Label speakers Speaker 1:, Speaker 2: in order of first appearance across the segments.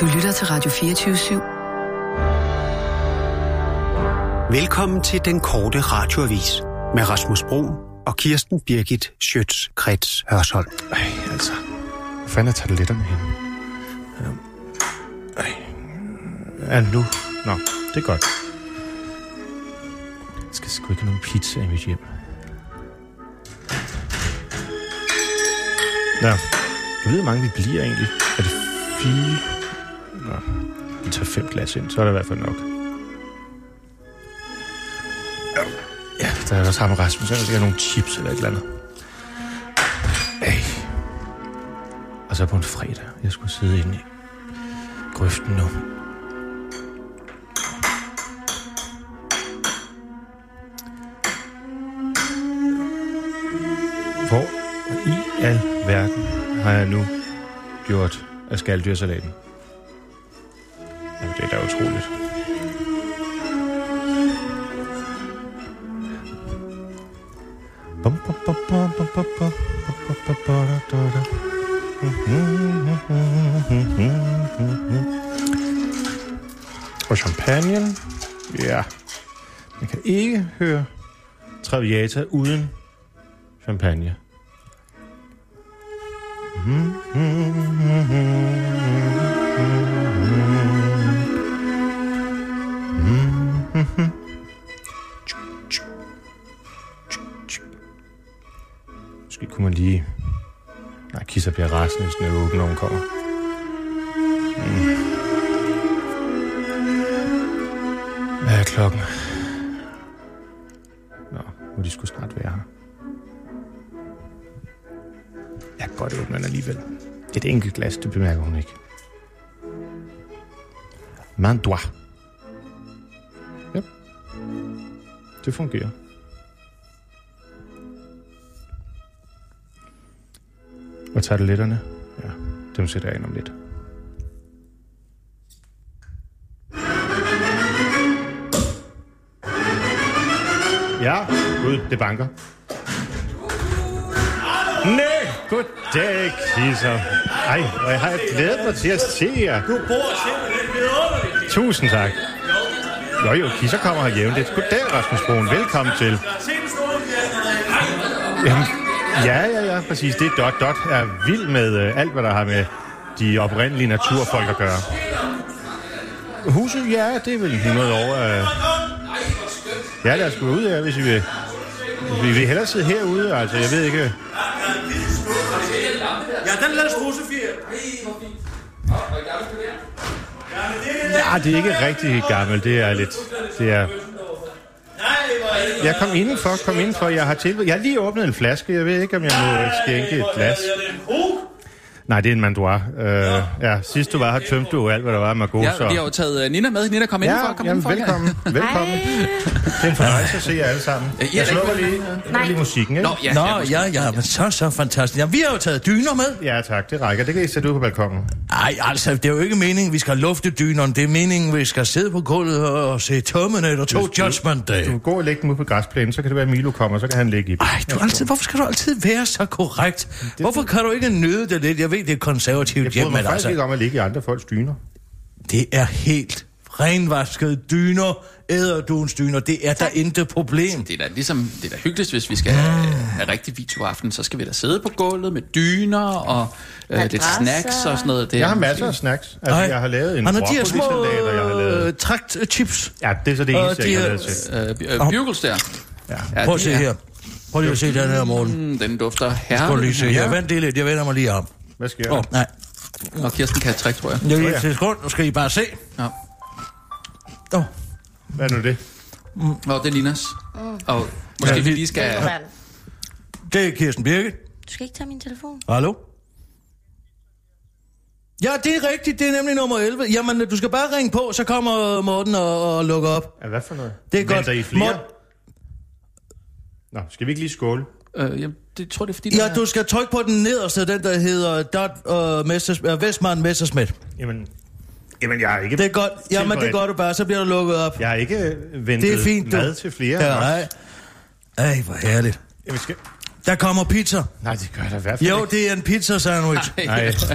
Speaker 1: Du lytter til Radio 24 /7.
Speaker 2: Velkommen til den korte radioavis med Rasmus Bro og Kirsten Birgit Schøtz-Krets Hørsholm.
Speaker 3: Ej, altså. Hvor fanden er tabletterne henne? Øhm. Ej. Er det nu? Nå, det er godt. Jeg skal sgu ikke have nogen pizza i mit hjem. Nå, jeg ved, hvor mange vi bliver egentlig. Er det fire? Nå, vi tager fem glas ind, så er det i hvert fald nok. Ja, der er der sammen med Rasmus, så skal jeg have nogle chips eller et eller andet. Ej. Og så på en fredag, jeg skulle sidde inde i grøften nu. Hvor i al verden har jeg nu gjort af skaldyrsalaten? Jamen, det er da utroligt. Bum, bum, bum, bum, bum, bum, bum, bum, bum, bum, bum, da, da, da. Og champagne. Ja. Man kan ikke høre Traviata uden champagne. Måske kunne man lige... Nej, Kisser bliver rasende, hvis den åbner, når hun kommer. Hvad er klokken? Nå, nu er de skulle snart være her. Jeg kan godt åbne den alligevel. Det er et enkelt glas, det bemærker hun ikke. Main droit. Ja. Det fungerer. Og tarteletterne? Ja, dem sætter jeg ind om lidt. Ja, gud, det banker. Nej, goddag, kisser. Ej, og jeg har glædet mig til at se jer.
Speaker 4: Du bor simpelthen vidunderligt.
Speaker 3: Tusind tak. Jo, jo, kisser kommer her jævnligt. Goddag, Rasmus Broen. Velkommen til.
Speaker 4: Se den store fjerne.
Speaker 3: Jamen, ja, ja, ja, præcis. Det er Dot Dot er vild med øh, alt, hvad der har med de oprindelige naturfolk at gøre. Huset, ja, det er vel 100 år. Øh. Ja, lad os gå ud her, hvis vi vil. Vi vil hellere sidde herude, altså, jeg ved ikke.
Speaker 4: Ja, den lader strussefjer.
Speaker 3: Ja, det er ikke rigtig gammelt, det er lidt... Det er...
Speaker 4: Nej, hvor er det.
Speaker 3: Jeg kom indenfor, kom indenfor, jeg har tilbud. Jeg har lige åbnet en flaske, jeg ved ikke, om jeg må skænke et glas. Nej, det er en mandoir. Øh, ja, sidst du var her, tømte du jo alt, hvad der var af Margot.
Speaker 5: Ja, vi har jo taget øh, Nina med. Nina, kom
Speaker 3: Ja,
Speaker 5: indenfor. Kom
Speaker 3: jamen,
Speaker 5: indenfor.
Speaker 3: velkommen. Velkommen. Det er en fornøjelse at se jer alle sammen.
Speaker 5: Ja, ja,
Speaker 3: Jeg slukker
Speaker 5: ja.
Speaker 3: lige, jeg slukker lige musikken, ikke?
Speaker 5: Nå, ja,
Speaker 6: Nå,
Speaker 5: ja, måske.
Speaker 6: ja, ja, men så, så fantastisk. Ja, vi har jo taget dyner med.
Speaker 3: Ja, tak. Det rækker. Det kan I sætte ud på balkongen.
Speaker 6: Nej, altså, det er jo ikke meningen, vi skal lufte dynerne. Det er meningen, vi skal sidde på gulvet og se Terminator 2 Judgment Day.
Speaker 3: Du går og læg dem ud på græsplænen, så kan det være, at Milo kommer, så kan han ligge i dem.
Speaker 6: Ej, du altid, hvorfor skal du altid være så korrekt? Hvorfor kan du ikke nyde det lidt? Jeg ved, det er et
Speaker 3: Jeg
Speaker 6: konservativt
Speaker 3: bryder
Speaker 6: hjem,
Speaker 3: mig
Speaker 6: men
Speaker 3: faktisk ikke
Speaker 6: altså,
Speaker 3: om at ligge i andre folks dyner.
Speaker 6: det er helt renvaskede dyner, æderduens dyner. Det er der intet problem.
Speaker 5: Det er da ligesom, det er da hyggeligst, hvis vi skal have, have rigtig videoaften, så skal vi da sidde på gulvet med dyner og øh, lidt
Speaker 7: Madrasser.
Speaker 5: snacks og sådan noget. Det er
Speaker 3: Jeg har
Speaker 5: måske-
Speaker 3: masser af snacks. Altså,
Speaker 6: Nej.
Speaker 3: jeg har lavet en
Speaker 6: Han har de her små
Speaker 3: broccolisalat, og jeg har lavet...
Speaker 6: øh, trakt-chips.
Speaker 3: Ja, det er så det
Speaker 6: og
Speaker 3: eneste,
Speaker 6: de
Speaker 3: jeg har
Speaker 6: her-
Speaker 3: lavet til.
Speaker 5: Øh, bi- øh, bugles der. Ja,
Speaker 6: Prøv at
Speaker 5: de
Speaker 6: se
Speaker 5: er-
Speaker 6: her. Prøv lige at se den her, Morten.
Speaker 5: Mm, den dufter
Speaker 6: Prøv lige
Speaker 5: herre.
Speaker 6: at se her. Vent lige lidt, jeg vender mig lige om.
Speaker 3: Hvad sker
Speaker 6: Åh,
Speaker 3: der?
Speaker 6: oh, nej.
Speaker 5: Og Kirsten kan et trick, tror jeg.
Speaker 6: Jeg vil til skund, nu skal I bare se.
Speaker 5: Ja.
Speaker 6: Oh.
Speaker 3: Hvad er nu det?
Speaker 5: Og det er Ninas. Og måske
Speaker 6: Ja,
Speaker 5: vi
Speaker 6: vi-
Speaker 5: lige skal...
Speaker 7: Mand,
Speaker 6: Det er Kirsten Birke.
Speaker 7: Du skal ikke tage min telefon.
Speaker 6: Hallo? Ja, det er rigtigt, det er nemlig nummer 11. Jamen, du skal bare ringe på, så kommer Morten og, og lukker op.
Speaker 3: Ja, hvad for noget?
Speaker 6: Det er godt.
Speaker 3: Venter I flere?
Speaker 6: Mor-
Speaker 3: Nå, skal vi ikke lige skåle?
Speaker 5: Øh, jamen, det tror jeg, det er fordi... den
Speaker 6: Ja,
Speaker 5: er-
Speaker 6: du skal trykke på den nederste, den der hedder Dot, uh, Messers, uh, Vestmann Messersmith.
Speaker 3: Jamen, jamen jeg har ikke...
Speaker 6: Det er godt. Jamen, det
Speaker 3: Tilberedt.
Speaker 6: gør du bare, så bliver du lukket op.
Speaker 3: Jeg har ikke øh, ventet
Speaker 6: Det er fint, du.
Speaker 3: mad til flere.
Speaker 6: Ja, nej. Ej, hvor herligt.
Speaker 3: Jamen, skal...
Speaker 6: Der kommer pizza.
Speaker 3: Nej, det gør der i hvert fald
Speaker 6: Jo,
Speaker 3: ikke.
Speaker 6: det er en pizza sandwich.
Speaker 3: Nej.
Speaker 5: Bestil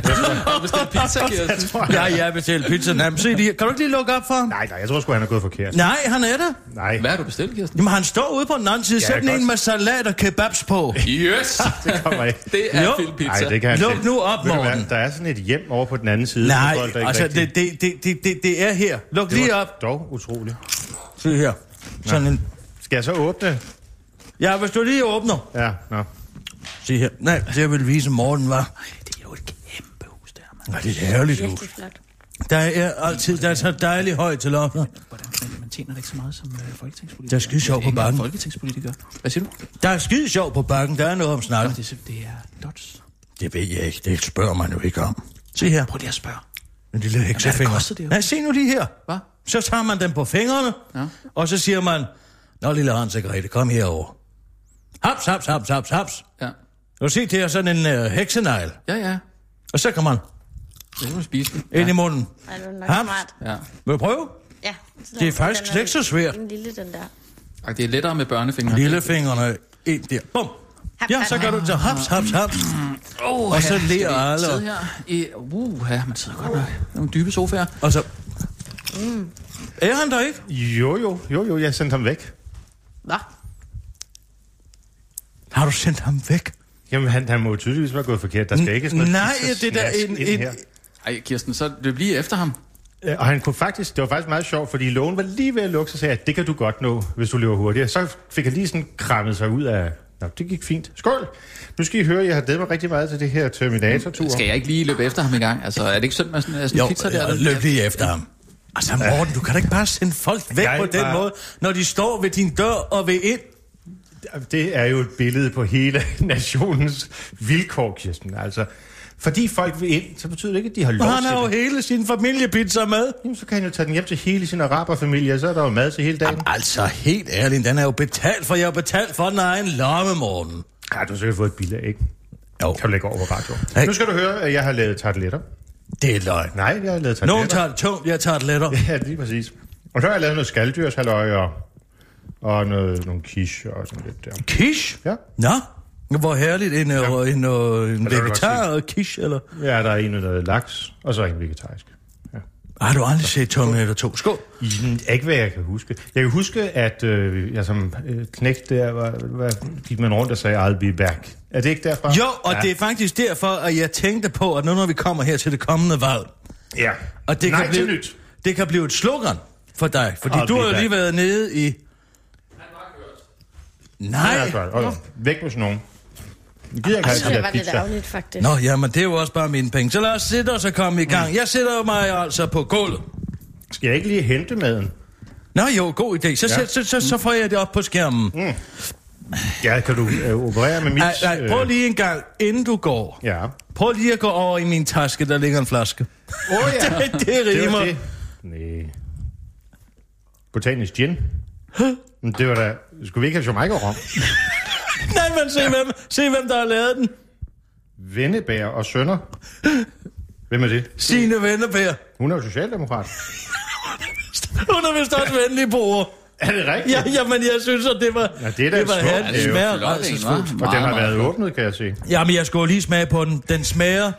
Speaker 5: pizza, Kirsten.
Speaker 6: Ja, jeg bestilte pizza. Jamen, se lige. Kan du ikke lige lukke op for ham?
Speaker 3: Nej, nej, jeg tror sgu, han er gået forkert.
Speaker 6: Nej, han er det.
Speaker 3: Nej.
Speaker 5: Hvad har du bestilt, Kirsten?
Speaker 6: Jamen, han står ude på den anden side.
Speaker 3: Ja,
Speaker 6: Sæt den
Speaker 3: godt.
Speaker 6: en med salat og kebabs på.
Speaker 5: Yes!
Speaker 3: Det kommer ikke.
Speaker 5: Det er
Speaker 6: Jo.
Speaker 5: Phil
Speaker 3: Nej,
Speaker 5: Pizza.
Speaker 3: det kan han
Speaker 6: Luk
Speaker 3: ikke.
Speaker 6: nu op,
Speaker 3: Ved du hvad,
Speaker 6: Morten.
Speaker 3: Der er sådan et hjem over på den anden side.
Speaker 6: Nej,
Speaker 3: for folk, der ikke
Speaker 6: altså,
Speaker 3: rigtig-
Speaker 6: det, det, det, det, det, det er her. Luk
Speaker 3: Det
Speaker 6: lige
Speaker 3: var
Speaker 6: op.
Speaker 3: Dog utroligt.
Speaker 6: Se her. Sådan en...
Speaker 3: Skal jeg så åbne?
Speaker 6: Ja, hvis du lige åbner.
Speaker 3: Ja, nå.
Speaker 6: Se her. Nej, det jeg vil vise Morten, var.
Speaker 5: Det er jo et kæmpe hus der, mand.
Speaker 6: Nej, det er et herligt hus.
Speaker 7: Virkelig flot.
Speaker 6: Der er altid der er så dejlig højt til loftet.
Speaker 5: Hvordan kan man tjener ikke så meget som øh, folketingspolitiker?
Speaker 6: Der er skide sjov på
Speaker 5: Ikke
Speaker 6: bakken.
Speaker 5: Folketingspolitiker. Mm. Hvad siger du?
Speaker 6: Der er skide sjov på bakken. Der er noget om
Speaker 5: Nå,
Speaker 6: snakken.
Speaker 5: det, er, sim- det er Dodge.
Speaker 6: Det ved jeg ikke. Det spørger man jo ikke om. Se her.
Speaker 5: Prøv lige at spørge.
Speaker 6: En lille heksefinger.
Speaker 5: koster det jo?
Speaker 6: Nej, se nu lige her.
Speaker 5: Hvad?
Speaker 6: Så tager man den på fingrene, ja. og så siger man, Nå, lille Hans og Grete, kom herover. Haps, haps, haps, haps, haps.
Speaker 5: Ja.
Speaker 6: Og se, det er sådan en øh, heksenegl.
Speaker 5: Ja, ja.
Speaker 6: Og så kan man
Speaker 5: Det må spise den.
Speaker 6: ind i munden.
Speaker 7: Ej, det er nok
Speaker 6: Haps.
Speaker 7: smart.
Speaker 5: Ja.
Speaker 6: Vil du prøve?
Speaker 7: Ja.
Speaker 6: Det er faktisk
Speaker 7: Den
Speaker 6: ikke så svært.
Speaker 7: Den lille, den der.
Speaker 5: Ej, det er lettere med børnefingre.
Speaker 6: Lillefingrene ind der. Bum. Ja, så gør du så haps, haps, haps.
Speaker 5: Oh,
Speaker 6: Og så ler alle.
Speaker 5: Sidde her i... Uh, ja, man sidder godt nok. Nogle dybe sofaer.
Speaker 6: Og så... Er han der ikke?
Speaker 3: Jo, jo, jo, jo, jeg sendte ham væk.
Speaker 5: Hvad?
Speaker 6: Har du sendt ham væk?
Speaker 3: Jamen, han, han må jo tydeligvis være gået forkert. Der skal ikke sådan noget
Speaker 6: Nej,
Speaker 3: pizza
Speaker 6: det er da
Speaker 3: snask
Speaker 6: en-
Speaker 3: ind
Speaker 6: en-
Speaker 3: her.
Speaker 5: Ej, Kirsten, så løb lige efter ham.
Speaker 3: Øh, Og han kunne faktisk, det var faktisk meget sjovt, fordi loven var lige ved at lukke, så sagde jeg, det kan du godt nå, hvis du løber hurtigere. Så fik han lige sådan krammet sig ud af, Nå, det gik fint. Skål! Nu skal I høre, jeg har glædet mig rigtig meget til det her Terminator-tur.
Speaker 5: Skal jeg ikke lige løbe efter ham i gang? Altså, er det ikke synd med sådan, er sådan
Speaker 6: Jo,
Speaker 5: en pizza der?
Speaker 6: jeg
Speaker 5: der-
Speaker 6: løb lige efter ham. Altså, Morten, du kan da ikke bare sende folk væk
Speaker 3: Jeg
Speaker 6: på den
Speaker 3: var-
Speaker 6: måde, når de står ved din dør og ved ind.
Speaker 3: Det er jo et billede på hele nationens vilkår, Kirsten. Altså, fordi folk vil ind, så betyder det ikke, at de har lov
Speaker 6: Og han
Speaker 3: til
Speaker 6: har jo
Speaker 3: det.
Speaker 6: hele sin familiepizza med.
Speaker 3: Jamen, så kan han jo tage den hjem til hele sin araberfamilie, og så er der jo mad til hele dagen.
Speaker 6: Altså, helt ærligt, den er jo betalt for. Jeg har betalt for den egen lomme, Morten.
Speaker 3: Ja, du har sikkert fået et billede, ikke?
Speaker 6: Jo,
Speaker 3: Kan du lægge over på radio?
Speaker 6: Hey.
Speaker 3: Nu skal du høre, at jeg har lavet tarteletter.
Speaker 6: det er løgn.
Speaker 3: Nej, jeg har lavet tarteletter.
Speaker 6: Nogen tager det tungt, jeg tager det lettere.
Speaker 3: Ja, lige præcis. Og så har jeg lavet noget skalddyrshaløj og, og noget, nogle quiche og sådan lidt der.
Speaker 6: Kish?
Speaker 3: Ja.
Speaker 6: Nå, hvor herligt. En, ja. en, øh,
Speaker 3: jeg
Speaker 6: en
Speaker 3: godt
Speaker 6: vegetar og kish, eller?
Speaker 3: Ja, der er en med noget laks, og så en vegetarisk. Ja.
Speaker 6: Har du aldrig set Terminator 2? Skål.
Speaker 3: I, ikke hvad jeg kan huske. Jeg kan huske, at øh, jeg som øh, knægt der, var, var, gik man rundt og sagde, I'll be back. Er det ikke derfra?
Speaker 6: Jo, og ja. det er faktisk derfor, at jeg tænkte på, at nu når vi kommer her til det kommende valg,
Speaker 3: Ja.
Speaker 6: og det
Speaker 3: Nej,
Speaker 6: kan blive,
Speaker 3: til nyt.
Speaker 6: det kan blive et slogan for dig, fordi
Speaker 3: Og
Speaker 6: du
Speaker 3: det
Speaker 6: har jo
Speaker 3: er
Speaker 6: lige
Speaker 3: der.
Speaker 6: været nede i...
Speaker 3: Ja,
Speaker 6: Nej. Altså,
Speaker 3: godt. Okay. Væk med sådan nogen. Jeg gider ikke
Speaker 7: Jeg
Speaker 3: have
Speaker 7: synes,
Speaker 3: de der
Speaker 7: det var lidt
Speaker 3: pizza.
Speaker 7: ærgerligt, faktisk.
Speaker 6: Nå, jamen, det er jo også bare mine penge. Så lad os sætte os og komme i
Speaker 3: Mm.
Speaker 6: gang. Jeg sætter mig altså på gulvet.
Speaker 3: Skal jeg ikke lige hente maden?
Speaker 6: Nå jo, god idé. Så,
Speaker 3: Ja.
Speaker 6: ja. så, så, så får jeg det op på skærmen. Mm.
Speaker 3: Ja, kan du øh, operere med mit...
Speaker 6: Ej, ej, prøv
Speaker 3: øh,
Speaker 6: lige en gang, inden du går.
Speaker 3: Ja. Åh
Speaker 6: Prøv lige at gå over i min taske, der ligger en flaske.
Speaker 3: oh, ja.
Speaker 6: det, det
Speaker 3: Det
Speaker 6: rimer.
Speaker 3: var det. Nej. Botanisk gin. Men det var da... Skulle vi ikke have Jamaica rom?
Speaker 6: Nej, men se, ja. hvem, se hvem, der har lavet den.
Speaker 3: Vennebær og sønner. Hvem er det?
Speaker 6: Sine Vennebær.
Speaker 3: Hun er jo socialdemokrat.
Speaker 6: Hun er vist også venlig på ord.
Speaker 3: Er det rigtigt?
Speaker 6: Ja, jamen, jeg synes, at det var...
Speaker 3: Ja, det er da
Speaker 6: det
Speaker 3: en
Speaker 6: var
Speaker 3: smuk
Speaker 6: herligt.
Speaker 3: gave.
Speaker 6: Det smager
Speaker 5: Flot en, hva'?
Speaker 6: rædselsfuldt.
Speaker 3: Og den
Speaker 5: Meget,
Speaker 3: har
Speaker 5: meget
Speaker 3: været
Speaker 5: flot.
Speaker 3: åbnet, kan jeg se.
Speaker 6: Jamen, jeg skulle lige smage på den. Den smager... øh,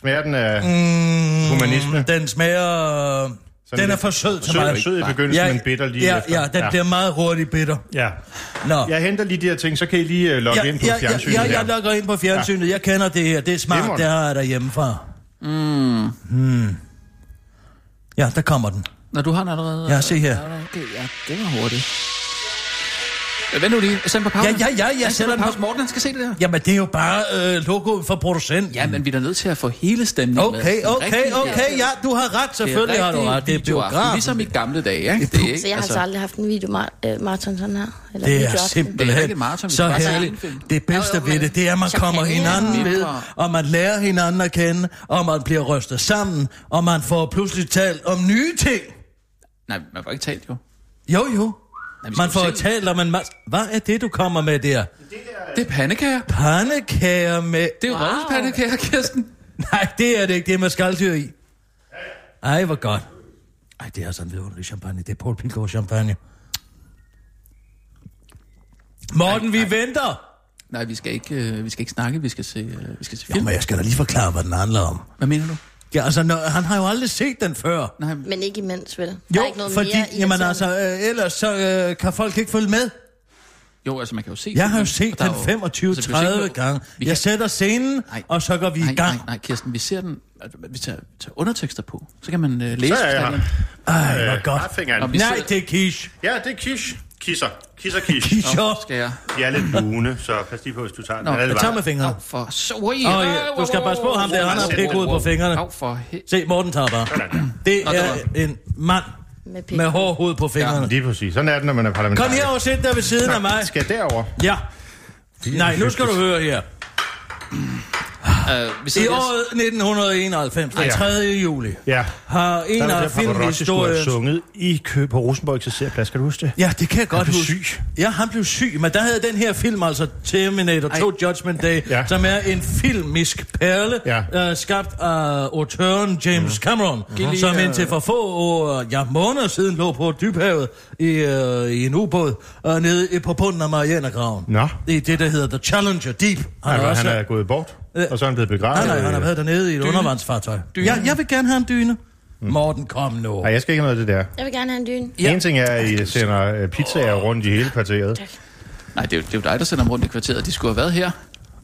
Speaker 3: Smager den af mm, humanisme?
Speaker 6: den smager... øh,
Speaker 3: Sådan
Speaker 6: den er
Speaker 3: lidt
Speaker 6: for sød til
Speaker 3: Sød,
Speaker 6: mig.
Speaker 3: sød i begyndelsen, men bitter lige
Speaker 6: ja,
Speaker 3: efter.
Speaker 6: Ja, den ja. bliver meget hurtigt bitter.
Speaker 3: ja.
Speaker 6: Nå.
Speaker 3: Jeg henter lige de her ting, så kan I lige øh, logge ind på
Speaker 6: jeg, jeg,
Speaker 3: fjernsynet
Speaker 6: jeg, jeg
Speaker 3: her.
Speaker 6: logger ind på fjernsynet. Jeg kender det her. Det er smart,
Speaker 3: Glimrende.
Speaker 6: det har jeg derhjemmefra.
Speaker 5: Mm.
Speaker 6: Hmm. Ja, der kommer den.
Speaker 5: Når du har den allerede...
Speaker 6: Ja, se her.
Speaker 5: Okay, ja, det var hurtigt. Øh, Vent nu lige, send på pause.
Speaker 6: Ja, ja, ja, jeg
Speaker 5: jeg
Speaker 6: sætter
Speaker 5: sender
Speaker 6: den
Speaker 5: på
Speaker 6: på-
Speaker 5: pause. Morten, han skal se det der.
Speaker 6: Jamen, det er jo bare øh, logoet for producenten.
Speaker 5: Ja, men vi er da nødt til at få hele stemningen med.
Speaker 6: Okay,
Speaker 5: Sådan
Speaker 6: okay,
Speaker 5: rigtig-
Speaker 6: okay, ja, du har ret,
Speaker 5: Det er
Speaker 6: selvfølgelig har du
Speaker 5: rigtig
Speaker 6: ret. Det er
Speaker 5: videoaften,
Speaker 6: biograf.
Speaker 5: Ligesom i gamle dage, ikke? Det er
Speaker 7: Så
Speaker 5: ikke,
Speaker 7: jeg har altså aldrig haft en videomarathon sådan her. Eller
Speaker 6: Det er
Speaker 7: videoaften.
Speaker 5: Det er
Speaker 6: simpelthen
Speaker 5: ikke maraton, vi
Speaker 6: så
Speaker 5: skal bare se
Speaker 6: herligt.
Speaker 5: en film.
Speaker 6: Det bedste ved det, det er, at man
Speaker 7: Så kan
Speaker 6: kommer
Speaker 7: jeg-
Speaker 6: hinanden ved,
Speaker 5: Mindre.
Speaker 6: og man lærer hinanden at kende, og man bliver rystet sammen, og man får pludselig talt om nye ting.
Speaker 5: Nej, man får ikke talt jo.
Speaker 6: Jo, jo.
Speaker 5: Nej, vi skal
Speaker 6: Man
Speaker 5: jo
Speaker 6: får
Speaker 5: se det.
Speaker 6: talt om en masse... Hvad er det, du kommer med der?
Speaker 5: Det er pandekager.
Speaker 6: Pandekager med...
Speaker 5: Det er wow. rødspandekager, Kirsten.
Speaker 6: Nej, det er det ikke. Det er med skalddyr i. Ej, hvor godt. Ej, det er sådan en vidunderlig champagne. Det er Paul Pilgaard champagne. Morten, vi venter!
Speaker 5: Nej, vi skal ikke, øh, vi skal ikke snakke, vi skal se, øh, vi skal se film.
Speaker 6: Jamen, jeg skal da lige forklare, hvad den handler om.
Speaker 5: Hvad mener du?
Speaker 6: Ja, altså, når, han har jo aldrig set den før.
Speaker 5: Nej,
Speaker 7: Men ikke imens, vel? der
Speaker 6: Jo,
Speaker 7: er ikke noget
Speaker 6: fordi,
Speaker 7: mere
Speaker 6: jamen
Speaker 7: irriterende.
Speaker 6: altså, øh, ellers så øh, kan folk ikke følge med.
Speaker 5: jo, altså man kan jo se
Speaker 6: Jeg har jo
Speaker 5: filmen,
Speaker 6: set
Speaker 5: og der
Speaker 6: den
Speaker 5: er jo- altså, vi kan jo se
Speaker 6: 25-30
Speaker 5: på-
Speaker 6: gange.
Speaker 5: Vi
Speaker 6: Jeg
Speaker 5: kan,
Speaker 6: sætter scenen,
Speaker 5: Nej.
Speaker 6: og så går vi i
Speaker 5: nej,
Speaker 6: gang.
Speaker 5: nej, nej, Kirsten, vi ser den, altså, vi tager, tager undertekster på, så kan man øh, læse.
Speaker 3: Så er jeg
Speaker 5: fortalen.
Speaker 6: Ej, hvor
Speaker 3: Øh,
Speaker 6: godt.
Speaker 3: har fingeren.
Speaker 5: Nå, vi
Speaker 6: Nej,
Speaker 5: sidder-
Speaker 6: det er quiche.
Speaker 3: Ja, det er kish. Kisser. Kisser kish.
Speaker 6: Quiche.
Speaker 5: Nå, skal jeg?
Speaker 3: De er lidt lune, så pas lige på, hvis du tager den.
Speaker 5: Nå,
Speaker 3: Den er
Speaker 6: Jeg
Speaker 3: lidt
Speaker 6: tager
Speaker 3: varm.
Speaker 6: med fingrene.
Speaker 5: Au, for sorry.
Speaker 6: Åh, ja, du skal passe på ham der, han har pik ud på fingrene.
Speaker 5: Au, for he-
Speaker 6: Se, Morten tager bare. Det
Speaker 5: Nå, det
Speaker 6: er en mand
Speaker 7: Med pik.
Speaker 6: med hård hoved på fingrene.
Speaker 3: Lige præcis. Sådan er det, når man er parlamentarisk.
Speaker 6: Kom her og sæt dig ved siden af mig.
Speaker 3: Skal jeg derover.
Speaker 6: Ja. Nej, nu skal du høre her.
Speaker 5: øh, vi
Speaker 6: I
Speaker 5: sidder
Speaker 6: året 1991, den
Speaker 3: Ja.
Speaker 6: 3. juli,
Speaker 3: Ja.
Speaker 6: har
Speaker 3: Der
Speaker 6: en
Speaker 3: var
Speaker 6: af
Speaker 3: det, der Pavarotti skulle have
Speaker 6: filmhistoriens
Speaker 3: sunget i kø på Rosenborg Exercerplads. Kan du huske det?
Speaker 6: Ja, det kan jeg godt
Speaker 3: blev
Speaker 6: huske.
Speaker 3: syg.
Speaker 6: Ja, han blev syg, men der havde den her film, altså Terminator 2 Judgment Day, ja.
Speaker 3: Ja.
Speaker 6: som er en filmisk perle, ja.
Speaker 3: Ja. Mhm.
Speaker 6: øh, skabt af autøren James Cameron, mm.
Speaker 5: lige,
Speaker 6: som
Speaker 5: øh,
Speaker 6: indtil for få år, ja, måneder siden lå på dybhavet i, øh, i en ubåd øh, nede i- på bunden af Marianergraven.
Speaker 3: Nå.
Speaker 6: Det er det, der hedder The Challenger Deep. Han,
Speaker 3: Han,
Speaker 6: er
Speaker 3: er,
Speaker 6: også,
Speaker 3: han er gået bort,
Speaker 6: Øh,
Speaker 3: og så er han blevet begravet.
Speaker 6: nej, nej, han har været dernede i et
Speaker 5: Dyne.
Speaker 6: undervandsfartøj.
Speaker 5: Dyne.
Speaker 6: Ja, jeg vil gerne have en dyne.
Speaker 3: Mm.
Speaker 6: Morten, kom nu.
Speaker 3: Nej, jeg skal ikke have noget af det der.
Speaker 7: Jeg vil gerne have en dyne.
Speaker 5: Ja.
Speaker 3: Ja. En ting er, at I sender øh, pizzaer rundt i hele kvarteret.
Speaker 5: Nej, det er, jo, det er jo dig, der sender dem rundt i kvarteret. De skulle have været her.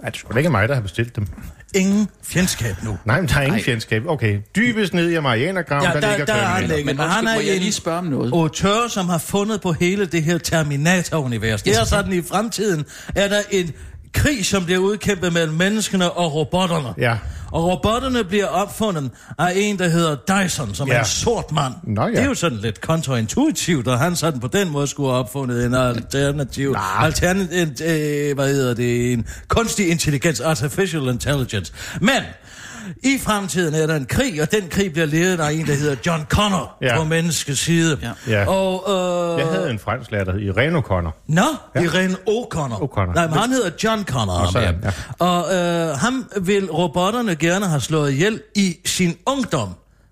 Speaker 3: Ej, det er sgu da ikke mig, der har bestilt dem.
Speaker 6: Ingen fjendskab nu.
Speaker 3: Nej, men der er ingen
Speaker 5: Nej.
Speaker 3: fjendskab. Okay, dybest ned i Marianergraven,
Speaker 6: Ja,
Speaker 3: ja, der,
Speaker 6: der-
Speaker 3: der, ligger
Speaker 6: der er
Speaker 3: der,
Speaker 6: han
Speaker 3: der
Speaker 6: ligger.
Speaker 5: Men,
Speaker 6: ikke,
Speaker 5: men
Speaker 6: men han
Speaker 5: undskyld,
Speaker 6: er
Speaker 5: må jeg
Speaker 6: en-
Speaker 5: lige spørge om noget?
Speaker 6: autør, som har fundet på hele det her Terminator-univers. Det er sådan, i fremtiden er der en krig, som bliver udkæmpet mellem menneskene og robotterne.
Speaker 3: Ja.
Speaker 6: Og robotterne bliver opfundet af en, der hedder Dyson, som ja.
Speaker 3: Ja.
Speaker 6: er en sort mand.
Speaker 3: Nå ja.
Speaker 6: Det er jo sådan lidt kontraintuitivt, og han sådan på den måde skulle have opfundet en alternativ... Altern, en, øh, hvad hedder det? En kunstig intelligens, artificial intelligence. Men... I fremtiden er der en krig, og den krig bliver ledet af en, der hedder John Connor ja.
Speaker 3: Ja.
Speaker 6: på menneskets side.
Speaker 5: Ja.
Speaker 3: Ja.
Speaker 6: Og, øh,
Speaker 3: Jeg havde en fransk lærer, der hed Irene O'Connor.
Speaker 6: Nå, ja. Irene O'Connor.
Speaker 3: O'Connor.
Speaker 6: Nej, men han hedder John Connor. Nå,
Speaker 3: sådan,
Speaker 6: Og øh, ham vil robotterne gerne have slået ihjel i sin ungdom.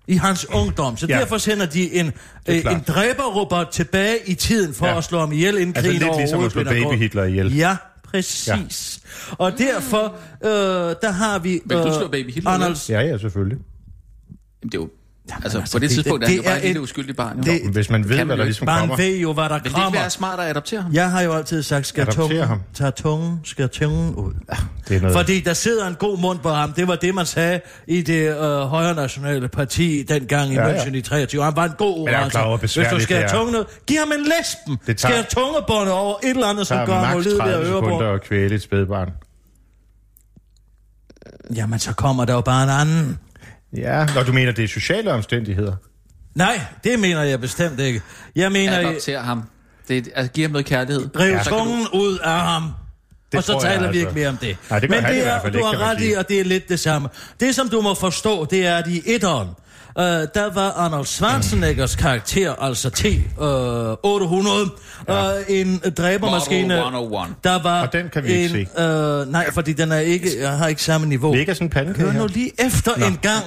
Speaker 6: I hans ungdom. Så ja.
Speaker 3: Ja.
Speaker 6: derfor sender de en, øh,
Speaker 3: klart.
Speaker 6: en dræberrobot tilbage i tiden for ja.
Speaker 3: Ja.
Speaker 6: at slå ham ihjel, inden
Speaker 3: Altså
Speaker 6: krigen
Speaker 3: lidt ligesom at
Speaker 6: overhovedet
Speaker 3: slå
Speaker 6: bliver der
Speaker 3: baby
Speaker 6: gået.
Speaker 3: Hitler ihjel.
Speaker 6: Ja, præcis. Ja. Og derfor, øh, der har vi... øh,
Speaker 5: Vil du slå baby Hitler ihjel?
Speaker 6: Arnold,
Speaker 3: Ja, ja, selvfølgelig.
Speaker 5: Jamen, det er jo... Altså,
Speaker 6: altså,
Speaker 5: på det,
Speaker 6: det-
Speaker 5: tidspunkt
Speaker 6: det-
Speaker 5: er han jo
Speaker 6: det
Speaker 5: bare
Speaker 6: er
Speaker 5: et lille
Speaker 6: et-
Speaker 5: uskyldigt barn. jo.
Speaker 6: det-
Speaker 5: Vil
Speaker 3: Hvis man ved,
Speaker 5: Kan man
Speaker 3: hvad der
Speaker 5: jo
Speaker 3: ligesom
Speaker 6: man
Speaker 3: kommer.
Speaker 6: ved jo, hvad der
Speaker 5: det ikke
Speaker 6: kommer.
Speaker 5: være smart at adoptere ham?
Speaker 6: Jeg har jo altid sagt, skal
Speaker 3: Adoptere
Speaker 6: tungen,
Speaker 3: ham.
Speaker 6: tager tungen, skal tungen ud.
Speaker 3: Det er noget-
Speaker 6: Fordi der sidder en god mund på ham. Det var det, man sagde i det øh, højre nationale parti dengang i ja,
Speaker 3: Ja, ja.
Speaker 6: München i 23. Han var en god
Speaker 3: er jo
Speaker 6: orator.
Speaker 3: klar over, hvor
Speaker 6: Hvis du
Speaker 3: besværligt
Speaker 6: skal
Speaker 3: det
Speaker 6: have
Speaker 3: er.
Speaker 6: tungen ud, giv ham en lesben.
Speaker 3: Det
Speaker 6: Skal
Speaker 3: tager-
Speaker 6: have tungebåndet over et eller andet,
Speaker 3: Så
Speaker 6: som gør
Speaker 3: er
Speaker 6: ham
Speaker 3: maks
Speaker 6: ulydig af
Speaker 3: 30 sekunder
Speaker 6: ørebord.
Speaker 3: at kvæle et spædbarn.
Speaker 6: Jamen, så kommer der jo bare en anden.
Speaker 3: Ja, når du mener, det er sociale omstændigheder.
Speaker 6: Nej, det mener jeg bestemt ikke. Jeg mener,
Speaker 5: jeg
Speaker 6: I-
Speaker 5: adoptere ham? Det er, altså, giv ham noget kærlighed.
Speaker 6: Driv ja,
Speaker 5: Så kan du-
Speaker 6: tungen ud af ham. Det
Speaker 3: Det
Speaker 6: og så
Speaker 3: tror jeg
Speaker 6: taler vi
Speaker 3: altså.
Speaker 6: ikke mere om det.
Speaker 3: Nej, det gør
Speaker 6: Men
Speaker 3: han i
Speaker 6: det
Speaker 3: hvert
Speaker 6: er,
Speaker 3: fald
Speaker 6: du
Speaker 3: ikke,
Speaker 6: har
Speaker 3: kan man
Speaker 6: ret i,
Speaker 3: sige.
Speaker 6: og det er lidt det samme. Det, som du må forstå, det er, at i etteren, øh, der var Arnold Schwarzeneggers karakter, altså T-800, øh, en dræbermaskine,
Speaker 5: Model 101.
Speaker 6: der var
Speaker 3: Og den kan vi ikke
Speaker 6: en, Øh, nej, fordi den er ikke, jeg har ikke samme niveau.
Speaker 3: Ligger sådan en pandekage
Speaker 6: Hør
Speaker 3: her?
Speaker 6: nu lige efter Nå. en gang.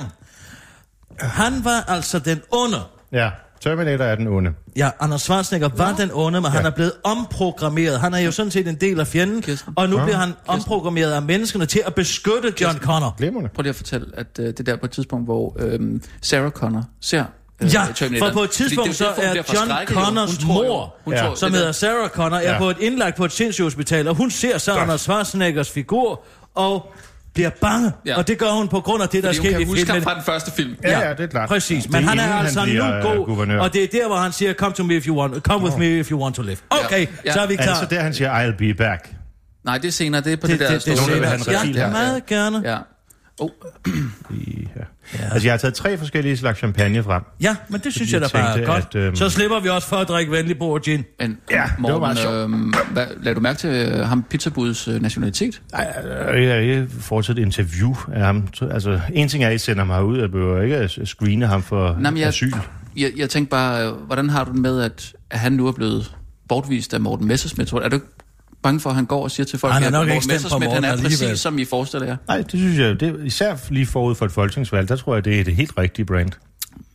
Speaker 6: Han var altså den onde.
Speaker 3: Ja, Terminator er den onde.
Speaker 6: Ja, Anders Schwarzenegger var den onde, men ja. han er blevet omprogrammeret. Han er jo sådan set en del af fjenden,
Speaker 5: Kirsten.
Speaker 6: og nu bliver han omprogrammeret af menneskerne til at beskytte John Connor.
Speaker 3: Glimrende.
Speaker 5: Prøv lige at fortælle, at øh, det er der på et tidspunkt, hvor øh, Sarah Connor ser øh,
Speaker 6: Ja,
Speaker 5: Terminator.
Speaker 6: for på et
Speaker 5: Fordi det er jo
Speaker 6: tidspunkt så
Speaker 5: derfor, hun
Speaker 6: er
Speaker 5: bliver
Speaker 6: John
Speaker 5: forskrækket, jo. Hun
Speaker 6: Connors
Speaker 5: tror jo-
Speaker 6: mor,
Speaker 5: hun
Speaker 3: Ja.
Speaker 5: tror jo,
Speaker 6: som
Speaker 5: det
Speaker 6: hedder
Speaker 5: der-
Speaker 6: Sarah Connor, er
Speaker 3: Ja.
Speaker 6: på et indlagt på et sindssygehospital, og hun ser så Anders Schwarzeneggers figur, og bliver bange,
Speaker 5: Ja.
Speaker 6: og det gør hun på grund af det, der
Speaker 5: Fordi hun
Speaker 6: sker i
Speaker 5: kan huske ham
Speaker 6: filmen.
Speaker 5: fra den første film.
Speaker 3: Ja, ja, det er klart.
Speaker 6: Præcis,
Speaker 3: Det
Speaker 6: men han er
Speaker 3: inden
Speaker 6: altså
Speaker 3: han bliver,
Speaker 6: nu
Speaker 3: øh,
Speaker 6: god,
Speaker 3: guvernør.
Speaker 6: og det er der, hvor han siger, come to me if you want, come with me if you want to live. Okay,
Speaker 5: Ja.
Speaker 6: så er vi
Speaker 3: Er Altså, det
Speaker 6: klar.
Speaker 3: så der, han siger, I'll be back?
Speaker 5: Nej, det er senere. Det er på det,
Speaker 6: Det-
Speaker 5: der
Speaker 6: det- det er
Speaker 5: store-
Speaker 3: senere. Nogle vil have en
Speaker 5: Ja,
Speaker 3: reptil
Speaker 6: Ja,
Speaker 3: her.
Speaker 6: meget gerne.
Speaker 5: Ja. Oh,
Speaker 3: Ja. Altså, jeg har taget tre forskellige slags champagne frem.
Speaker 6: Ja, men det synes jeg
Speaker 3: jeg
Speaker 6: da bare er
Speaker 3: tænkte,
Speaker 6: godt. At,
Speaker 3: at,
Speaker 6: øhm...
Speaker 3: øhm,
Speaker 6: Så slipper vi også for at drikke venlig bord gin.
Speaker 5: men
Speaker 3: Ja, det var meget sjovt.
Speaker 5: Morten, øh, hvad, lad du mærke til øh, ham pizzabuds øh, nationalitet?
Speaker 3: Øh, Jeg jeg fortsat interview af ham. Så- Altså, en ting er, at I sender mig ud. Jeg behøver ikke at screene ham for
Speaker 5: Nå, men jeg,
Speaker 3: asyl.
Speaker 5: jeg, jeg tænkte bare, øh, hvordan har du det med, at, at han nu er blevet bortvist af Morten Messersmith? Tror du- Er du ikke bange for, at han går og siger til folk,
Speaker 6: Han er
Speaker 5: at
Speaker 6: nok
Speaker 5: Morten
Speaker 6: ikke stemt på
Speaker 5: Messerschmidt,
Speaker 6: Morten
Speaker 5: han er præcis,
Speaker 6: alligevel.
Speaker 5: som I forestiller jer?
Speaker 3: Nej, det synes jeg, det, især lige forud for et folketingsvalg, der tror jeg, det er det helt rigtige brand.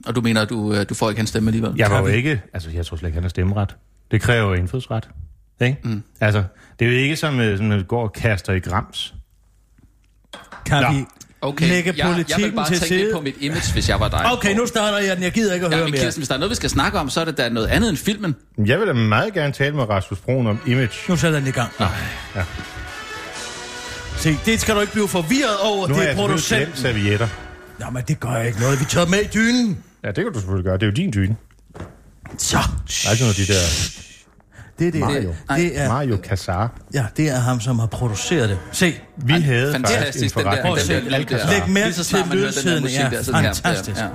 Speaker 5: Og du mener, at du, øh, du får ikke hans stemme alligevel?
Speaker 3: Jeg var jo ikke, altså jeg tror slet ikke, han har stemmeret. Det kræver jo indfødsret. Ikke? Mm. Altså, det er jo ikke som, øh, som når vi går og kaster i grams.
Speaker 6: Kan
Speaker 3: Nå.
Speaker 6: vi okay. lægge
Speaker 5: jeg, jeg vil
Speaker 6: politikken
Speaker 5: bare
Speaker 6: til
Speaker 5: tænke lidt
Speaker 6: side?
Speaker 5: på mit image, hvis jeg var dig.
Speaker 6: Okay, nu starter jeg den. Jeg gider ikke at
Speaker 5: Ja,
Speaker 6: høre
Speaker 5: men
Speaker 6: mere.
Speaker 5: Kirsten, hvis der er noget, vi skal snakke om, så er det da noget andet end filmen.
Speaker 3: Jeg vil da meget gerne tale med Rasmus Broen om image.
Speaker 6: Nu sætter den i gang. Nej.
Speaker 3: Ja.
Speaker 6: Se, det skal du ikke blive forvirret over.
Speaker 3: Nu har
Speaker 6: det er
Speaker 3: jeg selvfølgelig glemt
Speaker 6: producenten.
Speaker 3: servietter.
Speaker 6: Jamen, det gør jeg ikke noget. Vi tager med i dynen.
Speaker 3: Ja, det kan du selvfølgelig gøre. Det er jo din dyne.
Speaker 6: Så.
Speaker 3: Der er ikke noget af de der
Speaker 6: Det er det.
Speaker 3: Mario.
Speaker 6: Det er,
Speaker 3: Mario Casar.
Speaker 6: ja, det er ham, som har produceret det. Se,
Speaker 3: Vi havde faktisk en
Speaker 5: Fantastisk, den der.
Speaker 3: forretning.
Speaker 5: Den der,
Speaker 6: Prøv at
Speaker 5: den der, den
Speaker 6: se.
Speaker 5: der
Speaker 6: Læg mærke
Speaker 5: Lige så snart
Speaker 6: til
Speaker 5: man hører den der
Speaker 6: lydsiden,
Speaker 5: musik
Speaker 6: ja.
Speaker 5: der, sådan her.
Speaker 6: Fantastisk.
Speaker 5: Ja, ja.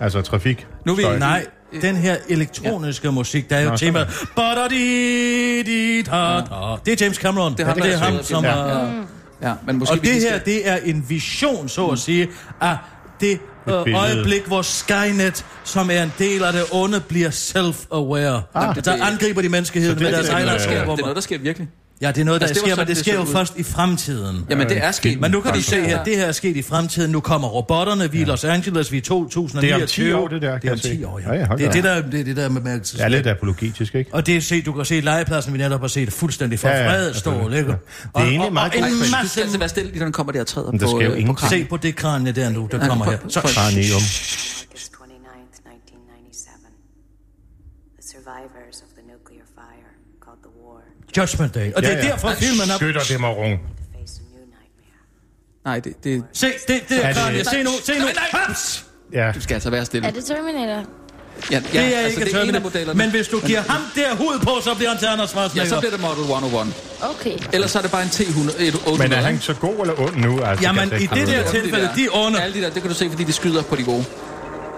Speaker 3: Altså trafik.
Speaker 5: Nu er vi-
Speaker 3: Støj.
Speaker 6: Nej,
Speaker 5: Øh,
Speaker 6: den her elektroniske ja. musik, der er jo
Speaker 3: Nå,
Speaker 6: Nå, temaet... Ba-da-di-di-da-da. Det er James Cameron. Det,
Speaker 5: er ham,
Speaker 6: det er
Speaker 5: der
Speaker 6: ham
Speaker 5: har
Speaker 6: som
Speaker 5: skrevet
Speaker 6: har...
Speaker 5: filmen. Ja, men måske
Speaker 6: Og
Speaker 5: vi
Speaker 6: det
Speaker 5: lige
Speaker 6: her,
Speaker 5: skal- Mm.
Speaker 6: det er en vision, så at sige, af det øh,
Speaker 3: billede.
Speaker 6: øjeblik, hvor Skynet, som er en del af det onde, bliver self-aware. Ah,
Speaker 5: det-
Speaker 6: der
Speaker 5: det-
Speaker 6: angriber de menneskeheden
Speaker 3: Så det
Speaker 6: med
Speaker 3: er
Speaker 6: deres
Speaker 5: det, er
Speaker 6: egne
Speaker 5: noget, der sker.
Speaker 6: egenskaber.
Speaker 5: det er noget, der sker virkelig.
Speaker 6: Ja, det er noget, der
Speaker 5: Altså, det var
Speaker 6: sker, men
Speaker 5: sådan,
Speaker 6: det
Speaker 5: det
Speaker 6: sker
Speaker 5: så
Speaker 6: jo
Speaker 5: ud.
Speaker 6: først i fremtiden.
Speaker 5: Jamen, det er sket.
Speaker 6: Men nu kan du se her,
Speaker 5: Ja.
Speaker 6: det her er sket i fremtiden. Nu kommer robotterne, vi er i Los Angeles, vi er i 2029.
Speaker 3: Det er om 10 år, det der,
Speaker 6: Det
Speaker 3: kan
Speaker 6: er om
Speaker 3: jeg se.
Speaker 6: 10 år, ja.
Speaker 3: Ja, ja, hold
Speaker 6: det, er
Speaker 3: da
Speaker 6: det, der, det er det der med med...
Speaker 3: Jeg er lidt apologetisk, ikke?
Speaker 6: Og det er set, du kan se legepladsen, vi netop har set fuldstændig forfredet ja, stå,
Speaker 3: selvfølgelig.
Speaker 6: ikke?
Speaker 3: Ja. Det er egentlig
Speaker 6: og,
Speaker 3: meget
Speaker 6: og,
Speaker 3: godt,
Speaker 6: og
Speaker 5: Men
Speaker 6: en
Speaker 3: fordi
Speaker 5: Du skal
Speaker 6: masse...
Speaker 5: altså være stille, lige når den kommer der og træder
Speaker 3: Men der
Speaker 5: på,
Speaker 3: sker jo
Speaker 5: øh, på
Speaker 3: ingenting.
Speaker 5: kranen.
Speaker 6: Se på det kranje der nu, der
Speaker 5: Nej,
Speaker 6: kommer
Speaker 5: på-
Speaker 6: her.
Speaker 5: på-
Speaker 6: Så,
Speaker 5: på-
Speaker 3: Cranium.
Speaker 8: August 29th, 1997. The survivors of the nuclear fire called the war
Speaker 6: Judgment Day. Og det er derfor filmen er...
Speaker 3: Skytter det marung.
Speaker 8: to face a new nightmare.
Speaker 6: Mm.
Speaker 5: Nej, det, det,
Speaker 6: Se, det, det er
Speaker 3: det-
Speaker 6: kranje. Se nu, se nu.
Speaker 5: Nej, nej.
Speaker 6: Haps!
Speaker 3: Ja.
Speaker 5: du skal altså være stille.
Speaker 7: Er det Terminator?
Speaker 5: Ja, ja,
Speaker 6: Det er
Speaker 5: altså, det er en
Speaker 6: ikke
Speaker 5: af
Speaker 6: Terminator.
Speaker 5: modellerne.
Speaker 6: Men hvis du giver ham der hud på, så bliver han til Anders
Speaker 5: Ja, så
Speaker 6: Schwarzenegger.
Speaker 5: bliver det Model 101.
Speaker 7: Okay.
Speaker 5: Ellers så er det bare en T-100. et 800,
Speaker 3: Men er han
Speaker 5: ikke?
Speaker 3: så god eller ond nu? Altså,
Speaker 6: Jamen,
Speaker 3: kan jeg
Speaker 6: i
Speaker 3: slet ikke
Speaker 6: det
Speaker 3: finde
Speaker 6: der
Speaker 3: ud af.
Speaker 6: tilfælde, de er onde.
Speaker 5: Alle de der, det kan du se, fordi de skyder på de gode.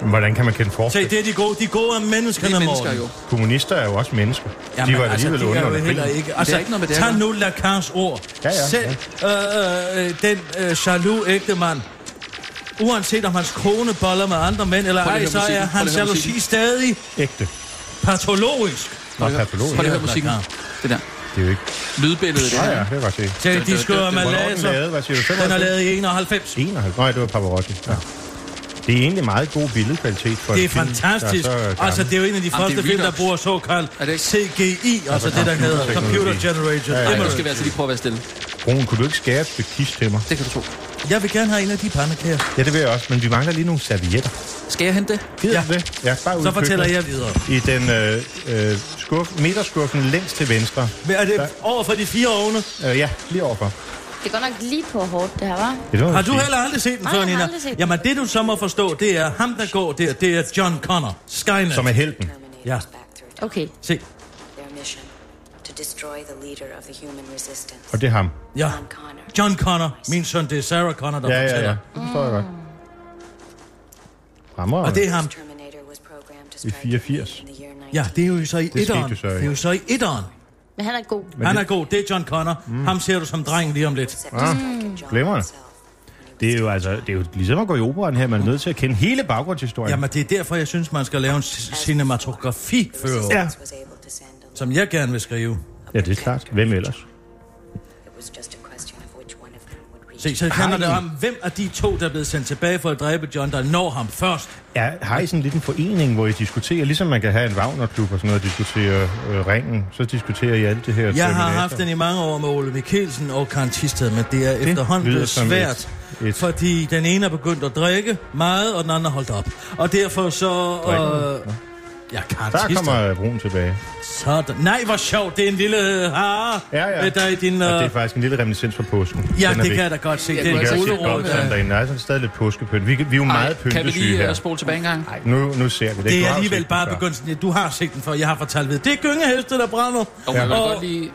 Speaker 3: Hvordan kan man kende forskel?
Speaker 6: Se, det er de gode, de gode er
Speaker 5: Det
Speaker 6: menneskerne,
Speaker 5: er
Speaker 6: Morten.
Speaker 5: mennesker jo.
Speaker 3: Kommunister er jo også mennesker. de var
Speaker 6: altså,
Speaker 3: alligevel
Speaker 6: de
Speaker 3: onde
Speaker 6: er jo
Speaker 3: under
Speaker 6: heller
Speaker 3: krigen.
Speaker 6: ikke. Altså,
Speaker 5: ikke noget med det at
Speaker 6: tag
Speaker 5: gøre.
Speaker 6: nu Lacans ord.
Speaker 3: Ja, ja,
Speaker 6: Selv øh, øh, den øh, jaloux ægte mand, uanset om hans kone boller med andre mænd eller
Speaker 5: Prøv lige
Speaker 6: ej,
Speaker 5: at
Speaker 6: så
Speaker 5: høre musikken. Prøv
Speaker 6: er
Speaker 5: lige at
Speaker 6: hans
Speaker 5: høre
Speaker 6: jalousi
Speaker 5: musikken.
Speaker 6: stadig
Speaker 3: Ægte.
Speaker 6: patologisk.
Speaker 3: Nå, patologisk.
Speaker 5: Prøv lige at høre
Speaker 6: Ja,
Speaker 5: musikken.
Speaker 6: klar.
Speaker 5: Det der.
Speaker 3: Det er jo ikke...
Speaker 5: Lydbilledet.
Speaker 3: Ja,
Speaker 5: Det
Speaker 3: ja,
Speaker 5: her.
Speaker 3: det var det.
Speaker 6: Til
Speaker 5: det-
Speaker 6: de skøre
Speaker 5: det- hvornår
Speaker 3: Hvornår er den lavet?
Speaker 6: malaser.
Speaker 3: Hvad siger du?
Speaker 6: Den er
Speaker 3: 95?
Speaker 6: lavet i 91.
Speaker 3: 91. Nej, det var Pavarotti. Ja. Det er egentlig meget god billedkvalitet for
Speaker 6: Det er
Speaker 3: en film, der
Speaker 6: fantastisk.
Speaker 3: så gammel.
Speaker 6: Altså, det er jo en af de
Speaker 5: Jamen, det
Speaker 6: første
Speaker 5: er
Speaker 6: film, der
Speaker 5: Redux.
Speaker 6: bruger såkaldt
Speaker 5: Er det ikke?
Speaker 6: CGI, altså det, der hedder Computer Generated
Speaker 3: Ja, ja, ja.
Speaker 5: Nu
Speaker 6: Imagery.
Speaker 5: skal vi altså lige prøve at være stille.
Speaker 3: Broen, kunne du ikke skære et stykke kist til mig?
Speaker 5: Det kan du tro.
Speaker 6: Jeg vil gerne have en af de pandekager.
Speaker 3: Ja, det vil jeg også, men vi mangler lige nogle servietter.
Speaker 5: Skal jeg hente det?
Speaker 3: Gider
Speaker 6: Ja.
Speaker 3: ja. det? Ja, bare ud
Speaker 6: Så
Speaker 3: i
Speaker 6: fortæller
Speaker 3: køkkenet.
Speaker 6: jeg videre.
Speaker 3: I den øh, øh, skuff, meterskuffen længst til venstre.
Speaker 6: Men er det
Speaker 3: Der-
Speaker 6: over for de fire ovne?
Speaker 3: Øh, ja, lige overfor.
Speaker 7: Det er godt nok lige på hårdt, det her, var.
Speaker 3: Ja, det må
Speaker 6: Har
Speaker 3: man
Speaker 6: du
Speaker 3: sige.
Speaker 6: heller aldrig set den
Speaker 7: Nej,
Speaker 6: før,
Speaker 7: jeg har
Speaker 6: Nina?
Speaker 7: aldrig set den.
Speaker 6: Jamen, det du så må forstå, det er ham, der går der, det er John Connor. Skynet.
Speaker 3: Som er helten.
Speaker 8: Terminators
Speaker 6: Yeah.
Speaker 8: back through
Speaker 7: Okay.
Speaker 8: time.
Speaker 6: Se,
Speaker 8: Their mission to destroy the leader of the human resistance.
Speaker 3: Og det er ham.
Speaker 6: ja.
Speaker 8: John Connor.
Speaker 6: John Connor. Min søn, det er Sarah Connor, der
Speaker 3: Ja, ja, ja.
Speaker 6: fortæller.
Speaker 3: Det forstår jeg godt. Rammer.
Speaker 6: Og det er ham.
Speaker 8: This Terminator was programmed to strike
Speaker 3: 84.
Speaker 8: in the year 19.
Speaker 6: Ja, det er jo så i
Speaker 3: skete
Speaker 6: etteren.
Speaker 3: jo så, ja.
Speaker 6: Det er jo så i etteren.
Speaker 7: Men han er god.
Speaker 6: Han er god, det er John Connor.
Speaker 3: Mm.
Speaker 6: Ham ser du som dreng lige om lidt.
Speaker 8: Set to strike at John
Speaker 3: glemmer det.
Speaker 8: himself when he was
Speaker 3: Det er jo altså, det er jo ligesom at gå i operan her. Man er nødt til at kende hele baggrundshistorien.
Speaker 6: Jamen, det er derfor, jeg synes, man skal lave en c- cinematografi
Speaker 8: The
Speaker 6: før,
Speaker 8: resistance was able to send a
Speaker 6: som jeg gerne vil skrive.
Speaker 3: ja, det er klart. Hvem ellers?
Speaker 8: It was just a question of which one of them would reach.
Speaker 6: Se, så handler det om, hvem af de to, der er blevet sendt tilbage for at dræbe John, der når ham først.
Speaker 3: Ja, har I sådan lidt en forening, hvor I diskuterer, ligesom man kan have en Wagnerklub og sådan noget, og diskutere øh, ringen, så diskuterer I alt det her.
Speaker 6: Jeg har
Speaker 3: Terminator.
Speaker 6: haft den i mange år med Ole Mikkelsen og Karen Tisted, men det er det efterhånden
Speaker 3: lyder
Speaker 6: blevet
Speaker 3: som
Speaker 6: svært,
Speaker 3: et-
Speaker 6: et, et.
Speaker 3: et-
Speaker 6: fordi den ene er begyndt at drikke meget, og den anden har holdt op. Og derfor så...
Speaker 3: Drikker
Speaker 6: Øh, ja, Karen
Speaker 3: Der
Speaker 6: Tisted.
Speaker 3: kommer øh, Brun tilbage.
Speaker 6: Sådan. Nej, hvor sjovt, det er en lille hare
Speaker 3: Ja, ja.
Speaker 6: med dig i din... Øh,
Speaker 3: Og det er faktisk en lille reminiscens fra påsken.
Speaker 6: ja,
Speaker 3: Den er væk.
Speaker 6: det kan jeg da godt se.
Speaker 5: Jeg
Speaker 6: Det er
Speaker 5: kunne
Speaker 6: en
Speaker 5: altså ikke
Speaker 6: gulerod.
Speaker 5: godt
Speaker 3: Godt, sådan
Speaker 6: øh.
Speaker 3: derinde. Nej, så er det stadig lidt påskepynt. Vi, kan- vi er jo meget
Speaker 5: Ej, kan vi
Speaker 3: pyntesyge
Speaker 5: lige
Speaker 3: her.
Speaker 5: øh, spole tilbage en gang?
Speaker 3: Nej, nu, nu ser vi det. Du
Speaker 6: Det
Speaker 3: har
Speaker 6: er
Speaker 3: jo
Speaker 6: alligevel
Speaker 3: set den
Speaker 6: bare
Speaker 3: før.
Speaker 6: begyndt... Du har set den før, jeg har fortalt ved. Det er gyngeheste, der brænder.
Speaker 5: Og man vil
Speaker 6: Og-
Speaker 5: godt lige...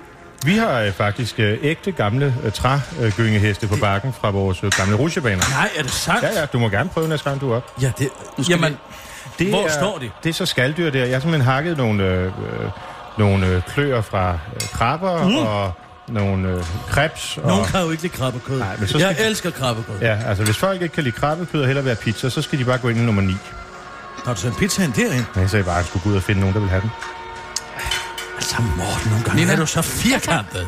Speaker 3: Vi har øh, faktisk øh, ægte gamle øh, trægyngeheste på bakken fra vores øh, gamle rutsjebaner.
Speaker 6: Nej, er det sandt?
Speaker 3: Ja, ja, du må gerne prøve næste gang, du er op.
Speaker 6: ja det,
Speaker 5: skal
Speaker 6: jamen,
Speaker 5: vi-
Speaker 3: Det
Speaker 6: Hvor
Speaker 3: er,
Speaker 6: står de?
Speaker 3: Det er så skalddyr der. Jeg har simpelthen hakket nogle, øh, øh, nogle øh, kløer fra øh, krabber mm. og nogle øh, krebs. Og,
Speaker 6: nogen kan jo ikke lide krabbekød.
Speaker 3: Nej, men så
Speaker 6: Jeg
Speaker 3: skal-
Speaker 6: elsker krabbekød.
Speaker 3: Ja, altså hvis folk ikke kan lide krabbekød og hellere være pizza, så skal de bare gå ind i nummer 9.
Speaker 6: Har du sendt pizzaen derind?
Speaker 3: Men jeg sagde bare, at jeg skulle gå ud og finde nogen, der vil have den.
Speaker 6: Altså, Morten, nogle gange
Speaker 5: Nina?
Speaker 6: er du så firkantet.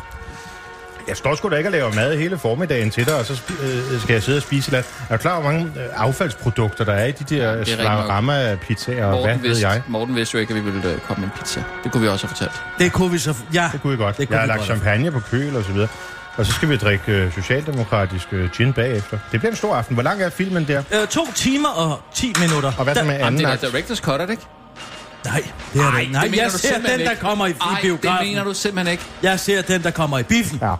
Speaker 3: Jeg står sgu da ikke og laver mad hele formiddagen til dig, og så spi- øh, skal jeg sidde og spise lidt. Er du klar, hvor mange øh, affaldsprodukter der er i de der
Speaker 5: rigtig nok.
Speaker 3: slamramma-pizzaer, og hvad
Speaker 5: Morten
Speaker 3: ved
Speaker 5: vidste,
Speaker 3: jeg?
Speaker 5: Morten vidste jo ikke, at vi ville øh, komme med en pizza. Det kunne vi også have fortalt.
Speaker 6: Det kunne vi så... Ja,
Speaker 3: Det kunne I godt.
Speaker 6: Det
Speaker 3: Det
Speaker 6: kunne
Speaker 3: kunne jeg har
Speaker 6: vi
Speaker 3: lagt
Speaker 6: godt.
Speaker 3: champagne på køl og så videre. Og så skal vi drikke øh, socialdemokratisk øh, gin bagefter. Det bliver en stor aften. Hvor lang er filmen der?
Speaker 6: øh, to timer og 10 minutter.
Speaker 3: Og hvad så
Speaker 6: Da-
Speaker 3: med
Speaker 5: Jamen,
Speaker 3: anden
Speaker 5: det er
Speaker 3: akt?
Speaker 5: da director's cut, er det ikke?
Speaker 6: Nej, det er det ikke. Nej,
Speaker 5: det mener
Speaker 6: jeg
Speaker 5: du
Speaker 6: ser
Speaker 5: simpelthen
Speaker 6: den, der
Speaker 5: ikke.
Speaker 6: kommer i, i
Speaker 5: Ej, det
Speaker 6: biografen.
Speaker 5: mener du simpelthen ikke.
Speaker 6: Jeg ser den, der kommer i biffen. Mm.
Speaker 3: Ja,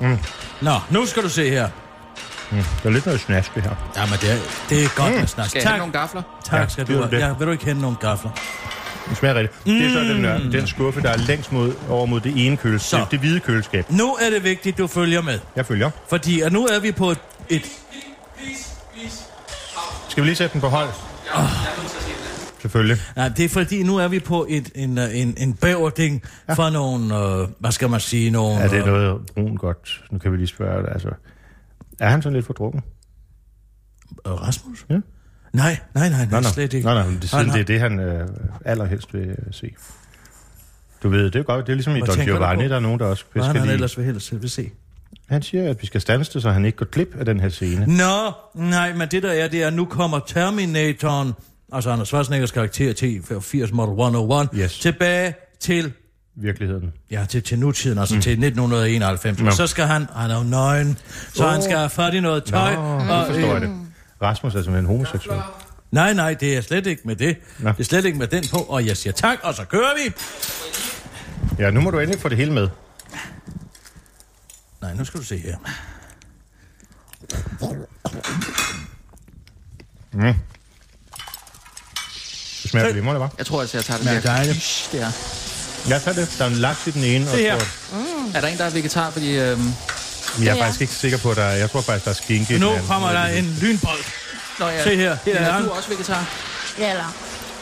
Speaker 3: Mm.
Speaker 6: Nå, nu skal du se her.
Speaker 3: der er lidt noget snask, det her.
Speaker 6: Jamen, det er, det er godt med snak.
Speaker 5: Skal jeg
Speaker 6: tak,
Speaker 5: have nogle gafler?
Speaker 6: tak
Speaker 3: Ja,
Speaker 6: skal
Speaker 3: det er
Speaker 6: du have.
Speaker 3: Mm. det.
Speaker 6: Ja, vil du ikke hente nogle gafler?
Speaker 3: Det smager rigtigt. Mm. Det er så den, øh, den skuffe, der er længst mod, over mod det ene køleskab.
Speaker 6: Så.
Speaker 3: Det, det hvide køleskab.
Speaker 6: Nu er det vigtigt, du følger med.
Speaker 3: Jeg følger.
Speaker 6: Fordi at nu er vi på et... et
Speaker 3: Skal vi lige sætte den på hold? Oh. Selvfølgelig.
Speaker 6: nej, det er fordi, nu er vi på et, en, øh, en, en bæverding ja. for nogle... Øh, hvad skal man sige? Nogle,
Speaker 3: Er det
Speaker 6: øh,
Speaker 3: noget brun godt? Nu kan vi lige spørge. Altså, er han sådan lidt for drukken?
Speaker 6: øh, Rasmus?
Speaker 3: Ja.
Speaker 6: Nej, nej, nej, nej, slet ikke.
Speaker 3: Nå, nej, men det, siden
Speaker 6: nej.
Speaker 3: det er det, han øh, allerhelst vil øh, se. Du ved, det er godt. Det er ligesom i
Speaker 6: Hvad
Speaker 3: Don
Speaker 6: tænker du
Speaker 3: Giovanni,
Speaker 6: på?
Speaker 3: der er nogen, der også
Speaker 6: Hvad
Speaker 3: skal
Speaker 6: han
Speaker 3: lide.
Speaker 6: ellers vil helst vil se.
Speaker 3: Han siger, at vi skal stanse det, så han ikke går glip af den her scene.
Speaker 6: Nå, nej, men det der er, det er, nu kommer Terminatoren, altså Anders Schwarzeneggers karakter T-80 Model 101,
Speaker 3: Yes.
Speaker 6: tilbage til
Speaker 3: Virkeligheden.
Speaker 6: Ja, til, til nutiden, altså mm. til 1991. No.
Speaker 3: Nå.
Speaker 6: Så skal han, han er jo nøgen, så oh. han skal have fat i noget tøj.
Speaker 3: Nå, nu forstår jeg det.
Speaker 5: Mm.
Speaker 3: Rasmus er simpelthen homoseksuel.
Speaker 6: Nej, nej, det er slet ikke med det.
Speaker 3: Nå.
Speaker 6: Det er slet ikke med den på, og jeg siger tak, og så kører vi.
Speaker 3: Ja, nu må du endelig få det hele med.
Speaker 6: Nej, nu skal du se her.
Speaker 3: Det smager glimrende, hva'?
Speaker 5: Jeg tror altså, jeg tager det
Speaker 6: Men
Speaker 5: der.
Speaker 6: dejligt.
Speaker 5: Det er.
Speaker 3: Jeg tager det. Der er en laks i den ene.
Speaker 6: Det her.
Speaker 3: Og så,
Speaker 5: er der en, der er vegetar? Fordi øhm,
Speaker 3: jeg er
Speaker 7: Ja.
Speaker 3: faktisk ikke sikker på, at der er, jeg tror faktisk, der er skinke. i den
Speaker 6: Nu
Speaker 3: anden.
Speaker 6: kommer der en lynbold.
Speaker 5: Nå, ja,
Speaker 6: Se her, her
Speaker 5: Lena,
Speaker 6: er
Speaker 5: er
Speaker 6: han.
Speaker 5: du også vegetar?
Speaker 7: Ja, eller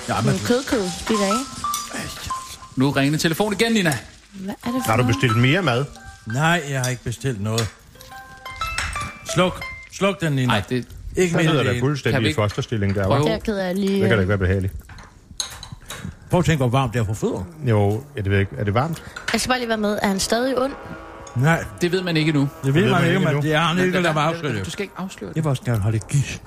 Speaker 6: Ja,
Speaker 7: nogle kødkød spiser, ikke?
Speaker 5: Nu ringer telefonen igen, Nina.
Speaker 7: Hvad er det for
Speaker 3: Har du
Speaker 7: noget?
Speaker 3: bestilt mere mad?
Speaker 6: Nej, jeg har ikke bestilt noget. Sluk. Sluk den, Nina.
Speaker 5: Nej, det
Speaker 6: Ikke
Speaker 3: Så sidder der
Speaker 6: mindre end.
Speaker 5: Kan vi
Speaker 3: fuldstændig i
Speaker 5: ikke-
Speaker 3: fosterstilling der,
Speaker 5: Prøv.
Speaker 3: hva'?
Speaker 7: Det er jeg ked af lige...
Speaker 3: Det kan da ikke være behageligt.
Speaker 6: Prøv at tænke, hvor varmt det er på fødder.
Speaker 3: Jo, er det, ved jeg ikke. er det varmt?
Speaker 7: Jeg skal bare lige være med. Er han stadig ond?
Speaker 6: Nej,
Speaker 5: det ved man ikke nu.
Speaker 6: det
Speaker 3: ved
Speaker 6: ved man
Speaker 3: man
Speaker 6: ikke,
Speaker 3: ikke
Speaker 6: men
Speaker 3: endnu.
Speaker 6: det har han ikke at lade mig afsløre.
Speaker 5: Du skal ikke afsløre det.
Speaker 6: Jeg vil også gerne holde et gis.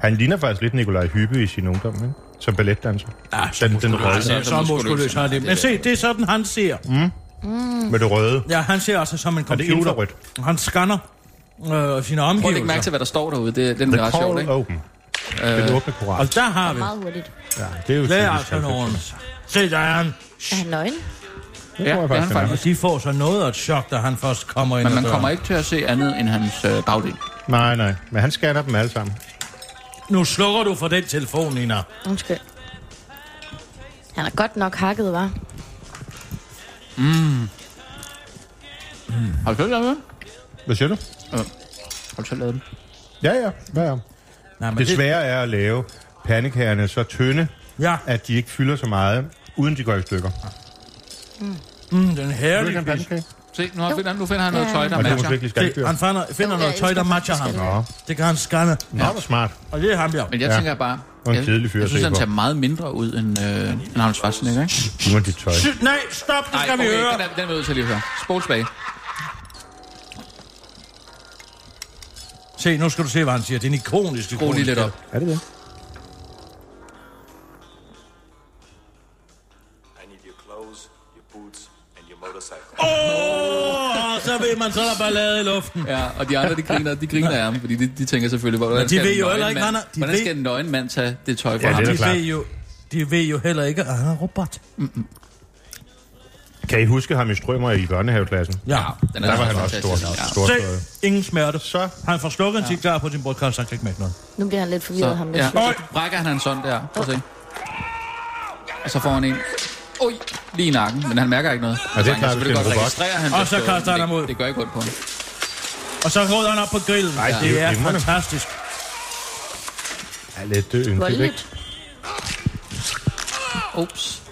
Speaker 3: Han ligner faktisk lidt Nikolaj Hyppe i sin ungdom, ikke? Som balletdanser.
Speaker 6: Ah,
Speaker 3: Den, den røde.
Speaker 5: altså.
Speaker 6: Ja, så muskuløs har det. Men se, det er sådan, han ser.
Speaker 5: Altså-
Speaker 3: Med det røde.
Speaker 6: Ja, han ser altså som en
Speaker 3: Og det er
Speaker 6: computer.
Speaker 3: infrarødt.
Speaker 6: Han scanner øh, sine
Speaker 5: Prøv at lægge mærke til,
Speaker 6: omgivelser.
Speaker 5: hvad der står derude. Det, den
Speaker 3: The
Speaker 5: er ret
Speaker 3: Coral
Speaker 5: sjovt, ikke? Øh, altså,
Speaker 3: Open. Den åbne koral.
Speaker 6: Og der har vi
Speaker 7: Meget hurtigt.
Speaker 3: Ja, det er jo typisk.
Speaker 6: lærerkanonen. Se, der er han.
Speaker 7: Er han nøgen?
Speaker 3: Det
Speaker 5: Ja,
Speaker 3: tror jeg
Speaker 5: det er han
Speaker 3: faktisk, han er.
Speaker 6: Og de får så noget af et chok, da han først kommer ind
Speaker 5: Men
Speaker 6: ad
Speaker 5: man
Speaker 6: døren.
Speaker 5: kommer ikke til at se andet end hans øh, bagdel.
Speaker 3: Nej, nej. Men han scanner dem alle sammen.
Speaker 6: Nu slukker du for den telefon, Nina.
Speaker 7: Undskyld. Han er godt nok hakket, var.
Speaker 5: Har du selv lavet den?
Speaker 3: Hvad siger du?
Speaker 5: Har du selv lavet den?
Speaker 3: Ja, ja. ja, ja.
Speaker 6: Nej, men
Speaker 3: Det svære er at lave pandekagerne så tynde,
Speaker 6: Ja,
Speaker 3: at de ikke fylder så meget, uden de går i stykker.
Speaker 6: mm, den
Speaker 3: Er det
Speaker 6: herlige
Speaker 3: en
Speaker 6: fisk.
Speaker 3: pandekage?
Speaker 5: Se, nu, har, nu finder han noget tøj, der
Speaker 3: Og det er måske
Speaker 5: matcher.
Speaker 3: ikke lige
Speaker 6: Det,
Speaker 3: skalddyr.
Speaker 6: han finder, finder
Speaker 7: Jo,
Speaker 6: noget
Speaker 7: jeg
Speaker 6: tøj,
Speaker 7: elsker
Speaker 6: der matcher ham.
Speaker 7: faktisk
Speaker 3: Nå,
Speaker 6: Det kan han scanne.
Speaker 3: Nå, hvor smart.
Speaker 6: Og det er ham der.
Speaker 5: Men jeg
Speaker 3: Ja.
Speaker 5: tænker bare...
Speaker 3: Og en
Speaker 5: jeg,
Speaker 3: kedelig fyr
Speaker 5: jeg
Speaker 3: at
Speaker 5: synes,
Speaker 3: se
Speaker 5: han
Speaker 3: på.
Speaker 5: tager meget mindre ud end, øh, end Arnold Schwarzenegger, ikke?
Speaker 3: Nu er dit tøj.
Speaker 6: Sy- Nej, stop, det
Speaker 5: Nej,
Speaker 6: skal vi
Speaker 5: okay,
Speaker 6: høre.
Speaker 5: den, er, den er vi nødt til lige at høre. Spol tilbage.
Speaker 6: Se, nu skal du se, hvad han siger. Det er en ikonisk
Speaker 5: Skru lige
Speaker 6: ikonisk-
Speaker 5: lidt op.
Speaker 3: Er det det?
Speaker 9: I need your clothes, your boots, and your motorcycle.
Speaker 6: Åh, så ved man, så er der ballade i luften.
Speaker 5: Ja, og de andre, de griner, de griner af ham, fordi de, de tænker selvfølgelig, hvordan
Speaker 6: Men de
Speaker 5: skal
Speaker 6: ved
Speaker 5: en
Speaker 6: jo
Speaker 5: nøgen
Speaker 6: heller ikke,
Speaker 5: mand-
Speaker 6: hvad han er- de
Speaker 5: hvordan
Speaker 6: ved-
Speaker 5: skal en nøgen mand tage det tøj fra
Speaker 3: Ja,
Speaker 5: ja,
Speaker 3: det er
Speaker 5: ham?
Speaker 6: de
Speaker 3: da klart.
Speaker 6: ved jo, de ved jo heller ikke, at han er robot.
Speaker 3: Kan I huske ham i Strømmer i børnehaveklassen?
Speaker 6: Ja.
Speaker 5: Den
Speaker 3: Der var
Speaker 5: altså
Speaker 3: han også stor.
Speaker 5: fantastisk. Ja.
Speaker 3: stor,
Speaker 6: Se,
Speaker 3: stor.
Speaker 6: ingen smerte.
Speaker 3: øh. Så
Speaker 6: Han får slukket en cigar på sin brudkast, han kan ikke mærke noget.
Speaker 7: Nu bliver han lidt forvirret, ham.
Speaker 5: Så,
Speaker 7: der
Speaker 5: ja,
Speaker 7: slutter.
Speaker 5: så brækker han en sådan der. Prøv at se. Og så får han en. Oj, lige i nakken, men han mærker ikke noget.
Speaker 3: er
Speaker 5: Altså, han
Speaker 3: klart,
Speaker 5: selvfølgelig
Speaker 3: hvis det er en robot.
Speaker 5: godt registrere, at han
Speaker 6: Og
Speaker 5: bliver
Speaker 6: så
Speaker 5: slået,
Speaker 6: kaster han
Speaker 5: men
Speaker 6: ham ud.
Speaker 5: Det, det gør ikke ondt på ham.
Speaker 6: Og så råder han op på grillen.
Speaker 3: Ej, det er
Speaker 6: det
Speaker 3: jo
Speaker 6: er
Speaker 3: glimrende.
Speaker 6: fantastisk.
Speaker 3: er lidt øh, ynkeligt, ikke?
Speaker 7: Voldeligt.
Speaker 5: Ups.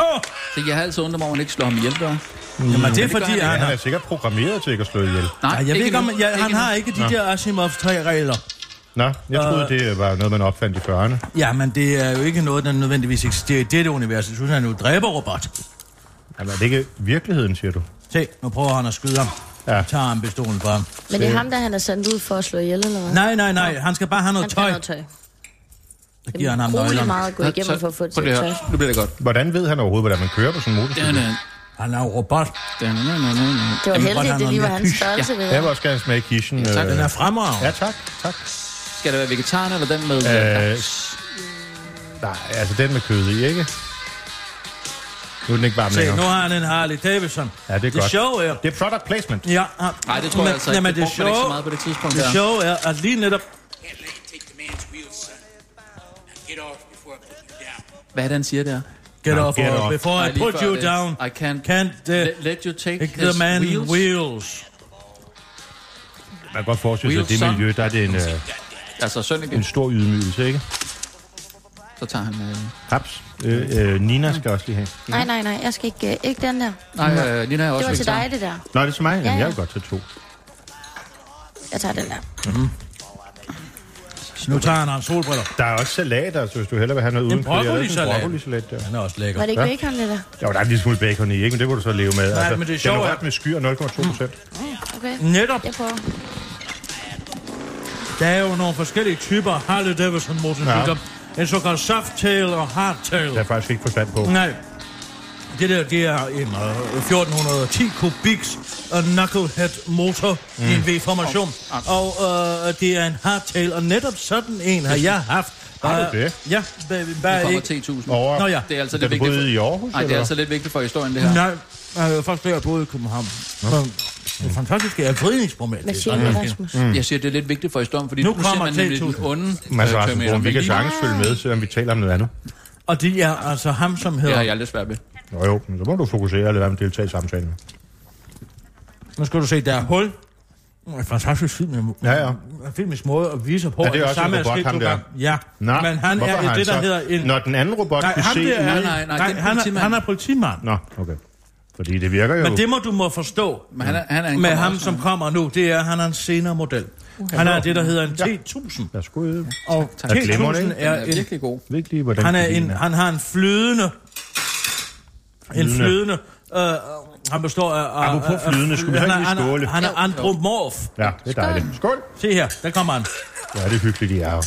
Speaker 6: Åh,
Speaker 5: Så jeg har altid undret mig, om man ikke slår ham ihjel der.
Speaker 6: jamen det er
Speaker 5: han
Speaker 6: fordi, han,
Speaker 5: ikke.
Speaker 3: Ja,
Speaker 6: han
Speaker 3: han
Speaker 6: har...
Speaker 3: er sikkert programmeret til ikke at slå ihjel.
Speaker 5: Nej,
Speaker 6: Ej, jeg ved ikke, om,
Speaker 5: endnu.
Speaker 6: ja, han
Speaker 5: endnu.
Speaker 6: har ikke de der Asimovs tre regler.
Speaker 3: Nå, jeg troede, det var noget, man opfandt i 40'erne.
Speaker 6: Ja, men det er jo ikke noget, der nødvendigvis eksisterer i dette univers. Jeg synes, han jo dræber robot.
Speaker 3: Jamen, er det ikke virkeligheden, siger du?
Speaker 6: Se, nu prøver han at skyde ham.
Speaker 3: Ja.
Speaker 6: Ja. Tager han pistolen fra ham.
Speaker 7: Men det er ham, der han er sendt ud for at slå ihjel, eller hvad?
Speaker 6: Nej, nej, nej. Han skal bare have
Speaker 7: han
Speaker 6: noget
Speaker 7: skal have
Speaker 6: tøj.
Speaker 7: noget tøj.
Speaker 6: Så giver han ham
Speaker 7: Rolig
Speaker 6: nøglerne.
Speaker 7: meget at gå igennem for at få det
Speaker 5: Prøv lige at
Speaker 7: tøj.
Speaker 5: høre. Nu bliver det godt.
Speaker 3: Hvordan ved han overhovedet, hvordan man kører på sådan en motorcykel?
Speaker 5: Da-na,
Speaker 6: Han er jo robot.
Speaker 5: da-na-na-na-na.
Speaker 7: Det var
Speaker 6: Jamen,
Speaker 7: heldigt,
Speaker 6: hvordan
Speaker 7: det lige
Speaker 6: har
Speaker 7: var
Speaker 6: han
Speaker 7: hans
Speaker 6: mere
Speaker 7: størrelse ved.
Speaker 3: Jeg vil også gerne smage kishen.
Speaker 5: tak.
Speaker 6: Den
Speaker 3: Øh.
Speaker 6: er fremragende.
Speaker 3: Ja, tak. tak.
Speaker 5: Skal det være vegetaren eller den med...
Speaker 3: Øh, Nej, altså den med kød i, ikke? Nu er den ikke varm
Speaker 6: Se,
Speaker 3: længere.
Speaker 6: nu har han en Harley Davidson.
Speaker 3: Ja, det er godt.
Speaker 6: Det sjove er...
Speaker 3: Det er product placement.
Speaker 6: Ja,
Speaker 5: Nej, det tror jeg altså ikke. Det brugte man ikke så meget på det tidspunkt
Speaker 6: Det
Speaker 5: der.
Speaker 6: sjove er, at lige netop...
Speaker 4: Can't let it take the man's wheels, son. Now get off before I put you down.
Speaker 5: Hvad er det, han siger der?
Speaker 6: Get
Speaker 3: Nå,
Speaker 6: off,
Speaker 3: get
Speaker 6: or
Speaker 3: off.
Speaker 6: before
Speaker 5: Nej,
Speaker 6: I
Speaker 5: lige
Speaker 6: put
Speaker 5: før
Speaker 6: you
Speaker 5: det.
Speaker 6: down.
Speaker 5: I can't-
Speaker 6: Can't... Uh,
Speaker 5: Let- let you take
Speaker 6: take
Speaker 5: his
Speaker 6: the man
Speaker 5: wheels.
Speaker 6: wheels. wheels.
Speaker 3: Man kan godt forestille sig, at
Speaker 5: Wilson.
Speaker 3: det miljø, der er det en, øh,
Speaker 5: Altså Sønneke,
Speaker 3: en stor ydmygelse, ikke?
Speaker 5: så tager han... Øh...
Speaker 3: Haps. Øh, øh, Nina skal også lige have.
Speaker 7: Nej, nej, nej, jeg skal ikke, øh, ikke den der.
Speaker 5: Nej, øh, Nina er
Speaker 7: Det
Speaker 5: også
Speaker 7: var til
Speaker 5: vegetar.
Speaker 7: dig, det der.
Speaker 3: Nå, er det til mig? Jamen,
Speaker 7: ja.
Speaker 3: jeg vil godt tage to.
Speaker 7: Jeg tager den der.
Speaker 6: Nu tager han ham solbriller.
Speaker 3: Der er også salat, altså, hvis du hellere vil have noget uden kød. Jeg lavede sådan En
Speaker 6: broccolisalat.
Speaker 3: broccolisalat. der.
Speaker 6: Han er også lækker.
Speaker 7: Var det ikke
Speaker 3: Ja.
Speaker 7: bacon, det der?
Speaker 3: Jo, der er en lille smule bacon i, ikke? Men det kunne du så leve med. Altså,
Speaker 6: Nej, men det er sjovt,
Speaker 3: Den er
Speaker 6: at- Mm.
Speaker 3: rørt med skyr 0,2 procent.
Speaker 7: Okay,
Speaker 6: Netop,
Speaker 7: jeg prøver.
Speaker 6: der er jo nogle forskellige typer Harley Davidson motorcykler. En såkaldt softtail og hardtail.
Speaker 3: Der er faktisk ikke forstand på.
Speaker 6: Nej. Det der, det er en uh, 1410 kubiks uh, knucklehead motor mm. i en V-formation. Og uh, det er en hardtail, og netop sådan en har jeg haft.
Speaker 3: Har du
Speaker 6: Bare-
Speaker 3: det?
Speaker 6: Ja, bare, bare
Speaker 5: Kommer
Speaker 6: ikke.
Speaker 5: 10.000.
Speaker 3: Over,
Speaker 6: Nå ja.
Speaker 5: Det er altså
Speaker 3: Da
Speaker 5: lidt
Speaker 3: du
Speaker 5: vigtigt.
Speaker 3: boede i Aarhus,
Speaker 5: Nej, det er
Speaker 3: eller?
Speaker 5: altså lidt vigtigt for historien, det her.
Speaker 6: Nej, øh, faktisk da jeg boede i København. Så, det fantastiske er fredningsmoment.
Speaker 7: Med
Speaker 6: Det er
Speaker 7: sjæl med
Speaker 6: sådan, det er.
Speaker 7: Rasmus.
Speaker 5: Mm. Jeg siger, det er lidt vigtigt for historien, fordi
Speaker 6: Nu
Speaker 5: nu, nu ser
Speaker 6: kommer
Speaker 5: man nemlig den
Speaker 6: 10.000.
Speaker 5: onde
Speaker 3: Mads
Speaker 5: øh,
Speaker 3: Rasmussen,
Speaker 5: Terminator.
Speaker 3: Bro, vi kan
Speaker 5: Lige-
Speaker 3: sagtens følge med, selvom vi taler om noget andet.
Speaker 6: Og det er altså ham, som
Speaker 5: Det
Speaker 6: hedder...
Speaker 5: har jeg aldrig svært ved.
Speaker 3: Nå jo, men så må du fokusere og lade være med at deltage i samtalen.
Speaker 6: Nu skal du se, der er hul. Det er en fantastisk film.
Speaker 3: Ja, ja.
Speaker 6: En filmisk måde at vise på,
Speaker 3: Er det
Speaker 6: at
Speaker 3: også en
Speaker 6: samme
Speaker 3: robot,
Speaker 6: sket
Speaker 3: ham
Speaker 6: to
Speaker 3: der?
Speaker 6: gange. Ja,
Speaker 3: Nå,
Speaker 6: men han
Speaker 3: hvorfor
Speaker 6: er
Speaker 3: har
Speaker 6: det, der
Speaker 3: så-
Speaker 6: hedder en...
Speaker 3: Når den anden robot
Speaker 6: Nej,
Speaker 3: kunne
Speaker 6: ham
Speaker 3: se...
Speaker 6: der er...
Speaker 5: Nej, nej, nej, det er
Speaker 6: han, er,
Speaker 5: politimand.
Speaker 6: han er politimand.
Speaker 3: Nå, okay. Fordi det virker jo...
Speaker 6: Men det må du må forstå
Speaker 5: Men han er, han er en
Speaker 6: med
Speaker 5: kommer
Speaker 6: ham,
Speaker 5: også-
Speaker 6: som kommer nu, det er, at han er en senere model. Han er det, der hedder en T1000.
Speaker 3: Værsgo.
Speaker 6: Og
Speaker 5: tak. Jeg
Speaker 3: glemmer det,
Speaker 6: T1000
Speaker 3: ikke?
Speaker 5: Den
Speaker 6: er
Speaker 5: er
Speaker 6: en
Speaker 5: virkelig god.
Speaker 3: Jeg ved ikke lige, hvordan...
Speaker 6: Han, er en,
Speaker 3: kabinen
Speaker 6: han har en flydende... En flydende... Øh, han består af... af-
Speaker 3: Apropos
Speaker 6: af-
Speaker 3: flydende, skulle vi så
Speaker 6: han
Speaker 3: ikke
Speaker 6: er-
Speaker 3: lige skåle?
Speaker 6: Han er, han er andromorf.
Speaker 3: Ja, det er dejligt. Skål.
Speaker 6: Se her, der kommer han.
Speaker 3: Ja, det er hyggeligt, de er her.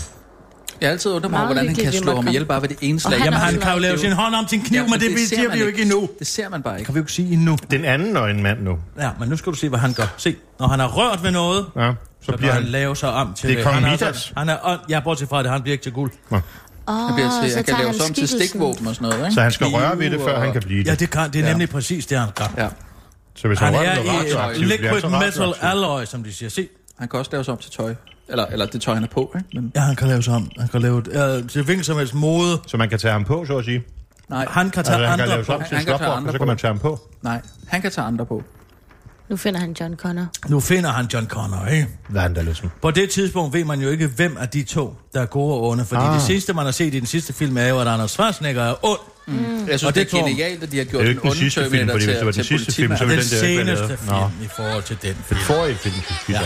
Speaker 5: Jeg har altid undret mig, over,
Speaker 7: Meget
Speaker 5: hvordan han kan
Speaker 7: hyggeligt, vi
Speaker 5: slå ham
Speaker 7: måtte komme.
Speaker 5: ihjel bare ved det ene slag.
Speaker 7: han
Speaker 6: Jamen,
Speaker 7: er
Speaker 6: han
Speaker 7: også
Speaker 6: kan jo lave sin hånd om til en kniv, men det, det
Speaker 5: ser
Speaker 6: siger
Speaker 5: man
Speaker 6: vi jo ikke endnu.
Speaker 5: Det ser man bare ikke.
Speaker 6: Kan vi jo ikke sige endnu.
Speaker 3: Den anden øjenmand nu.
Speaker 6: Ja, men nu skal du se, hvad han gør. Se, når han har rørt ved noget,
Speaker 3: Ja, så,
Speaker 6: så
Speaker 3: bliver han...
Speaker 6: lavet sig om til...
Speaker 3: Det er kong
Speaker 6: han
Speaker 3: Midas.
Speaker 6: altså- Han er ånd... Ja, bortset fra det, han bliver ikke til guld.
Speaker 3: Nå.
Speaker 5: Han bliver til,
Speaker 7: Åh, så
Speaker 5: han kan
Speaker 7: tager
Speaker 5: lave
Speaker 7: han
Speaker 5: sig om til
Speaker 7: skikkelsen.
Speaker 5: stikvåben og sådan noget, ikke?
Speaker 3: Så han skal røre ved det,
Speaker 5: Knive
Speaker 3: før
Speaker 5: og-
Speaker 3: han kan blive det.
Speaker 6: Ja, det, kan, det er
Speaker 5: Ja.
Speaker 6: nemlig præcis det, han gør.
Speaker 5: øh, Ja,
Speaker 3: Så hvis han,
Speaker 6: Han
Speaker 3: rører
Speaker 6: er
Speaker 3: ved noget
Speaker 6: i øh,
Speaker 3: radioaktivt, bliver han
Speaker 6: liquid
Speaker 3: så
Speaker 6: metal
Speaker 3: radioaktiv.
Speaker 6: alloy, som de siger. Se,
Speaker 5: han kan også lave sig om til tøj. Eller, eller det tøj, han er på, ikke? Men,
Speaker 6: Ja, han kan lave sig om. Han kan lave øh, til hvilken som helst mode.
Speaker 3: Så man kan tage ham på, så at sige.
Speaker 5: nej, han,
Speaker 6: Han kan tage
Speaker 3: Altså, han kan
Speaker 6: andre
Speaker 3: lave sig
Speaker 6: på.
Speaker 3: om til
Speaker 5: Han kan tage
Speaker 3: stoffer,
Speaker 5: andre
Speaker 3: og så
Speaker 5: på.
Speaker 3: kan man tage ham på.
Speaker 5: nej, han kan tage andre på.
Speaker 7: Nu finder han John Connor.
Speaker 6: Nu finder han John Connor, ikke?
Speaker 3: Vandalism.
Speaker 6: På det tidspunkt ved man jo ikke, hvem af de to, der er gode og onde. Fordi
Speaker 3: Ah.
Speaker 6: ah. det sidste, man har set i den sidste film, er jo, at Anders Schwarzenegger er ond. Mm.
Speaker 5: Jeg synes,
Speaker 6: Og
Speaker 5: det,
Speaker 6: det
Speaker 5: det er
Speaker 6: tror-
Speaker 5: genialt, at de har
Speaker 3: Det
Speaker 5: gjort
Speaker 3: er jo
Speaker 5: en
Speaker 3: ikke den
Speaker 5: onde
Speaker 3: sidste film,
Speaker 5: Terminator
Speaker 3: fordi hvis det var
Speaker 5: til,
Speaker 3: den
Speaker 5: til
Speaker 3: sidste film, så
Speaker 5: politimanden.
Speaker 3: ville
Speaker 6: Den
Speaker 3: den der ikke være
Speaker 6: seneste
Speaker 3: lavet.
Speaker 6: film
Speaker 3: Nå,
Speaker 6: i forhold til den
Speaker 3: den
Speaker 6: film.
Speaker 3: forrige film, synes vi.
Speaker 6: Ja.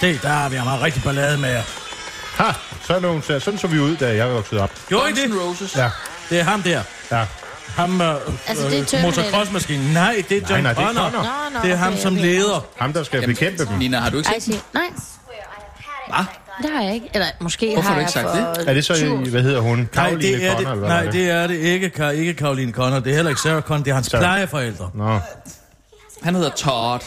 Speaker 6: Se, der har vi ham rigtig ballade med jer.
Speaker 3: Ha, sådan, nogen, så, sådan så vi ud, da jeg voksede op.
Speaker 6: Jo,
Speaker 5: Guns
Speaker 6: ikke
Speaker 5: N'
Speaker 6: det?
Speaker 5: Roses.
Speaker 3: Ja,
Speaker 6: Det er ham der.
Speaker 3: ja.
Speaker 6: Ham med øh,
Speaker 7: Altså, det er
Speaker 6: øh,
Speaker 7: Terminator.
Speaker 6: motocrossmaskinen. Nej, det er John
Speaker 3: nej, det er
Speaker 6: Connor.
Speaker 3: Connor.
Speaker 7: Nå, nå,
Speaker 6: det er ham
Speaker 7: okay,
Speaker 6: som
Speaker 7: okay.
Speaker 6: leder.
Speaker 3: Ham, der skal bekæmpe dem.
Speaker 5: Nina, har du ikke
Speaker 7: Ej,
Speaker 5: set
Speaker 7: sig, nej, det har jeg ikke. Eller måske
Speaker 5: Hvorfor har
Speaker 7: har
Speaker 5: du
Speaker 7: jeg
Speaker 5: ikke sagt
Speaker 7: for...
Speaker 5: det?
Speaker 3: Er det så, i- hvad hedder hun?
Speaker 6: Nej,
Speaker 3: Karoline
Speaker 6: det er
Speaker 3: Connor,
Speaker 6: det,
Speaker 3: eller
Speaker 6: nej,
Speaker 3: hvad
Speaker 6: det er det ikke, Ka- ikke Caroline Connor. Det er heller ikke Sarah Connor. Det er hans
Speaker 3: Sarah.
Speaker 6: plejeforældre.
Speaker 3: Nå,
Speaker 5: Han hedder Todd.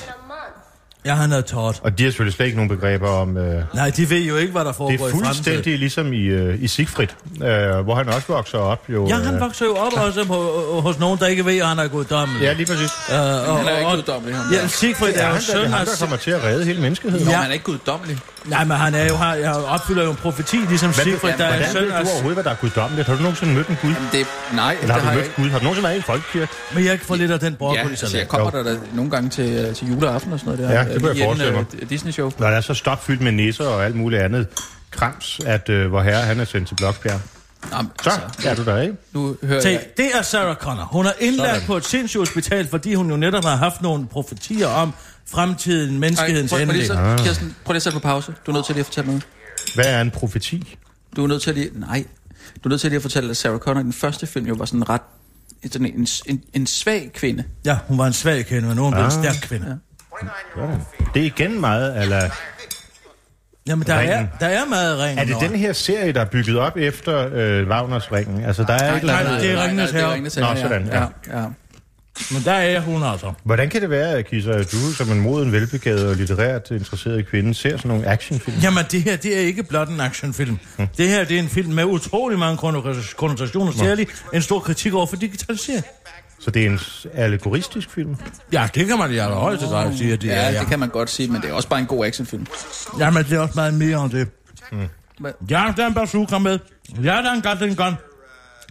Speaker 6: Ja, han hedder Todd.
Speaker 3: og de har selvfølgelig slet ikke nogen begreber om... Øh,
Speaker 6: Nej, de ved jo ikke, hvad der foregår
Speaker 3: det er
Speaker 6: i fremtiden.
Speaker 3: fuldstændig ligesom i, øh, i Siegfried, øh, hvor han også vokser op. Jo,
Speaker 6: Ja, han
Speaker 3: øh,
Speaker 6: vokser jo op også på, øh, hos nogen, der ikke ved, at han er guddommelig.
Speaker 3: Ja, lige præcis.
Speaker 6: Øh, og,
Speaker 5: Han er ikke
Speaker 6: og-
Speaker 5: guddommelig, ham der.
Speaker 6: Ja, Siegfried
Speaker 3: Ja,
Speaker 6: er
Speaker 3: han,
Speaker 6: jo
Speaker 3: der, det er
Speaker 6: søn af...
Speaker 3: ham, der kommer til at redde hele menneskeheden.
Speaker 5: Nå,
Speaker 6: Ja.
Speaker 5: men han er ikke guddommelig.
Speaker 6: Nej, men han er jo, har, jeg opfylder jo en profeti, ligesom
Speaker 3: Hvad,
Speaker 6: Siegfried, der er
Speaker 3: hvordan ved
Speaker 6: søn
Speaker 3: du
Speaker 6: af...
Speaker 3: overhovedet, hvad der er guddommeligt? Har du nogensinde mødt en gud?
Speaker 5: Jamen, Det, nej,
Speaker 3: Eller
Speaker 5: det
Speaker 3: har
Speaker 5: har
Speaker 3: du
Speaker 5: jeg
Speaker 3: mødt
Speaker 5: ikke.
Speaker 3: Gud? Har du nogensinde været i en folkekirke?
Speaker 6: Men jeg ikke får lidt af den
Speaker 5: Ja,
Speaker 6: broccoli,
Speaker 5: altså,
Speaker 6: så
Speaker 5: jeg kommer der, da nogle gange til, til juleaften og sådan noget der.
Speaker 3: Ja, det kunne jeg
Speaker 5: I en,
Speaker 3: forestille
Speaker 5: øh, Disney-show.
Speaker 3: Når der er så stopfyldt med nisser og alt muligt andet krams, at øh, hvor herre han er sendt til Bloksbjerg.
Speaker 5: Nå, men,
Speaker 3: Så
Speaker 5: altså,
Speaker 3: er du der, ikke?
Speaker 5: nu hører jeg...
Speaker 6: Se, det er Sarah Connor. Hun er indlagt
Speaker 3: Sådan.
Speaker 6: på et sindssygt hospital, fordi hun jo netop har haft nogle profetier om fremtiden, menneskehedens
Speaker 5: prøv, prøv, lige
Speaker 6: endelige.
Speaker 5: så, Kirsten, prøv lige at sætte på pause. Du er nødt til lige at fortælle noget.
Speaker 3: Hvad er en profeti?
Speaker 5: Du er nødt til lige... Nej. Du er nødt til lige at fortælle, at Sarah Connor i den første film jo var sådan ret sådan en, en, en svag kvinde.
Speaker 6: Ja, hun var en svag kvinde, men nu er hun ah. en stærk kvinde. Ja.
Speaker 3: Det er igen meget, eller...
Speaker 6: Jamen, der er,
Speaker 3: Ringen.
Speaker 6: der er meget ring.
Speaker 3: Er det den her serie, der er bygget op efter øh, Wagners Ringen? Altså, der er et eller
Speaker 6: nej,
Speaker 3: andet...
Speaker 6: det er Ringenes Herre.
Speaker 5: Herre,
Speaker 3: Nå, sådan, ja.
Speaker 5: ja. ja.
Speaker 6: Men der er hun altså.
Speaker 3: Hvordan kan det være, øh, Kisser, at du som en moden, velbegavet og litterært interesseret kvinde ser sådan nogle actionfilm?
Speaker 6: Jamen, det her, det er ikke blot en actionfilm. Hmm. Det her, det er en film med utrolig mange konno- konnotationer, særligt en stor kritik over for digitalisering.
Speaker 3: Så det er en s- allegoristisk film?
Speaker 6: Ja, det kan man i allerhøjeste grad sige, at det er,
Speaker 5: Ja,
Speaker 6: ja.
Speaker 5: det kan man godt sige, men det er også bare en god actionfilm.
Speaker 6: Jamen, det er også meget mere end det. Mm.
Speaker 5: Hvad-
Speaker 6: Ja, der er en bazooka med. Ja, der er en Gatling gun.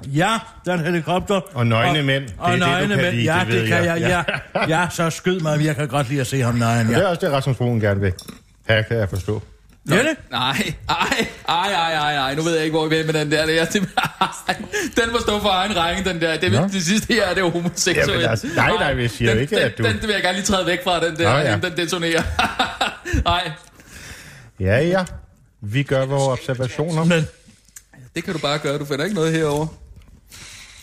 Speaker 6: Ja, der er en helikopter.
Speaker 3: Og nøgne mænd. Det er
Speaker 6: Og
Speaker 3: det, du
Speaker 6: nøgne
Speaker 3: kan
Speaker 6: mænd.
Speaker 3: lide,
Speaker 6: Ja,
Speaker 3: det ved
Speaker 6: det kan
Speaker 3: jeg.
Speaker 6: jeg, ja. Ja, så skyd mig, jeg kan godt lide at se ham nøgen.
Speaker 3: Ja.
Speaker 6: Ja.
Speaker 3: Det er også det, Rasmus Broen gerne vil. Her kan jeg forstå.
Speaker 6: Ja, det?
Speaker 5: Nej, ej, ej, ej, ej, ej, nu ved jeg ikke, hvor vi er med den der. Det er, det, ej, den må stå for egen række, den der. Det,
Speaker 3: Nå.
Speaker 5: er, det sidste her, det er jo homoseksuelt.
Speaker 3: Jamen, altså, nej, nej, vi siger
Speaker 5: den,
Speaker 3: jo ikke,
Speaker 5: den,
Speaker 3: at du-
Speaker 5: Den, den vil jeg gerne lige træde væk fra, den der,
Speaker 3: Nå,
Speaker 5: Nå,
Speaker 3: ja.
Speaker 5: ja. den detonerer. Nej,
Speaker 3: Ja, ja. Vi gør vores observationer.
Speaker 6: Men
Speaker 5: det kan du bare gøre, du finder ikke noget herover.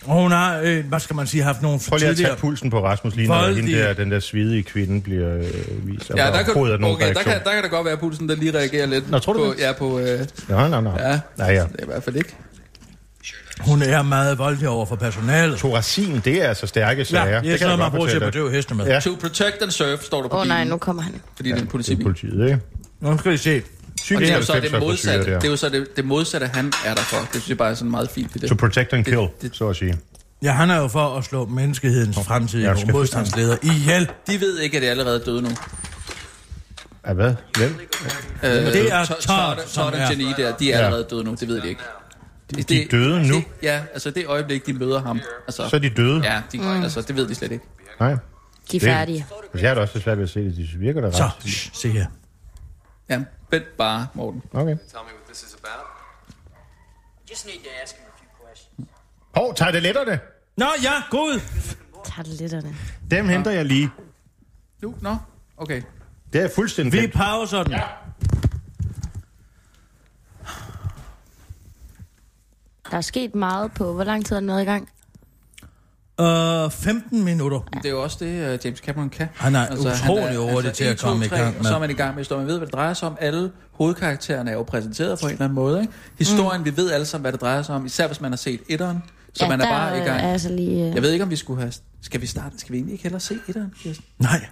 Speaker 6: og hun har, øh, hvad skal man sige, haft nogle
Speaker 3: Prøv lige at tage
Speaker 6: tidligere-
Speaker 3: pulsen på Rasmus lige, når
Speaker 6: Voldige.
Speaker 3: hende der, den der svedige kvinde bliver øh, vist.
Speaker 5: Ja, der kan,
Speaker 3: du... Nogen
Speaker 5: okay, der, kan,
Speaker 3: der...
Speaker 5: der kan det godt være, at pulsen der lige reagerer lidt.
Speaker 3: Nå, tror du
Speaker 5: på,
Speaker 3: det?
Speaker 5: Ja, på... Øh, ja.
Speaker 3: Nå, nå, nå. Ja. Nej, ja.
Speaker 5: Det er i hvert fald ikke.
Speaker 6: Hun er meget voldelig over for personalet.
Speaker 3: Thorasin, det er altså stærke sager.
Speaker 6: Ja, det er sådan noget, man
Speaker 3: godt
Speaker 6: bruger til at
Speaker 3: fortælle
Speaker 6: bedøve heste med.
Speaker 3: Ja.
Speaker 6: Ja.
Speaker 5: To protect and serve, står der på
Speaker 7: Åh oh, nej,
Speaker 5: bilen,
Speaker 7: nu kommer han.
Speaker 5: fordi det er
Speaker 3: dig.
Speaker 5: en
Speaker 3: Det er
Speaker 5: politibil.
Speaker 3: politiet, ikke?
Speaker 6: Nu skal I se.
Speaker 5: Og
Speaker 3: Typisk
Speaker 5: det er jo så det
Speaker 3: 90'er
Speaker 5: modsatte,
Speaker 3: frisyrer
Speaker 5: det er
Speaker 3: der.
Speaker 5: jo så det, det modsatte, han er der for. Det synes jeg bare er sådan meget fint i det.
Speaker 3: To protect and kill,
Speaker 5: Det- det-
Speaker 3: så at sige.
Speaker 6: Ja, han er jo for at slå menneskehedens fremtidige
Speaker 3: Jeg skal-
Speaker 6: modstandsleder ihjel.
Speaker 5: De ved ikke, at det er allerede døde nu.
Speaker 3: Ja, hvad? Hvem?
Speaker 5: Øh,
Speaker 6: det er
Speaker 5: To-
Speaker 6: Todd,
Speaker 5: Todd,
Speaker 6: som
Speaker 5: Todd
Speaker 6: er-
Speaker 5: og Jenny der, de er
Speaker 3: Ja.
Speaker 5: allerede døde nu, det ved de ikke. De,
Speaker 3: de er døde nu?
Speaker 5: Det, ja, altså det øjeblik, de møder ham. Altså,
Speaker 3: Så er de døde.
Speaker 5: Ja, de,
Speaker 7: Mm.
Speaker 5: altså, det ved de slet ikke.
Speaker 3: Nej.
Speaker 7: De er færdige.
Speaker 3: Det, jeg er da også så svært ved at se det. De virker da ret.
Speaker 6: Så, shh, se her.
Speaker 5: Ja, vent bare, Morten.
Speaker 3: Okay.
Speaker 9: Tell me what this is about.
Speaker 4: Just need to ask him a few questions.
Speaker 3: Hov, tager det letterne?
Speaker 6: Nå ja, god.
Speaker 7: Tag det lidt af det.
Speaker 3: Dem henter jeg lige.
Speaker 5: Nu, nå, okay.
Speaker 3: Det er fuldstændig
Speaker 6: Vi
Speaker 3: fedt.
Speaker 6: pauser den.
Speaker 7: Der er sket meget på. Hvor lang tid er den været i gang?
Speaker 6: Øh, 15 minutter.
Speaker 5: Det er jo også det, øh, James Cameron kan. Altså,
Speaker 6: Han er utrolig hurtig til at
Speaker 5: en, to,
Speaker 6: komme i
Speaker 5: tre,
Speaker 6: gang
Speaker 5: og
Speaker 6: med.
Speaker 5: Så er man i gang med historien. Man ved, hvad det drejer sig om. Alle hovedkaraktererne er jo præsenteret på en eller anden måde. Ikke? Historien, mm. vi ved alle sammen, hvad det drejer sig om. Især hvis man har set etteren. Så ja, man er
Speaker 7: der
Speaker 5: bare i gang.
Speaker 7: Er altså lige, øh,
Speaker 5: Jeg ved ikke, om vi skulle have... Skal vi starte? Skal vi egentlig ikke hellere se etteren, Kirsten?
Speaker 6: Nej.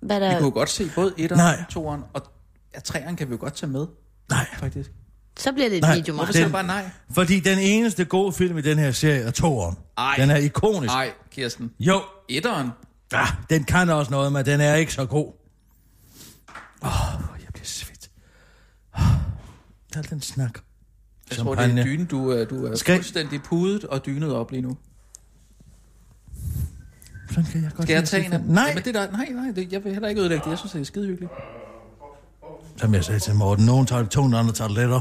Speaker 7: hvad
Speaker 5: Vi
Speaker 7: der,
Speaker 5: kunne jo godt se både etteren,
Speaker 6: Nej.
Speaker 5: toeren og ja, treeren kan vi jo godt tage med,
Speaker 6: Nej.
Speaker 5: faktisk.
Speaker 7: så bliver det et
Speaker 6: Nej.
Speaker 7: videomål.
Speaker 5: Hvorfor
Speaker 6: Den-
Speaker 5: siger du bare nej?
Speaker 6: Fordi den eneste gode film i den her serie er toeren.
Speaker 5: Ej.
Speaker 6: Den er ikonisk.
Speaker 5: Nej, Kirsten.
Speaker 6: Jo,
Speaker 5: Etteren?
Speaker 6: ah, den kan også noget, men den er ikke så god. Åh, oh, jeg bliver svedt. Oh, al den snak.
Speaker 5: Jeg tror, det er
Speaker 6: Champagne.
Speaker 5: dyne, du, er- du er
Speaker 6: Skal-
Speaker 5: fuldstændig pudet og dynet op lige nu.
Speaker 6: Sådan kan jeg godt
Speaker 5: Skal jeg
Speaker 6: lide at se
Speaker 5: tage en af
Speaker 6: film. Nej,
Speaker 5: Jamen, det er der, nej, nej, det, jeg vil heller ikke ødelægge det. Jeg synes, det er skide hyggeligt.
Speaker 6: som jeg sagde til Morten, nogen tager det tungt, andre tager det lettere.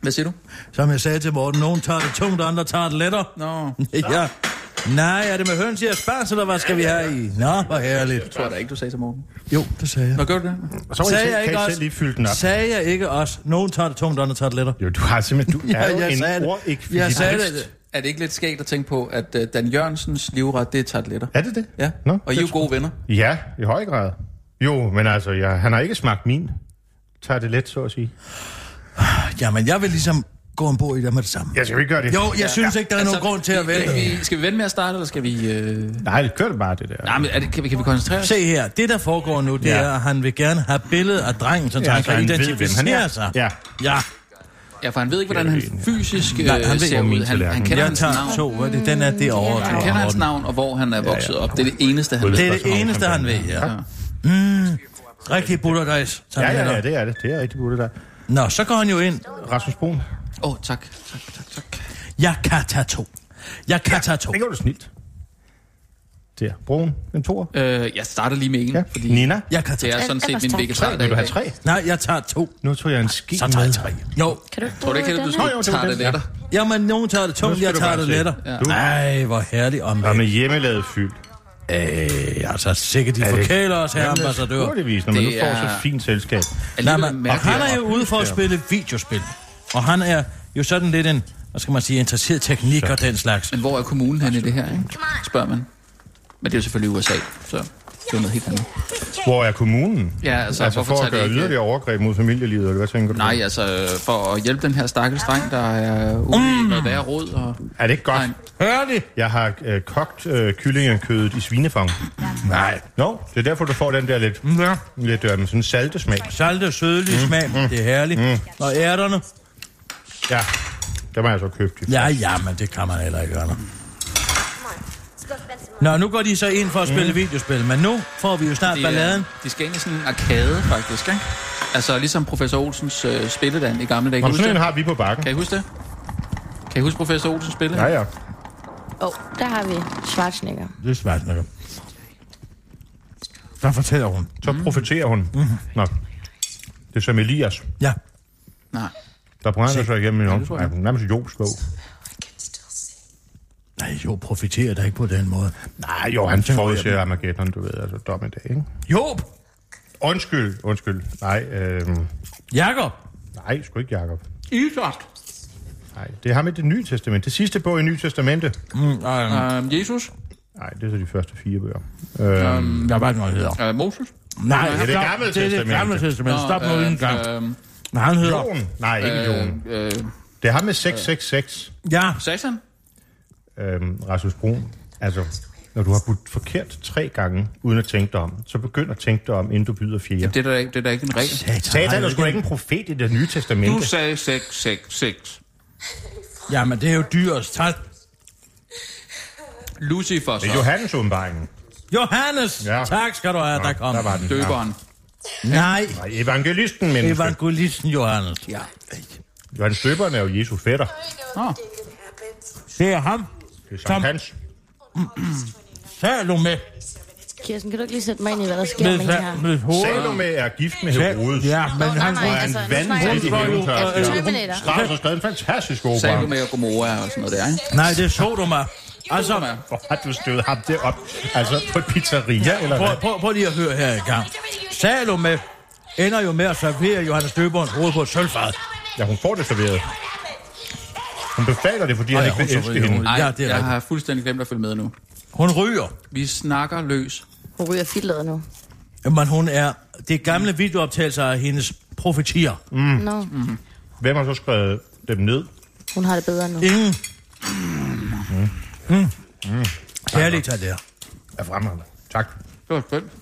Speaker 5: Hvad siger du?
Speaker 6: Som jeg sagde til Morten, nogen tager det tungt, andre tager det lettere.
Speaker 5: Nå,
Speaker 6: Ja. Nej, er det med høns i asparges, eller hvad skal vi have i? Nå, hvor herligt.
Speaker 5: tror jeg da ikke, du sagde til morgen.
Speaker 6: Jo, det sagde jeg.
Speaker 5: Nå, gør du det?
Speaker 3: Og så må I
Speaker 6: Sagde
Speaker 3: selv,
Speaker 6: jeg
Speaker 3: kan
Speaker 6: ikke
Speaker 3: I
Speaker 6: også?
Speaker 3: selv lige fylde den op.
Speaker 6: Sagde jeg ikke også? Nogen tager det tungt, andre tager det lettere.
Speaker 3: Jo, du har simpelthen... Du er jo
Speaker 6: jeg sagde
Speaker 3: en
Speaker 6: det.
Speaker 3: ordekvilist.
Speaker 6: Jeg sagde det.
Speaker 5: Er det ikke lidt skægt at tænke på, at uh, Dan Jørgensens livret, det er tæt lettere?
Speaker 3: Er det det?
Speaker 5: Ja,
Speaker 3: Nå,
Speaker 5: og I er
Speaker 3: det
Speaker 5: jo gode venner.
Speaker 3: Ja, i høj grad. Jo, men altså, ja, han har ikke smagt min. Tager det let, så at sige.
Speaker 6: Jamen, jeg vil ligesom gå ombord i dem med det samme.
Speaker 3: Jeg skal jo ikke gøre det.
Speaker 6: Jo, jeg synes ikke, der
Speaker 3: Altså,
Speaker 6: er nogen grund til at
Speaker 5: Altså, vi-
Speaker 6: vælge.
Speaker 5: Vi, skal vi vente med at starte, eller skal vi... Øh...
Speaker 3: Nej, det kører bare, det der.
Speaker 6: altså,
Speaker 5: Nej, men er det, kan, vi, kan vi koncentrere os?
Speaker 6: Se her, det der foregår nu, det
Speaker 3: Ja.
Speaker 6: ja. er, at han vil gerne have billede af drengen, så
Speaker 3: Ja,
Speaker 6: han
Speaker 3: så han
Speaker 6: kan
Speaker 3: ved, hvem han er.
Speaker 6: identificere sig.
Speaker 3: Ja.
Speaker 6: ja.
Speaker 5: Ja, for han ved ikke, hvordan han fysisk øh,
Speaker 6: Nej, han ved
Speaker 5: ser
Speaker 6: ikke,
Speaker 5: ud.
Speaker 3: min
Speaker 5: Han, han
Speaker 3: tallerken.
Speaker 5: kender
Speaker 6: Jeg
Speaker 5: hans
Speaker 6: tager
Speaker 5: navn.
Speaker 6: to, hvad er det? den er det over.
Speaker 7: Han
Speaker 5: Han
Speaker 6: tror jeg,
Speaker 5: kender hans
Speaker 6: Morten.
Speaker 5: navn, og hvor han er vokset op. Det er det eneste, han
Speaker 6: Det
Speaker 5: ved.
Speaker 6: er det eneste, han ved, ja. Mm. Rigtig butterdejs.
Speaker 3: Ja, ja, ja, det er det. Det er rigtig budt der.
Speaker 6: Nå, så går han jo ind.
Speaker 3: Rasmus Brun.
Speaker 5: Åh, oh, tak. tak, tak, tak.
Speaker 6: Jeg kan tage to. Jeg kan tage to.
Speaker 3: Det gjorde du snilt. Der. Brun. En tor.
Speaker 5: Øh, jeg starter lige med en,
Speaker 3: Ja.
Speaker 5: fordi
Speaker 3: Nina.
Speaker 6: Jeg kan
Speaker 5: det
Speaker 6: tage
Speaker 5: er sådan set
Speaker 7: Ellers
Speaker 5: min
Speaker 7: tak.
Speaker 5: vegetar.
Speaker 3: Vil du have tre?
Speaker 6: Nej, jeg tager to.
Speaker 3: Nu tog jeg en ski
Speaker 6: Så tager
Speaker 3: med.
Speaker 6: jeg tre. Jo.
Speaker 7: Kan du ikke
Speaker 5: Tror du ikke,
Speaker 7: bruge
Speaker 5: at du
Speaker 7: den
Speaker 3: Nå, jo,
Speaker 5: skulle
Speaker 3: det var
Speaker 5: tage det
Speaker 3: den,
Speaker 5: lettere?
Speaker 6: Jamen, nogen tager det
Speaker 3: Nu
Speaker 6: tungt,
Speaker 3: skal
Speaker 6: jeg
Speaker 3: du
Speaker 6: tager
Speaker 3: bare
Speaker 6: det
Speaker 3: se.
Speaker 6: lettere.
Speaker 3: Ja.
Speaker 6: Nej, hvor herligt om
Speaker 3: Og med hjemmelavet fyld.
Speaker 6: Øh, altså, sikkert de
Speaker 3: Er det ikke-
Speaker 6: forkæler os her, ambassadør.
Speaker 3: Hurtigvis, når man nu
Speaker 5: Det
Speaker 3: får
Speaker 5: er-
Speaker 3: så fint selskab.
Speaker 5: Alligevel
Speaker 6: Nej, men, og
Speaker 5: mærkeligt
Speaker 6: han er
Speaker 5: at
Speaker 6: jo ude for at
Speaker 3: der.
Speaker 6: spille videospil. Og han er jo sådan lidt en Hvad skal man sige? Interesseret teknik og den slags.
Speaker 5: Men hvor er kommunen henne i det her, ikke? spørger man. Men det er jo selvfølgelig USA, så det er noget helt andet.
Speaker 3: Hvor er kommunen?
Speaker 5: Ja, altså,
Speaker 3: altså
Speaker 5: hvorfor
Speaker 3: for
Speaker 5: tager
Speaker 3: at
Speaker 5: det
Speaker 3: gøre
Speaker 5: ikke-
Speaker 3: yderligere overgreb mod familielivet, eller hvad tænker du?
Speaker 5: Nej, altså for at hjælpe den her stakkels dreng, der er ude i
Speaker 6: Mm.
Speaker 5: noget værre råd. Og...
Speaker 3: Er det ikke godt?
Speaker 5: Nej.
Speaker 6: Hør det!
Speaker 3: Jeg har øh, kogt øh, kyllingekødet i svinefang. Nej. Nå, det er derfor, du får den der lidt,
Speaker 6: Ja.
Speaker 3: lidt øh, med sådan en saltesmag.
Speaker 6: Salte og sødlig mm. smag. Mm. Det er herligt. Mm. Og ærterne.
Speaker 3: Ja, det var jeg så købt.
Speaker 6: Ja, ja, men det kan man heller ikke gøre. Nå, nu går de så ind for at spille mm. øh, videospil, men nu får vi jo snart
Speaker 5: Det er-
Speaker 6: balladen.
Speaker 5: De skal ind i sådan en arkade, faktisk, ikke? Altså ligesom professor Olsens øh, spilleland i gamle dage. Kan I
Speaker 3: Om
Speaker 5: huske
Speaker 3: sådan en
Speaker 5: det?
Speaker 3: har vi på bakken.
Speaker 5: Kan I huske det? Kan I huske professor Olsens spille?
Speaker 3: Ja, ja.
Speaker 7: Åh, oh, der har vi Schwarzenegger.
Speaker 6: Det er svært nok. Hvad fortæller hun?
Speaker 3: Så profiterer hun. Nå. Det er som Elias,
Speaker 6: Ja.
Speaker 5: Nej.
Speaker 3: der brænder sig igennem i en
Speaker 5: tror jeg.
Speaker 3: omgang. Nærmest Jobs bog.
Speaker 6: Nej, jo, profiterer da ikke på den måde.
Speaker 3: Nej, jo, han forudser Armageddon, du ved, altså dommedag, ikke?
Speaker 6: Job!
Speaker 3: Undskyld, undskyld. Nej, øh,
Speaker 6: Jakob!
Speaker 3: nej, sgu ikke, Jacob.
Speaker 5: Isak.
Speaker 3: Nej, det har med det nye testament. Det sidste bog i nye testamente.
Speaker 6: Mm, øh,
Speaker 5: Øhm, Jesus.
Speaker 3: Nej, det er så de første fire bøger. Øh,
Speaker 6: Mm. Jeg ved ikke, hvad han hedder.
Speaker 5: Øh, Moses.
Speaker 6: Nej,
Speaker 3: det er det
Speaker 6: stop.
Speaker 3: gamle
Speaker 6: Det er det
Speaker 3: testamente.
Speaker 6: gamle testament. Stop nu en gang.
Speaker 5: Øhm,
Speaker 6: Nej, han hedder...
Speaker 3: Jon. Nej, ikke Jon.
Speaker 5: øh,
Speaker 3: Det har med 666,
Speaker 6: Ja,
Speaker 5: Satan.
Speaker 3: øh, Rasmus Brun. Altså, når du har budt forkert tre gange, uden at tænke dig om, så begynd at tænke dig om, inden du byder fjerde.
Speaker 5: Det er da ikke, det er da ikke en regel.
Speaker 3: Satan er sgu da ikke en profet i det nye testamente.
Speaker 5: Du sagde 666.
Speaker 6: Jamen, det er jo dyrest. Tak.
Speaker 5: Lucifer,
Speaker 3: Det er
Speaker 5: så.
Speaker 3: Johannes åbenbaringen.
Speaker 6: Johannes!
Speaker 3: Ja.
Speaker 6: Ja. Tak skal du have, der kom.
Speaker 3: Der var den. Ja.
Speaker 5: Døberen.
Speaker 6: Nej,
Speaker 3: Nej, evangelisten, menneske.
Speaker 6: evangelisten Johannes.
Speaker 5: Ja.
Speaker 3: Johannes Døberen er jo Jesu fætter.
Speaker 5: Nå,
Speaker 6: Det er ham.
Speaker 3: Det er Sankt
Speaker 6: Som-
Speaker 3: Hans.
Speaker 6: Salome.
Speaker 7: Kirsten, kan du ikke lige sætte mig ind i, hvad der sker
Speaker 6: Med,
Speaker 7: med det her?
Speaker 6: med, med hovedet.
Speaker 3: Salome er gift med Herodes.
Speaker 6: Ja, men
Speaker 7: Nå, nej,
Speaker 6: han
Speaker 7: nej,
Speaker 6: var
Speaker 3: Og er en
Speaker 7: altså, nu snakker jeg-
Speaker 3: vanvittig
Speaker 6: Hun var jo,
Speaker 3: hævntørst.
Speaker 6: øh, øh,
Speaker 7: Terminator.
Speaker 3: Strauss har skrevet en fantastisk opera.
Speaker 5: Salome og Gomorra og sådan noget der, ikke?
Speaker 6: Nej, det er Sodoma. Altså,
Speaker 5: Sodoma.
Speaker 3: Hvor har du stødt ham derop? Altså på et pizzeria, eller
Speaker 6: prøv,
Speaker 3: hvad?
Speaker 6: prøv, prøv lige at høre her i gang. Salome ender jo med at servere Johannes Døberens hoved på et sølvfad.
Speaker 3: Ja, hun får det serveret. Hun befaler det, fordi han
Speaker 6: ja,
Speaker 3: ikke vil
Speaker 6: hun
Speaker 3: elske
Speaker 6: serverer
Speaker 3: hende.
Speaker 6: hovedet.
Speaker 5: Nej,
Speaker 6: Ja, det er
Speaker 5: ja, jeg
Speaker 6: rigtigt.
Speaker 5: har fuldstændig glemt at følge med nu.
Speaker 6: Hun ryger.
Speaker 5: Vi snakker løs.
Speaker 7: Hun ryger fildlader nu.
Speaker 6: Men hun er... Det er gamle videooptagelser af hendes profetier.
Speaker 7: Mm. Nå,
Speaker 5: Mm-hmm.
Speaker 7: no.
Speaker 3: Hvem har så skrevet dem ned?
Speaker 7: hun har det bedre nu.
Speaker 6: Ingen. Mm. Kærligt af det.
Speaker 3: Er fremragende. Tak.
Speaker 5: Det var skønt.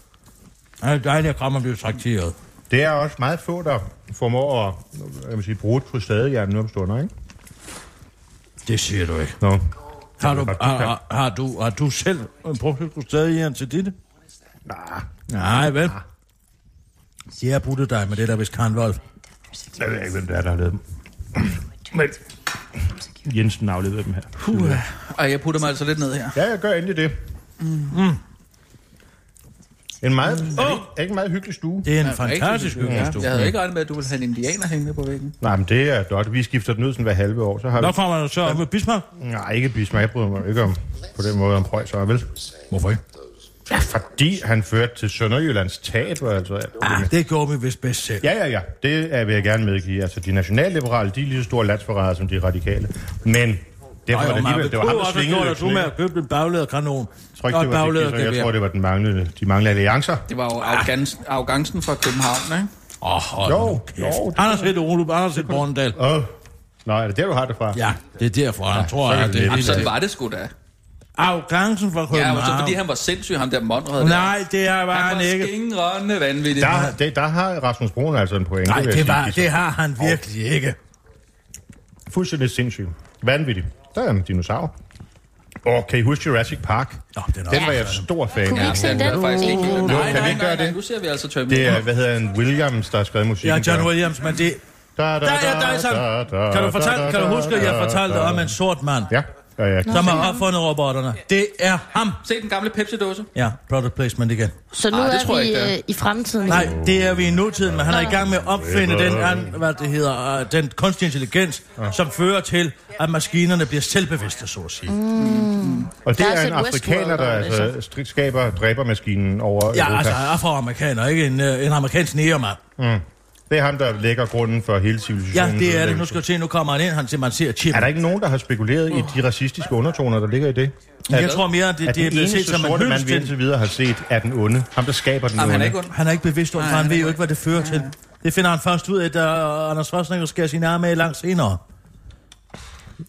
Speaker 6: Det er dejligt at kramme blive trakteret.
Speaker 3: Det er også meget få, der formår at jeg vil sige, bruge et krystadehjern nu om stunder, ikke?
Speaker 6: Det siger du ikke.
Speaker 3: Nå.
Speaker 6: Har du,
Speaker 3: Det er godt, du
Speaker 6: har, har, har, du, har du selv brugt et krustadehjern til dit? Nej. Nej, vel? De har puttet dig med det der, hvis Karen Wolf.
Speaker 3: Jeg ved ikke, hvem det er, der har lavet dem. Men Jensen afleverede dem her.
Speaker 5: Puh. Ej, jeg putter mig altså lidt ned her.
Speaker 3: Ja, jeg gør endelig det. Mm. En meget, er det ikke- er det ikke en meget hyggelig stue?
Speaker 6: Mm. Det er en
Speaker 5: Ja,
Speaker 6: fantastisk
Speaker 5: rigtig,
Speaker 6: hyggestue.
Speaker 5: Jeg havde ikke regnet med, at du ville have en indianer hængende på væggen.
Speaker 3: Nej, men det er godt. Vi skifter den ud sådan hver halve år. Så har
Speaker 6: Nå
Speaker 3: vi...
Speaker 6: kommer du så op med Bismarck.
Speaker 3: Nej, ikke Bismarck. Jeg bryder mig ikke om på den måde om Preussere, vel?
Speaker 6: Hvorfor ikke?
Speaker 3: Ja, fordi han førte til Sønderjyllands Teater, altså.
Speaker 6: Ah, det gjorde vi vist bedst selv.
Speaker 3: Ja, ja, ja. Det er, vil jeg gerne medgive. Altså, de nationalliberale, de er lige så store landsforrædere som de radikale. Men det var det alligevel, det var ham, der svingede
Speaker 6: der Du med at
Speaker 3: øksen, ikke?
Speaker 6: købe en baglederkanon
Speaker 3: Jeg tror, ikke, det var det, jeg tror, det var den manglende, de manglende alliancer.
Speaker 5: Det var
Speaker 3: Ah.
Speaker 5: jo arrogancen, arrogancen fra København, ikke?
Speaker 6: Åh, oh,
Speaker 3: Jo,
Speaker 6: jo,
Speaker 3: jo,
Speaker 6: jo.
Speaker 3: det-
Speaker 6: Anders Hedde Olup, Anders Hedde Borndal.
Speaker 3: Åh, nej, er det der, du har det fra?
Speaker 6: Ja, det er derfor, han tror,
Speaker 3: så
Speaker 6: at
Speaker 3: kan
Speaker 6: det
Speaker 3: vi
Speaker 6: er
Speaker 5: Jamen,
Speaker 3: lette.
Speaker 5: sådan
Speaker 6: det.
Speaker 5: var det sgu da.
Speaker 6: Arrogancen fra
Speaker 5: Ja, og så fordi
Speaker 6: København.
Speaker 5: han var sindssyg, ham der monrede der.
Speaker 6: Nej, det er- var
Speaker 5: han
Speaker 6: han
Speaker 5: var
Speaker 6: ikke.
Speaker 5: skingrende vanvittig.
Speaker 3: Der, det, der har Rasmus Brun altså en pointe.
Speaker 6: Nej,
Speaker 3: vil jeg
Speaker 6: det,
Speaker 3: sige.
Speaker 6: var, det har han virkelig ikke.
Speaker 3: Fuldstændig sindssygt. Vanvittigt. Der er en dinosaur. Og kan I huske Jurassic Park?
Speaker 6: Nå, den er
Speaker 3: Den var
Speaker 6: også-
Speaker 3: jeg stor fan
Speaker 7: Kunne vi
Speaker 3: af.
Speaker 7: ikke se
Speaker 5: den var
Speaker 7: den?
Speaker 5: faktisk ikke. Nej,
Speaker 3: kan
Speaker 5: nej,
Speaker 3: vi
Speaker 5: nej,
Speaker 3: ikke gøre
Speaker 5: nej, nej,
Speaker 3: det?
Speaker 5: nu ser vi altså Terminator.
Speaker 3: Det er, hvad hedder han, Williams, der har skrevet musik.
Speaker 6: Ja, John Williams, men det...
Speaker 3: Da, da,
Speaker 6: Der er dig, som... Kan du, fortælle, kan du huske, at jeg fortalte dig om en sort mand,
Speaker 3: Ja, ja, ja.
Speaker 6: som har opfundet robotterne? Det er ham.
Speaker 5: Se den gamle Pepsi-dåse.
Speaker 6: Ja, product placement igen.
Speaker 7: Så nu
Speaker 5: Ah, det tror
Speaker 7: er
Speaker 5: jeg
Speaker 7: vi
Speaker 5: ikke, det er.
Speaker 7: øh, i fremtiden.
Speaker 6: Nej, det er vi i nutiden, men han er i gang med at opfinde den, an, hvad det hedder, øh, den kunstig intelligens,
Speaker 3: Ah.
Speaker 6: som fører til, at maskinerne bliver selvbevidste, så at sige.
Speaker 3: Og
Speaker 7: Der
Speaker 3: det
Speaker 7: er
Speaker 3: er en
Speaker 7: sådan
Speaker 3: afrikaner,
Speaker 7: Westworld
Speaker 3: der
Speaker 7: over det,
Speaker 3: altså stri- skaber dræbermaskinen over
Speaker 6: Ja,
Speaker 3: Europa.
Speaker 6: altså afroamerikaner, ikke en, øh, en amerikansk negermand.
Speaker 3: Mm. Det er ham, der lægger grunden for hele civilisationen.
Speaker 6: Ja, det er det. Nu skal du se, nu kommer han ind, han siger, man ser chip.
Speaker 3: Er der ikke nogen, der har spekuleret i de racistiske undertoner, der ligger i det?
Speaker 6: Jeg tror mere, at det,
Speaker 3: at
Speaker 6: det
Speaker 3: det
Speaker 6: er
Speaker 3: den
Speaker 6: blevet set
Speaker 3: eneste
Speaker 6: som en
Speaker 3: sorte mand, vi
Speaker 6: hyldest til...
Speaker 3: indtil videre har set, er den onde. Ham, der skaber den
Speaker 5: Jamen, han er
Speaker 3: onde.
Speaker 5: ikke ond.
Speaker 6: Han er ikke bevidst om, for
Speaker 5: Nej,
Speaker 6: han
Speaker 5: han
Speaker 6: ved
Speaker 5: er
Speaker 6: jo
Speaker 5: god.
Speaker 6: ikke, hvad det fører til. Det finder han først ud af, da øh, Anders Rosninger skærer sine arme af langt senere.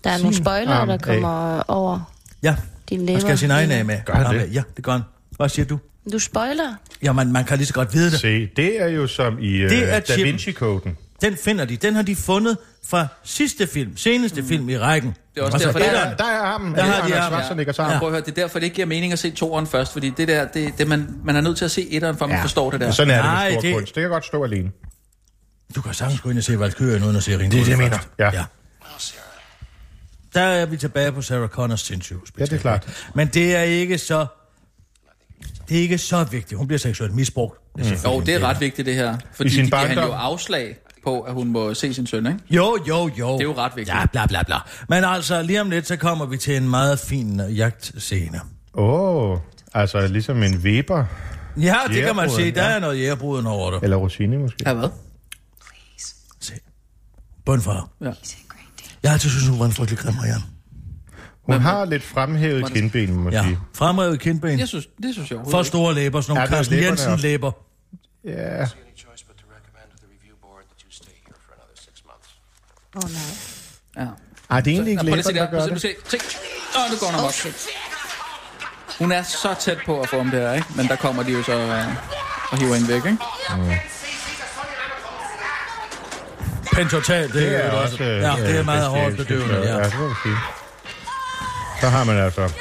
Speaker 7: Der er nogle
Speaker 6: Ah,
Speaker 7: spoilere,
Speaker 3: arm
Speaker 7: der
Speaker 3: af.
Speaker 7: kommer over
Speaker 6: Ja,
Speaker 7: din
Speaker 6: han
Speaker 7: læber.
Speaker 6: skærer sin egen af med.
Speaker 3: Gør han
Speaker 6: Arme
Speaker 3: det?
Speaker 6: af. Ja, det gør han. Hvad siger du?
Speaker 7: Du spoiler.
Speaker 6: Ja, man, man kan lige så godt vide det.
Speaker 3: Se, det er jo som i øh,
Speaker 6: Det er
Speaker 3: Da
Speaker 6: chip.
Speaker 3: Vinci-koden.
Speaker 6: Den finder de. Den har de fundet fra sidste film, seneste film i rækken.
Speaker 5: Mm. Det er også
Speaker 6: Altså,
Speaker 5: derfor,
Speaker 6: etteren.
Speaker 5: der er-
Speaker 3: Der er armen.
Speaker 6: Der
Speaker 3: Der
Speaker 6: har
Speaker 3: har
Speaker 6: de
Speaker 3: Anders
Speaker 6: armen, ja.
Speaker 3: Schwarzenegger
Speaker 5: Ja.
Speaker 3: sammen.
Speaker 5: Prøv at høre, det er derfor, det ikke giver mening at se toeren først, fordi det der, det, det man, man er nødt til at se etteren, for at man ja. forstår det der.
Speaker 3: Ja. Sådan er
Speaker 6: Nej,
Speaker 3: det med stor
Speaker 6: det-
Speaker 3: kunst. Det kan godt stå alene.
Speaker 6: Du kan sagtens gå ind og se Valkyrie uden at se Ringo.
Speaker 3: Det er det, jeg mener. Ja.
Speaker 6: Der er vi tilbage på Sarah Connors sindssygehospital.
Speaker 3: Ja, det er klart.
Speaker 6: Men det er ikke så... Det er ikke så vigtigt. Hun bliver seksuelt misbrugt. Mm.
Speaker 5: Jo, det er ret vigtigt det her, fordi
Speaker 3: I sin
Speaker 5: de giver han jo
Speaker 3: barndom.
Speaker 5: afslag på, at hun må se sin søn, ikke?
Speaker 6: Jo, jo, jo.
Speaker 5: Det er jo ret vigtigt.
Speaker 6: Ja, bla, bla, bla. Men altså, lige om lidt, så kommer vi til en meget fin øh, jagtscene.
Speaker 3: Åh, oh, altså ligesom en Weber.
Speaker 6: Ja, det kan man
Speaker 3: Jægerbruden,
Speaker 6: se. Der
Speaker 3: ja.
Speaker 6: er noget jægerbruden over det.
Speaker 3: Eller Rossini måske.
Speaker 5: Ja, hvad?
Speaker 6: Se. Bundfar.
Speaker 5: Ja.
Speaker 6: Jeg har altid synes, hun var en frygtelig grim, Marianne.
Speaker 3: Hun har lidt fremhævet kindben, må man
Speaker 6: Ja.
Speaker 3: sige.
Speaker 6: Fremrevet kindben.
Speaker 5: Jeg synes, det synes jeg overhovedet
Speaker 6: For
Speaker 5: ikke.
Speaker 6: store læber, sådan nogle
Speaker 3: Ja, det er
Speaker 6: Carsten
Speaker 3: læberne også.
Speaker 6: Jensen-læber.
Speaker 3: Ja.
Speaker 9: See any choice but to recommend to the review board that you stay here for another six months.
Speaker 7: Åh oh, nej.
Speaker 5: Ja.
Speaker 3: Ej, det er egentlig
Speaker 5: Ja,
Speaker 3: ikke
Speaker 5: prøv lige at se
Speaker 3: læberne, der
Speaker 5: der.
Speaker 3: gør
Speaker 5: Prøv at
Speaker 3: det.
Speaker 5: se, se. Åh, nu går hun
Speaker 7: Oh,
Speaker 5: amok.
Speaker 7: shit.
Speaker 5: Hun er så tæt på at få ham der, ikke? Men der kommer de jo så øh, og hiver hende væk, ikke?
Speaker 6: Pentotal, det,
Speaker 3: Det er også... øh,
Speaker 6: Ja, det er meget
Speaker 3: øh,
Speaker 6: hårdt
Speaker 3: det-
Speaker 6: bedøvende,
Speaker 3: det-
Speaker 6: ja.
Speaker 3: det må man sige. Så har man altså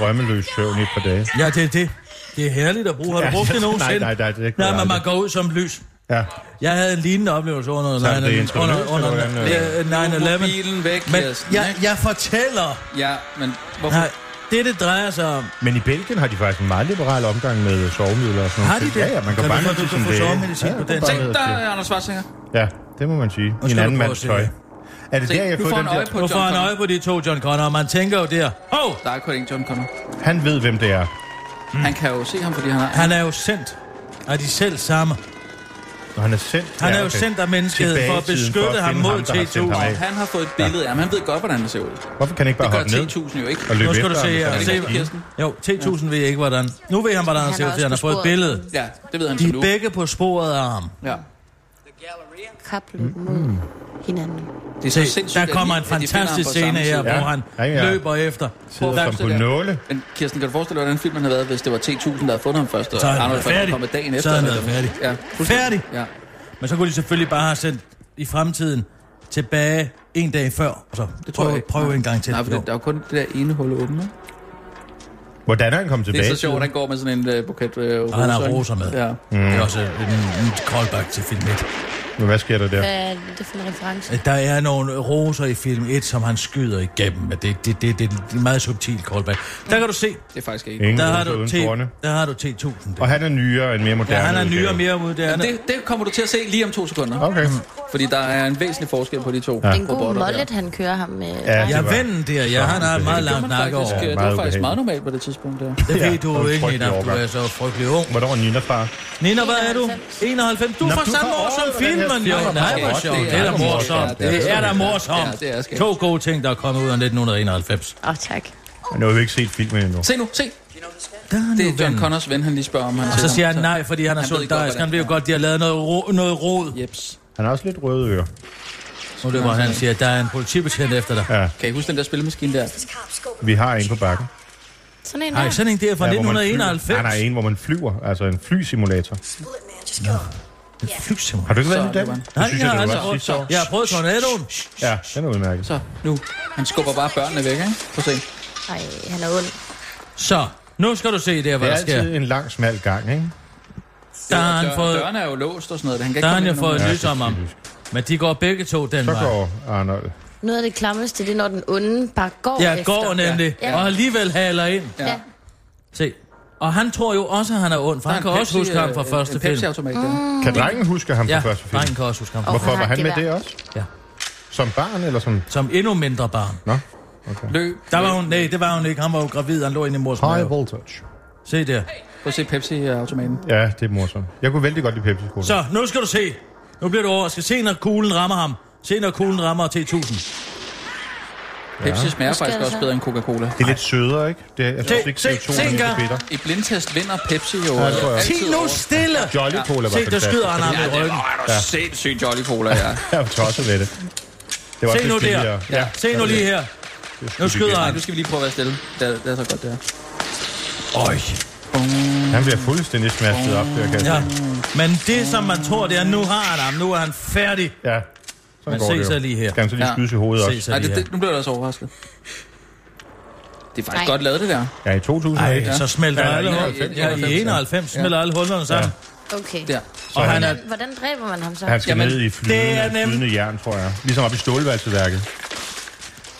Speaker 3: drømmeløs søvn i et par dage.
Speaker 6: Ja, det er det. Det er herligt at bruge. Har du
Speaker 3: Ja,
Speaker 6: brugt det
Speaker 3: nej,
Speaker 6: nogensinde?
Speaker 3: nej, nej, det er ikke
Speaker 6: Nej,
Speaker 3: noget
Speaker 6: men man
Speaker 3: aldrig.
Speaker 6: går ud som lys.
Speaker 3: Ja.
Speaker 6: Jeg havde en lignende oplevelse under
Speaker 3: Så er det
Speaker 6: 9-11.
Speaker 3: internet,
Speaker 6: Under, under,
Speaker 3: eller hvordan, øh?
Speaker 6: øh, 9/11.
Speaker 5: Mobilen væk,
Speaker 6: Men
Speaker 5: Kirsten,
Speaker 6: jeg,
Speaker 5: ikke?
Speaker 6: jeg fortæller.
Speaker 5: Ja, men hvorfor?
Speaker 6: Nej, det, det drejer sig om.
Speaker 3: Men i Belgien har de faktisk en meget liberal omgang med øh, sovemidler og sådan
Speaker 6: Har de
Speaker 3: ting.
Speaker 6: det?
Speaker 3: Ja, ja, man
Speaker 6: Kan
Speaker 3: går
Speaker 6: du
Speaker 3: bare
Speaker 6: få-
Speaker 3: ned
Speaker 6: du
Speaker 3: til
Speaker 6: kan
Speaker 3: sin
Speaker 6: få
Speaker 3: læge.
Speaker 6: sovemedicin
Speaker 3: Ja,
Speaker 6: på
Speaker 3: du
Speaker 6: den?
Speaker 3: går bare
Speaker 5: Se,
Speaker 3: ned
Speaker 5: der
Speaker 3: til-
Speaker 5: er Anders Schwarzenegger.
Speaker 3: Ja, det må man sige. I en
Speaker 6: skal du
Speaker 3: anden
Speaker 6: prøve
Speaker 3: mands
Speaker 6: at se
Speaker 3: tøj.
Speaker 6: det?
Speaker 3: Er det
Speaker 5: Se,
Speaker 3: der, jeg
Speaker 5: nu
Speaker 3: får
Speaker 5: får
Speaker 3: den
Speaker 5: han øje
Speaker 3: der?
Speaker 5: på
Speaker 6: Nu
Speaker 5: John
Speaker 6: får han
Speaker 5: Connor.
Speaker 6: øje på de to John Connor, og man tænker jo der, hov,
Speaker 5: Der er kun ikke John Connor.
Speaker 3: Han ved, hvem det er.
Speaker 5: Han kan jo se ham, fordi han har...
Speaker 6: Mm. han er jo sendt af de selv samme.
Speaker 3: Og han er sendt...
Speaker 6: Han
Speaker 3: ja,
Speaker 6: er jo
Speaker 3: okay.
Speaker 6: sendt af menneskeheden
Speaker 3: Tilbage
Speaker 6: for at
Speaker 3: i tiden
Speaker 6: beskytte
Speaker 3: for at
Speaker 6: ham
Speaker 3: finde
Speaker 6: mod
Speaker 3: der har sendt ham
Speaker 6: T1000.
Speaker 3: af.
Speaker 5: Og han har fået et billede af ham. Han ved godt, hvordan det ser ud.
Speaker 3: Hvorfor kan han ikke bare
Speaker 5: Det gør
Speaker 3: hoppe ned
Speaker 5: 10.000 jo ikke.
Speaker 3: og løbe
Speaker 6: Nu skal du
Speaker 3: efter
Speaker 6: se
Speaker 3: ham,
Speaker 6: her.
Speaker 3: hvis
Speaker 5: det
Speaker 6: Se,
Speaker 5: ikke
Speaker 3: han er
Speaker 5: Kirsten?
Speaker 6: jo, T1000 ved jeg ikke, hvordan. Nu ved han, hvordan han
Speaker 7: Han
Speaker 6: ser
Speaker 7: er
Speaker 6: ud, fordi han har
Speaker 7: også på
Speaker 6: fået et
Speaker 7: sporet.
Speaker 6: billede.
Speaker 5: Ja, det ved han
Speaker 6: De
Speaker 5: så nu.
Speaker 6: er begge på sporet af ham.
Speaker 5: Ja.
Speaker 7: Kapløb mod hinanden.
Speaker 5: Det er så
Speaker 6: Se,
Speaker 5: sindssygt,
Speaker 6: der
Speaker 5: at
Speaker 6: kommer
Speaker 5: de-
Speaker 6: en
Speaker 5: at de finder ham på
Speaker 6: fantastisk
Speaker 5: samme
Speaker 6: scene her,
Speaker 5: tid.
Speaker 6: hvor han
Speaker 3: Ja, ja.
Speaker 6: løber efter.
Speaker 3: sidder
Speaker 5: Prøv
Speaker 3: som
Speaker 5: at
Speaker 3: på
Speaker 5: forestille dig.
Speaker 3: nåle.
Speaker 5: Men Kirsten, kan du forestille dig, hvordan filmen havde været, hvis det var T1000, der havde fundet ham først, og
Speaker 6: Så er han
Speaker 5: Arnold
Speaker 6: været
Speaker 5: først var
Speaker 6: færdig.
Speaker 5: kommet dagen
Speaker 6: Så
Speaker 5: efter?
Speaker 6: er han
Speaker 5: eller
Speaker 6: været
Speaker 5: sådan.
Speaker 6: færdig.
Speaker 5: Ja, fuldstændig.
Speaker 6: Færdig.
Speaker 5: Ja.
Speaker 6: Men så kunne de selvfølgelig bare have sendt i fremtiden tilbage en dag før. Og så det
Speaker 5: tror
Speaker 6: prøv,
Speaker 5: jeg ikke.
Speaker 6: prøv en gang til.
Speaker 5: Nej, for
Speaker 6: Jo.
Speaker 5: det, der er jo kun det der ene hul åbent, ikke?
Speaker 3: Hvordan er han kommet
Speaker 5: Det
Speaker 3: tilbage?
Speaker 5: er så sjovt, at han går med sådan en øh, buket øh, roser.
Speaker 6: og han har
Speaker 5: ikke?
Speaker 6: roser med.
Speaker 5: Ja.
Speaker 6: Det er også en, en callback til film 1.
Speaker 3: Men hvad sker der der?
Speaker 7: Hvad er det for en reference?
Speaker 6: Der er nogle roser i film 1, som han skyder igennem. Men det, det, det, det, det er en meget subtil callback. Der kan du se,
Speaker 5: Det er faktisk ikke.
Speaker 3: Ingen
Speaker 6: der har
Speaker 3: roser
Speaker 6: du,
Speaker 3: uden
Speaker 6: T,
Speaker 3: torne.
Speaker 6: der har du T1000.
Speaker 3: Og
Speaker 6: Der.
Speaker 3: han er nyere en mere moderne.
Speaker 6: Ja, han er nyere
Speaker 3: udgave.
Speaker 6: og mere moderne.
Speaker 5: Det, det kommer du til at se lige om to sekunder.
Speaker 3: Okay.
Speaker 5: Fordi der er en væsentlig forskel på de to
Speaker 7: Det er en god
Speaker 5: robotter.
Speaker 7: mollet, han kører ham med.
Speaker 3: Ja,
Speaker 6: Ja,
Speaker 3: det var-
Speaker 6: vennen der, ja, han har et meget
Speaker 5: Det
Speaker 6: langt
Speaker 5: man
Speaker 6: nakke
Speaker 5: faktisk,
Speaker 6: over.
Speaker 5: øh,
Speaker 3: Ja,
Speaker 5: det
Speaker 3: meget
Speaker 5: var faktisk
Speaker 3: ubehageligt.
Speaker 5: meget normalt på det tidspunkt der.
Speaker 6: Det
Speaker 3: Ja,
Speaker 6: ved du
Speaker 3: det
Speaker 6: jo
Speaker 3: var
Speaker 6: ikke,
Speaker 3: frygtelig
Speaker 6: Nina, for du
Speaker 3: overgang.
Speaker 6: er så frygtelig ung.
Speaker 3: Hvornår er Nina far?
Speaker 6: Nina, hvad er du?
Speaker 7: 91.
Speaker 6: 91. Du er
Speaker 3: Nå,
Speaker 6: fra
Speaker 3: du
Speaker 6: samme
Speaker 3: får
Speaker 6: år som
Speaker 3: året, hvordan jeg
Speaker 6: filmen, jo.
Speaker 3: snakker
Speaker 6: Nej,
Speaker 3: om
Speaker 6: hvor
Speaker 3: det.
Speaker 6: sjovt.
Speaker 3: Det
Speaker 6: Det er
Speaker 3: er
Speaker 6: da
Speaker 3: morsomt.
Speaker 6: morsomt.
Speaker 3: Ja, det
Speaker 6: Det er
Speaker 3: er
Speaker 6: da
Speaker 5: Ja, det er
Speaker 6: morsomt.
Speaker 5: skægt.
Speaker 6: To gode ting, der er kommet ud af 1991.
Speaker 7: Åh, oh, tak.
Speaker 3: Nu har vi ikke set filmen endnu.
Speaker 5: Se nu, se. Det er John Connors ven, han lige spørger om. Han
Speaker 6: Og så
Speaker 5: ser
Speaker 6: siger han
Speaker 5: ham.
Speaker 6: nej, fordi han er
Speaker 5: Han ved
Speaker 6: solidarisk.
Speaker 5: godt,
Speaker 6: Han ved jo
Speaker 5: hvordan-
Speaker 6: godt, de har lavet noget, ro, noget rod.
Speaker 5: Jeps.
Speaker 3: Han har også lidt røde ører.
Speaker 6: Nu er det, hvor han siger, at der er en politibetjent efter dig.
Speaker 3: Ja,
Speaker 5: Kan I huske den der spillemaskine der?
Speaker 3: vi har en på bakken.
Speaker 7: Sådan en
Speaker 6: Nej,
Speaker 7: der.
Speaker 6: sådan en der fra
Speaker 3: Ja, hvor man flyver. Nej,
Speaker 6: 1991.
Speaker 3: nej, en, hvor man flyver. Altså en flysimulator. Har
Speaker 6: Flysimulator.
Speaker 3: du ikke været
Speaker 5: Så
Speaker 3: i
Speaker 5: er
Speaker 3: den?
Speaker 5: det bare-
Speaker 3: Det
Speaker 6: Nej,
Speaker 3: synes
Speaker 6: jeg har
Speaker 3: du
Speaker 6: altså
Speaker 3: var sidste år.
Speaker 6: prøvet, jeg har prøvet tornadoen.
Speaker 3: Ja, den er udmærket.
Speaker 5: Så nu. Han skubber bare børnene væk, ikke? Prøv at se.
Speaker 7: Nej, han er ond.
Speaker 6: Så, nu skal du se der, hvad
Speaker 3: Det er
Speaker 6: der sker.
Speaker 3: altid en lang, smal gang, ikke?
Speaker 6: Der har han
Speaker 5: Dør-
Speaker 6: fået,
Speaker 5: Dørene er jo låst og sådan noget. Han kan ikke
Speaker 6: der har han
Speaker 5: komme
Speaker 6: jo
Speaker 5: ind nu.
Speaker 6: fået
Speaker 3: Ja,
Speaker 6: lys om
Speaker 3: det er
Speaker 6: ham. Men de går begge to den
Speaker 3: Så
Speaker 6: vej.
Speaker 3: går Arnold.
Speaker 7: Noget af det klammeste, det er, når den onde bare går
Speaker 6: Ja,
Speaker 7: efter.
Speaker 6: går nemlig.
Speaker 7: Ja.
Speaker 6: Og alligevel haler ind.
Speaker 7: Ja.
Speaker 6: Se. Og han tror jo også, at han er ond, for
Speaker 5: Der er
Speaker 6: han
Speaker 5: en
Speaker 6: kan også
Speaker 5: Pepsi,
Speaker 6: huske ham
Speaker 5: øh,
Speaker 6: fra første
Speaker 5: en
Speaker 6: film.
Speaker 5: Pepsi-automat der.
Speaker 3: Kan drengen huske ham
Speaker 6: Ja,
Speaker 3: fra første film?
Speaker 6: drengen kan også huske ham. fra-
Speaker 3: Hvorfor
Speaker 7: Og han
Speaker 3: var
Speaker 7: har
Speaker 3: han
Speaker 7: et
Speaker 3: med det
Speaker 7: gevær.
Speaker 3: også?
Speaker 6: Ja.
Speaker 3: Som barn eller som...
Speaker 6: Som endnu mindre barn.
Speaker 3: Nå?
Speaker 5: Løb.
Speaker 6: Der var hun, nej, det var hun ikke. Han var jo gravid, han lå inde i mors
Speaker 3: High
Speaker 6: mave.
Speaker 3: voltage.
Speaker 6: Se der.
Speaker 5: Prøv at se øh, Pepsi-automaten.
Speaker 3: Ja, det er morsomt. Jeg kunne vældig godt lide Pepsi-Cola.
Speaker 6: Så, nu skal du se. Nu bliver du overrasket. Se, når kuglen rammer ham. Se, når kuglen rammer T-1000.
Speaker 5: Pepsi smager
Speaker 7: Skal
Speaker 5: faktisk
Speaker 7: jeg
Speaker 5: også
Speaker 7: så?
Speaker 5: bedre end Coca-Cola.
Speaker 3: Det er lidt sødere, ikke? Det, jeg synes
Speaker 6: Se,
Speaker 3: ikke,
Speaker 6: se,
Speaker 3: det er
Speaker 6: se
Speaker 3: så
Speaker 6: engang.
Speaker 3: bitter.
Speaker 5: I blindtest vinder Pepsi jo. øh,
Speaker 3: Ja, det tror jeg.
Speaker 5: altid
Speaker 6: Ti nu
Speaker 5: over-
Speaker 6: stille!
Speaker 3: Jolly Cola var
Speaker 6: Se, der
Speaker 3: fantastisk.
Speaker 6: skyder han ham
Speaker 5: Ja,
Speaker 6: i
Speaker 5: det
Speaker 6: ryggen.
Speaker 5: var da sindssygt Jolly Cola, ja.
Speaker 3: Jeg var tosset ved det. Det var
Speaker 6: Se nu der.
Speaker 3: billigere.
Speaker 6: Ja. Se nu lige her. Nu skyder
Speaker 5: Nej,
Speaker 6: han.
Speaker 5: nu skal vi lige prøve at være stille. Det er, det er så godt, det her.
Speaker 6: Øj.
Speaker 3: Han bliver fuldstændig smasket op, der kan
Speaker 6: Ja.
Speaker 3: jeg se.
Speaker 6: Men det, som man tror, det er, nu har han ham. Nu er han færdig.
Speaker 3: Ja. Sådan
Speaker 6: Men
Speaker 3: går
Speaker 6: se
Speaker 3: det jo.
Speaker 6: så lige her.
Speaker 3: Skal han så lige
Speaker 5: Ja.
Speaker 3: skydes i hovedet
Speaker 6: Se
Speaker 3: også?
Speaker 6: så
Speaker 5: Nej,
Speaker 6: lige
Speaker 5: det,
Speaker 6: her.
Speaker 5: det, nu blev jeg også overrasket. Det er faktisk
Speaker 7: Nej.
Speaker 5: godt lavet, det der.
Speaker 3: Ja, i 2001.
Speaker 6: Ej, så smelter
Speaker 3: Ja,
Speaker 6: alle
Speaker 3: i
Speaker 6: hullerne.
Speaker 5: 91,
Speaker 6: Ja, i
Speaker 5: 91,
Speaker 6: 91 smelter alle hullerne sammen.
Speaker 7: Okay.
Speaker 5: Der.
Speaker 6: Og han er...
Speaker 7: Hvordan dræber man ham så?
Speaker 3: Han skal
Speaker 5: Jamen,
Speaker 3: ned i
Speaker 6: det er
Speaker 3: flydende,
Speaker 6: nemt.
Speaker 3: flydende jern, tror jeg. Ligesom op i stålvalseværket.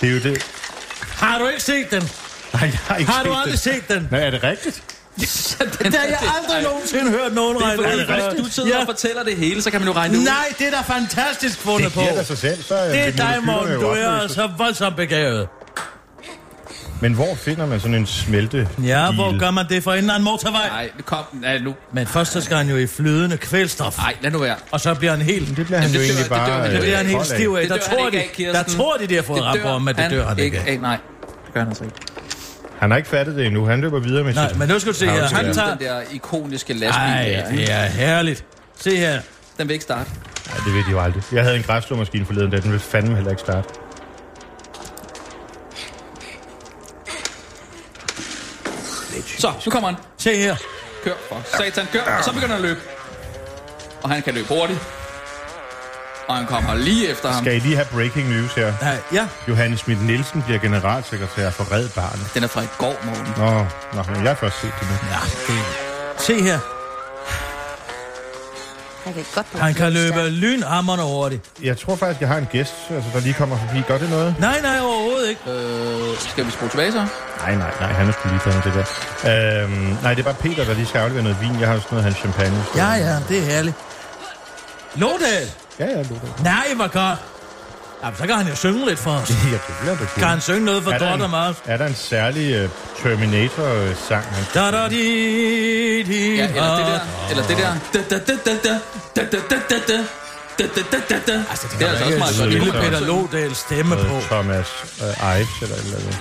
Speaker 3: Det er jo det.
Speaker 6: Har du ikke set den?
Speaker 3: Nej, jeg har ikke
Speaker 6: Har
Speaker 3: set
Speaker 6: du
Speaker 3: det.
Speaker 6: aldrig set den?
Speaker 3: Nej, er det rigtigt?
Speaker 5: Den,
Speaker 6: Det har jeg aldrig nogensinde hørt nogen regne ud for.
Speaker 5: Hvis du sidder
Speaker 6: Ja.
Speaker 5: og fortæller det hele, så kan man jo regne det ud.
Speaker 6: Nej, det er da fantastisk fundet
Speaker 3: Det
Speaker 6: på.
Speaker 3: giver dig sig selv, så
Speaker 6: Det er
Speaker 3: bliver
Speaker 6: dig,
Speaker 3: molekylerne
Speaker 6: Morten.
Speaker 3: jo
Speaker 6: Du er
Speaker 3: opløst.
Speaker 6: altså voldsomt begavet.
Speaker 3: Men hvor finder man sådan en smelte
Speaker 6: Ja, hvor gør man det for inden af en motorvej?
Speaker 5: Nej, det kom. Nej, nu.
Speaker 6: Men først så skal han jo i flydende kvælstof.
Speaker 5: Nej, lad nu være.
Speaker 6: Og så bliver han helt...
Speaker 3: Det bliver han
Speaker 5: Jamen,
Speaker 3: jo
Speaker 5: det dør-
Speaker 3: egentlig
Speaker 5: det
Speaker 3: bare...
Speaker 5: dør- det
Speaker 6: Det bliver
Speaker 3: øh,
Speaker 6: han helt
Speaker 3: kold af.
Speaker 6: stiv af.
Speaker 5: Det
Speaker 6: Der
Speaker 5: dør han
Speaker 6: tror,
Speaker 5: ikke
Speaker 6: de,
Speaker 5: af, Kirsten.
Speaker 6: der tror de, de har fået
Speaker 5: Det
Speaker 6: ramt på
Speaker 5: dør
Speaker 6: ham, men det dør han ikke. af.
Speaker 5: af. Nej, det gør han altså ikke.
Speaker 3: Han har ikke fattet det endnu. Han løber videre med
Speaker 6: Nej,
Speaker 3: sit...
Speaker 6: men nu skal du se her. Han tager...
Speaker 5: Den der ikoniske lastbil.
Speaker 6: Ej,
Speaker 5: der,
Speaker 6: det
Speaker 5: ikke?
Speaker 6: er herligt. Se her.
Speaker 5: Den vil ikke starte.
Speaker 3: Nej, det ved de jo aldrig. Jeg havde en græsslåmaskine forleden, da den ville fandme heller ikke starte.
Speaker 5: Så, nu kommer han.
Speaker 6: Se her.
Speaker 5: Kør, for satan, kør. Og så begynder han at løbe. Og han kan løbe hurtigt. Og han kommer lige efter ham.
Speaker 3: Skal I lige have breaking news her?
Speaker 6: Nej, Ja.
Speaker 3: Johannes Schmidt Nielsen bliver generalsekretær for Red Barnet.
Speaker 5: Den er fra i går, Morten.
Speaker 3: Nå, nå, men jeg har først set det nu.
Speaker 6: Ja, det... Se her.
Speaker 7: Han kan godt blive
Speaker 6: Han kan
Speaker 7: stærk.
Speaker 6: løbe lynhammerne hurtigt.
Speaker 3: Jeg tror faktisk, jeg har en gæst, altså, der lige kommer forbi. Gør det noget?
Speaker 6: Nej, nej, overhovedet ikke.
Speaker 5: Øh, skal vi skrue tilbage så?
Speaker 3: Nej, nej, nej, han er sgu lige med det der. Øhm, nej, det er bare Peter, der lige skal aflevere noget vin. Jeg har jo sådan noget hans champagne.
Speaker 6: Ja, ja, det er herligt. Lodal!
Speaker 3: Ja, ja, Ludo.
Speaker 6: Nej, hvor godt. Jamen, så kan han jo synge lidt for os.
Speaker 3: Ja, det bliver da cool.
Speaker 6: Kan han synge noget for
Speaker 3: er, der
Speaker 6: godt og meget?
Speaker 3: en, er der en særlig uh, Terminator-sang? Han...
Speaker 6: Da da di di
Speaker 5: Ja, eller det
Speaker 6: da.
Speaker 5: der. Eller det der. Da, da, da, da, da. Da, da, da, da, da. Da, da, da, da, da. Det er altså også
Speaker 3: lyde
Speaker 5: meget godt.
Speaker 3: lidt
Speaker 6: Lille
Speaker 5: Det kunne
Speaker 6: Peter
Speaker 5: man godt synge.
Speaker 6: Lodals stemme på.
Speaker 3: Noget Thomas uh, Ives eller et eller andet.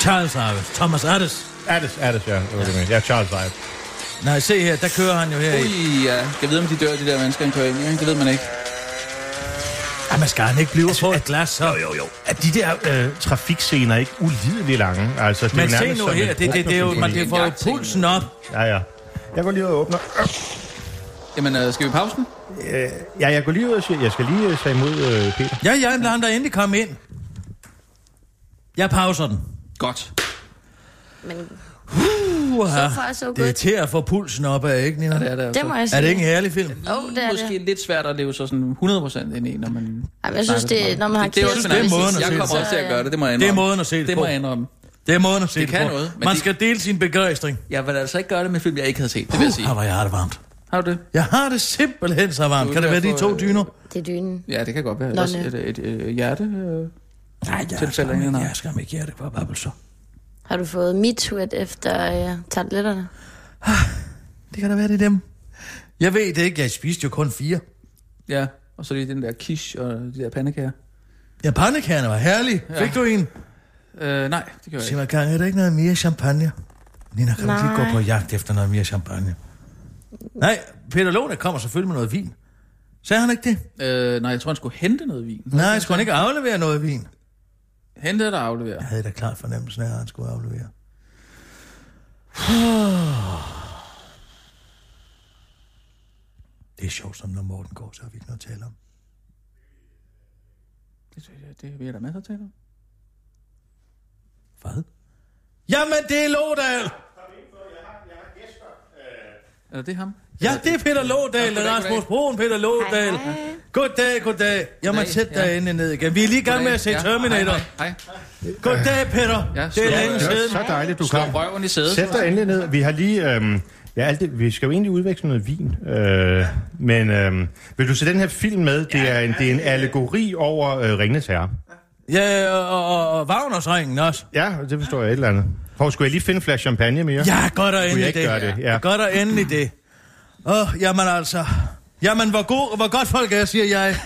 Speaker 6: Charles Arves. Thomas Addes.
Speaker 3: Addis, Addis, ja. Det var det, jeg mente. ja, Charles Ives.
Speaker 6: Nej, se her, der kører han jo her i.
Speaker 5: Ui, ja. Jeg ved, om de dør, de der mennesker, han kører ind i. ikke? Det ved man ikke.
Speaker 6: Ej, man skal han ikke blive på et Altså, glas, så.
Speaker 3: Jo, jo. Er de der øh, trafikscener ikke ulideligt lange? Altså, det er
Speaker 6: Men
Speaker 3: jo nærmest
Speaker 6: se nu
Speaker 3: som
Speaker 6: her,
Speaker 3: en
Speaker 6: det, det, det, er jo, man,
Speaker 3: åbner-
Speaker 6: det får jo pulsen op.
Speaker 3: Ja, ja. Jeg går lige ud og åbner.
Speaker 5: Jamen, øh, skal vi pause den?
Speaker 3: Øh, ja, jeg går lige ud og siger, jeg skal lige øh, tage imod øh, Peter.
Speaker 6: Ja, ja, lad ham da endelig komme ind. Jeg pauser den.
Speaker 5: Godt.
Speaker 7: Men
Speaker 6: Uha,
Speaker 7: So far, so
Speaker 6: det er
Speaker 7: good.
Speaker 6: til at få pulsen op af, ikke, Nina?
Speaker 5: Det er det
Speaker 7: det må
Speaker 5: altså.
Speaker 7: jeg sige.
Speaker 6: Er det ikke en herlig film?
Speaker 7: Jo, oh, det er
Speaker 5: Måske
Speaker 7: det.
Speaker 5: lidt svært at leve så sådan 100% ind i, når man...
Speaker 7: Ej, men jeg synes, det, når man har
Speaker 5: det, det, er også,
Speaker 7: kæft-
Speaker 5: men
Speaker 6: det er
Speaker 5: altså,
Speaker 6: måden at
Speaker 5: Jeg
Speaker 6: se det
Speaker 5: kommer
Speaker 6: på.
Speaker 5: også til at gøre det, det må jeg
Speaker 6: Det
Speaker 5: indrømme.
Speaker 6: er måden at se det
Speaker 5: Det må
Speaker 6: på.
Speaker 5: jeg indrømme.
Speaker 6: Det er måden at se det,
Speaker 5: Det kan
Speaker 6: på.
Speaker 5: noget, men
Speaker 6: Man
Speaker 5: de-
Speaker 6: skal dele sin begejstring.
Speaker 5: Jeg vil altså ikke gøre det med film, jeg ikke havde set. Det vil jeg sige.
Speaker 6: Her var jeg har det varmt.
Speaker 5: Har du det?
Speaker 6: Jeg har det simpelthen så varmt.
Speaker 5: Du
Speaker 6: Kan det
Speaker 5: kan
Speaker 6: være
Speaker 5: få,
Speaker 6: de to
Speaker 5: øh,
Speaker 6: dyner?
Speaker 7: Det er dynen.
Speaker 5: Ja, det kan godt være.
Speaker 7: Nå,
Speaker 5: Også
Speaker 7: nej.
Speaker 5: et, et, et, et hjerte. Øh.
Speaker 6: Nej, jeg
Speaker 5: Tilfælde
Speaker 6: skam
Speaker 5: ingen,
Speaker 6: ikke-
Speaker 5: nej.
Speaker 6: jeg skal ikke hjerte på babbel så.
Speaker 7: Har du fået MeToo'et efter uh, tabletterne?
Speaker 6: Det kan da være, det er dem. Jeg ved det ikke. Jeg spiste jo kun fire.
Speaker 5: Ja, og så lige den der quiche og de der pandekager.
Speaker 6: Ja, pandekærne var herlig.
Speaker 5: Ja.
Speaker 6: Fik du en?
Speaker 5: Øh, nej, det gør jeg
Speaker 6: Sig
Speaker 5: ikke.
Speaker 6: mig, Karen, er der ikke noget mere champagne? Nina, kan du ikke gå
Speaker 7: Nej.
Speaker 6: på jagt efter noget mere champagne? Nej, Peter Lone kommer selvfølgelig med noget vin. Sagde han ikke det?
Speaker 5: Øh, nej, jeg tror, han skulle hente noget vin.
Speaker 6: Nej, skulle han ikke aflevere noget vin?
Speaker 5: Hente eller aflevere?
Speaker 6: Jeg havde da klart fornemmelsen af, at han skulle aflevere. Det er sjovt, som når Morten går, så har vi ikke noget at tale om.
Speaker 5: Det, det, det vil jeg da masser til. dig.
Speaker 6: Hvad? Jamen, det er Lodal!
Speaker 5: Er det ham?
Speaker 6: Ja, det er Peter Lodal,
Speaker 5: goddag,
Speaker 6: Rasmus
Speaker 5: goddag.
Speaker 6: Broen, Peter Lodal. Goddag, goddag. Jamen,
Speaker 5: Goddag,
Speaker 6: sæt
Speaker 5: ja.
Speaker 6: dig inde ned igen. Vi er lige i gang med at se Terminator.
Speaker 5: Ja, hej, hej.
Speaker 6: Goddag, Peter.
Speaker 5: Ja,
Speaker 6: Det
Speaker 5: slå-
Speaker 6: er længe
Speaker 3: Det er
Speaker 6: siden.
Speaker 3: så dejligt, du
Speaker 5: Slå
Speaker 3: kom.
Speaker 5: røven i sædet.
Speaker 3: Sæt dig endelig ned. Vi har lige... Øhm, ja, alt det, vi skal jo egentlig udveksle noget vin. Øh, men øhm, vil du se den her film med? Det er en, det er en allegori over øh, Ringnes Herre.
Speaker 6: Ja, og, og, og Wagnersringen også.
Speaker 3: Ja, det forstår jeg et eller andet. Hov, skulle jeg lige finde en flaske champagne mere?
Speaker 6: Ja, godt og
Speaker 3: Kunne jeg
Speaker 6: endelig
Speaker 3: ikke
Speaker 6: det.
Speaker 3: gøre det? Ja.
Speaker 6: Godt og endelig det. Åh, oh, jamen altså. Jamen, hvor, god, hvor godt folk er, siger jeg.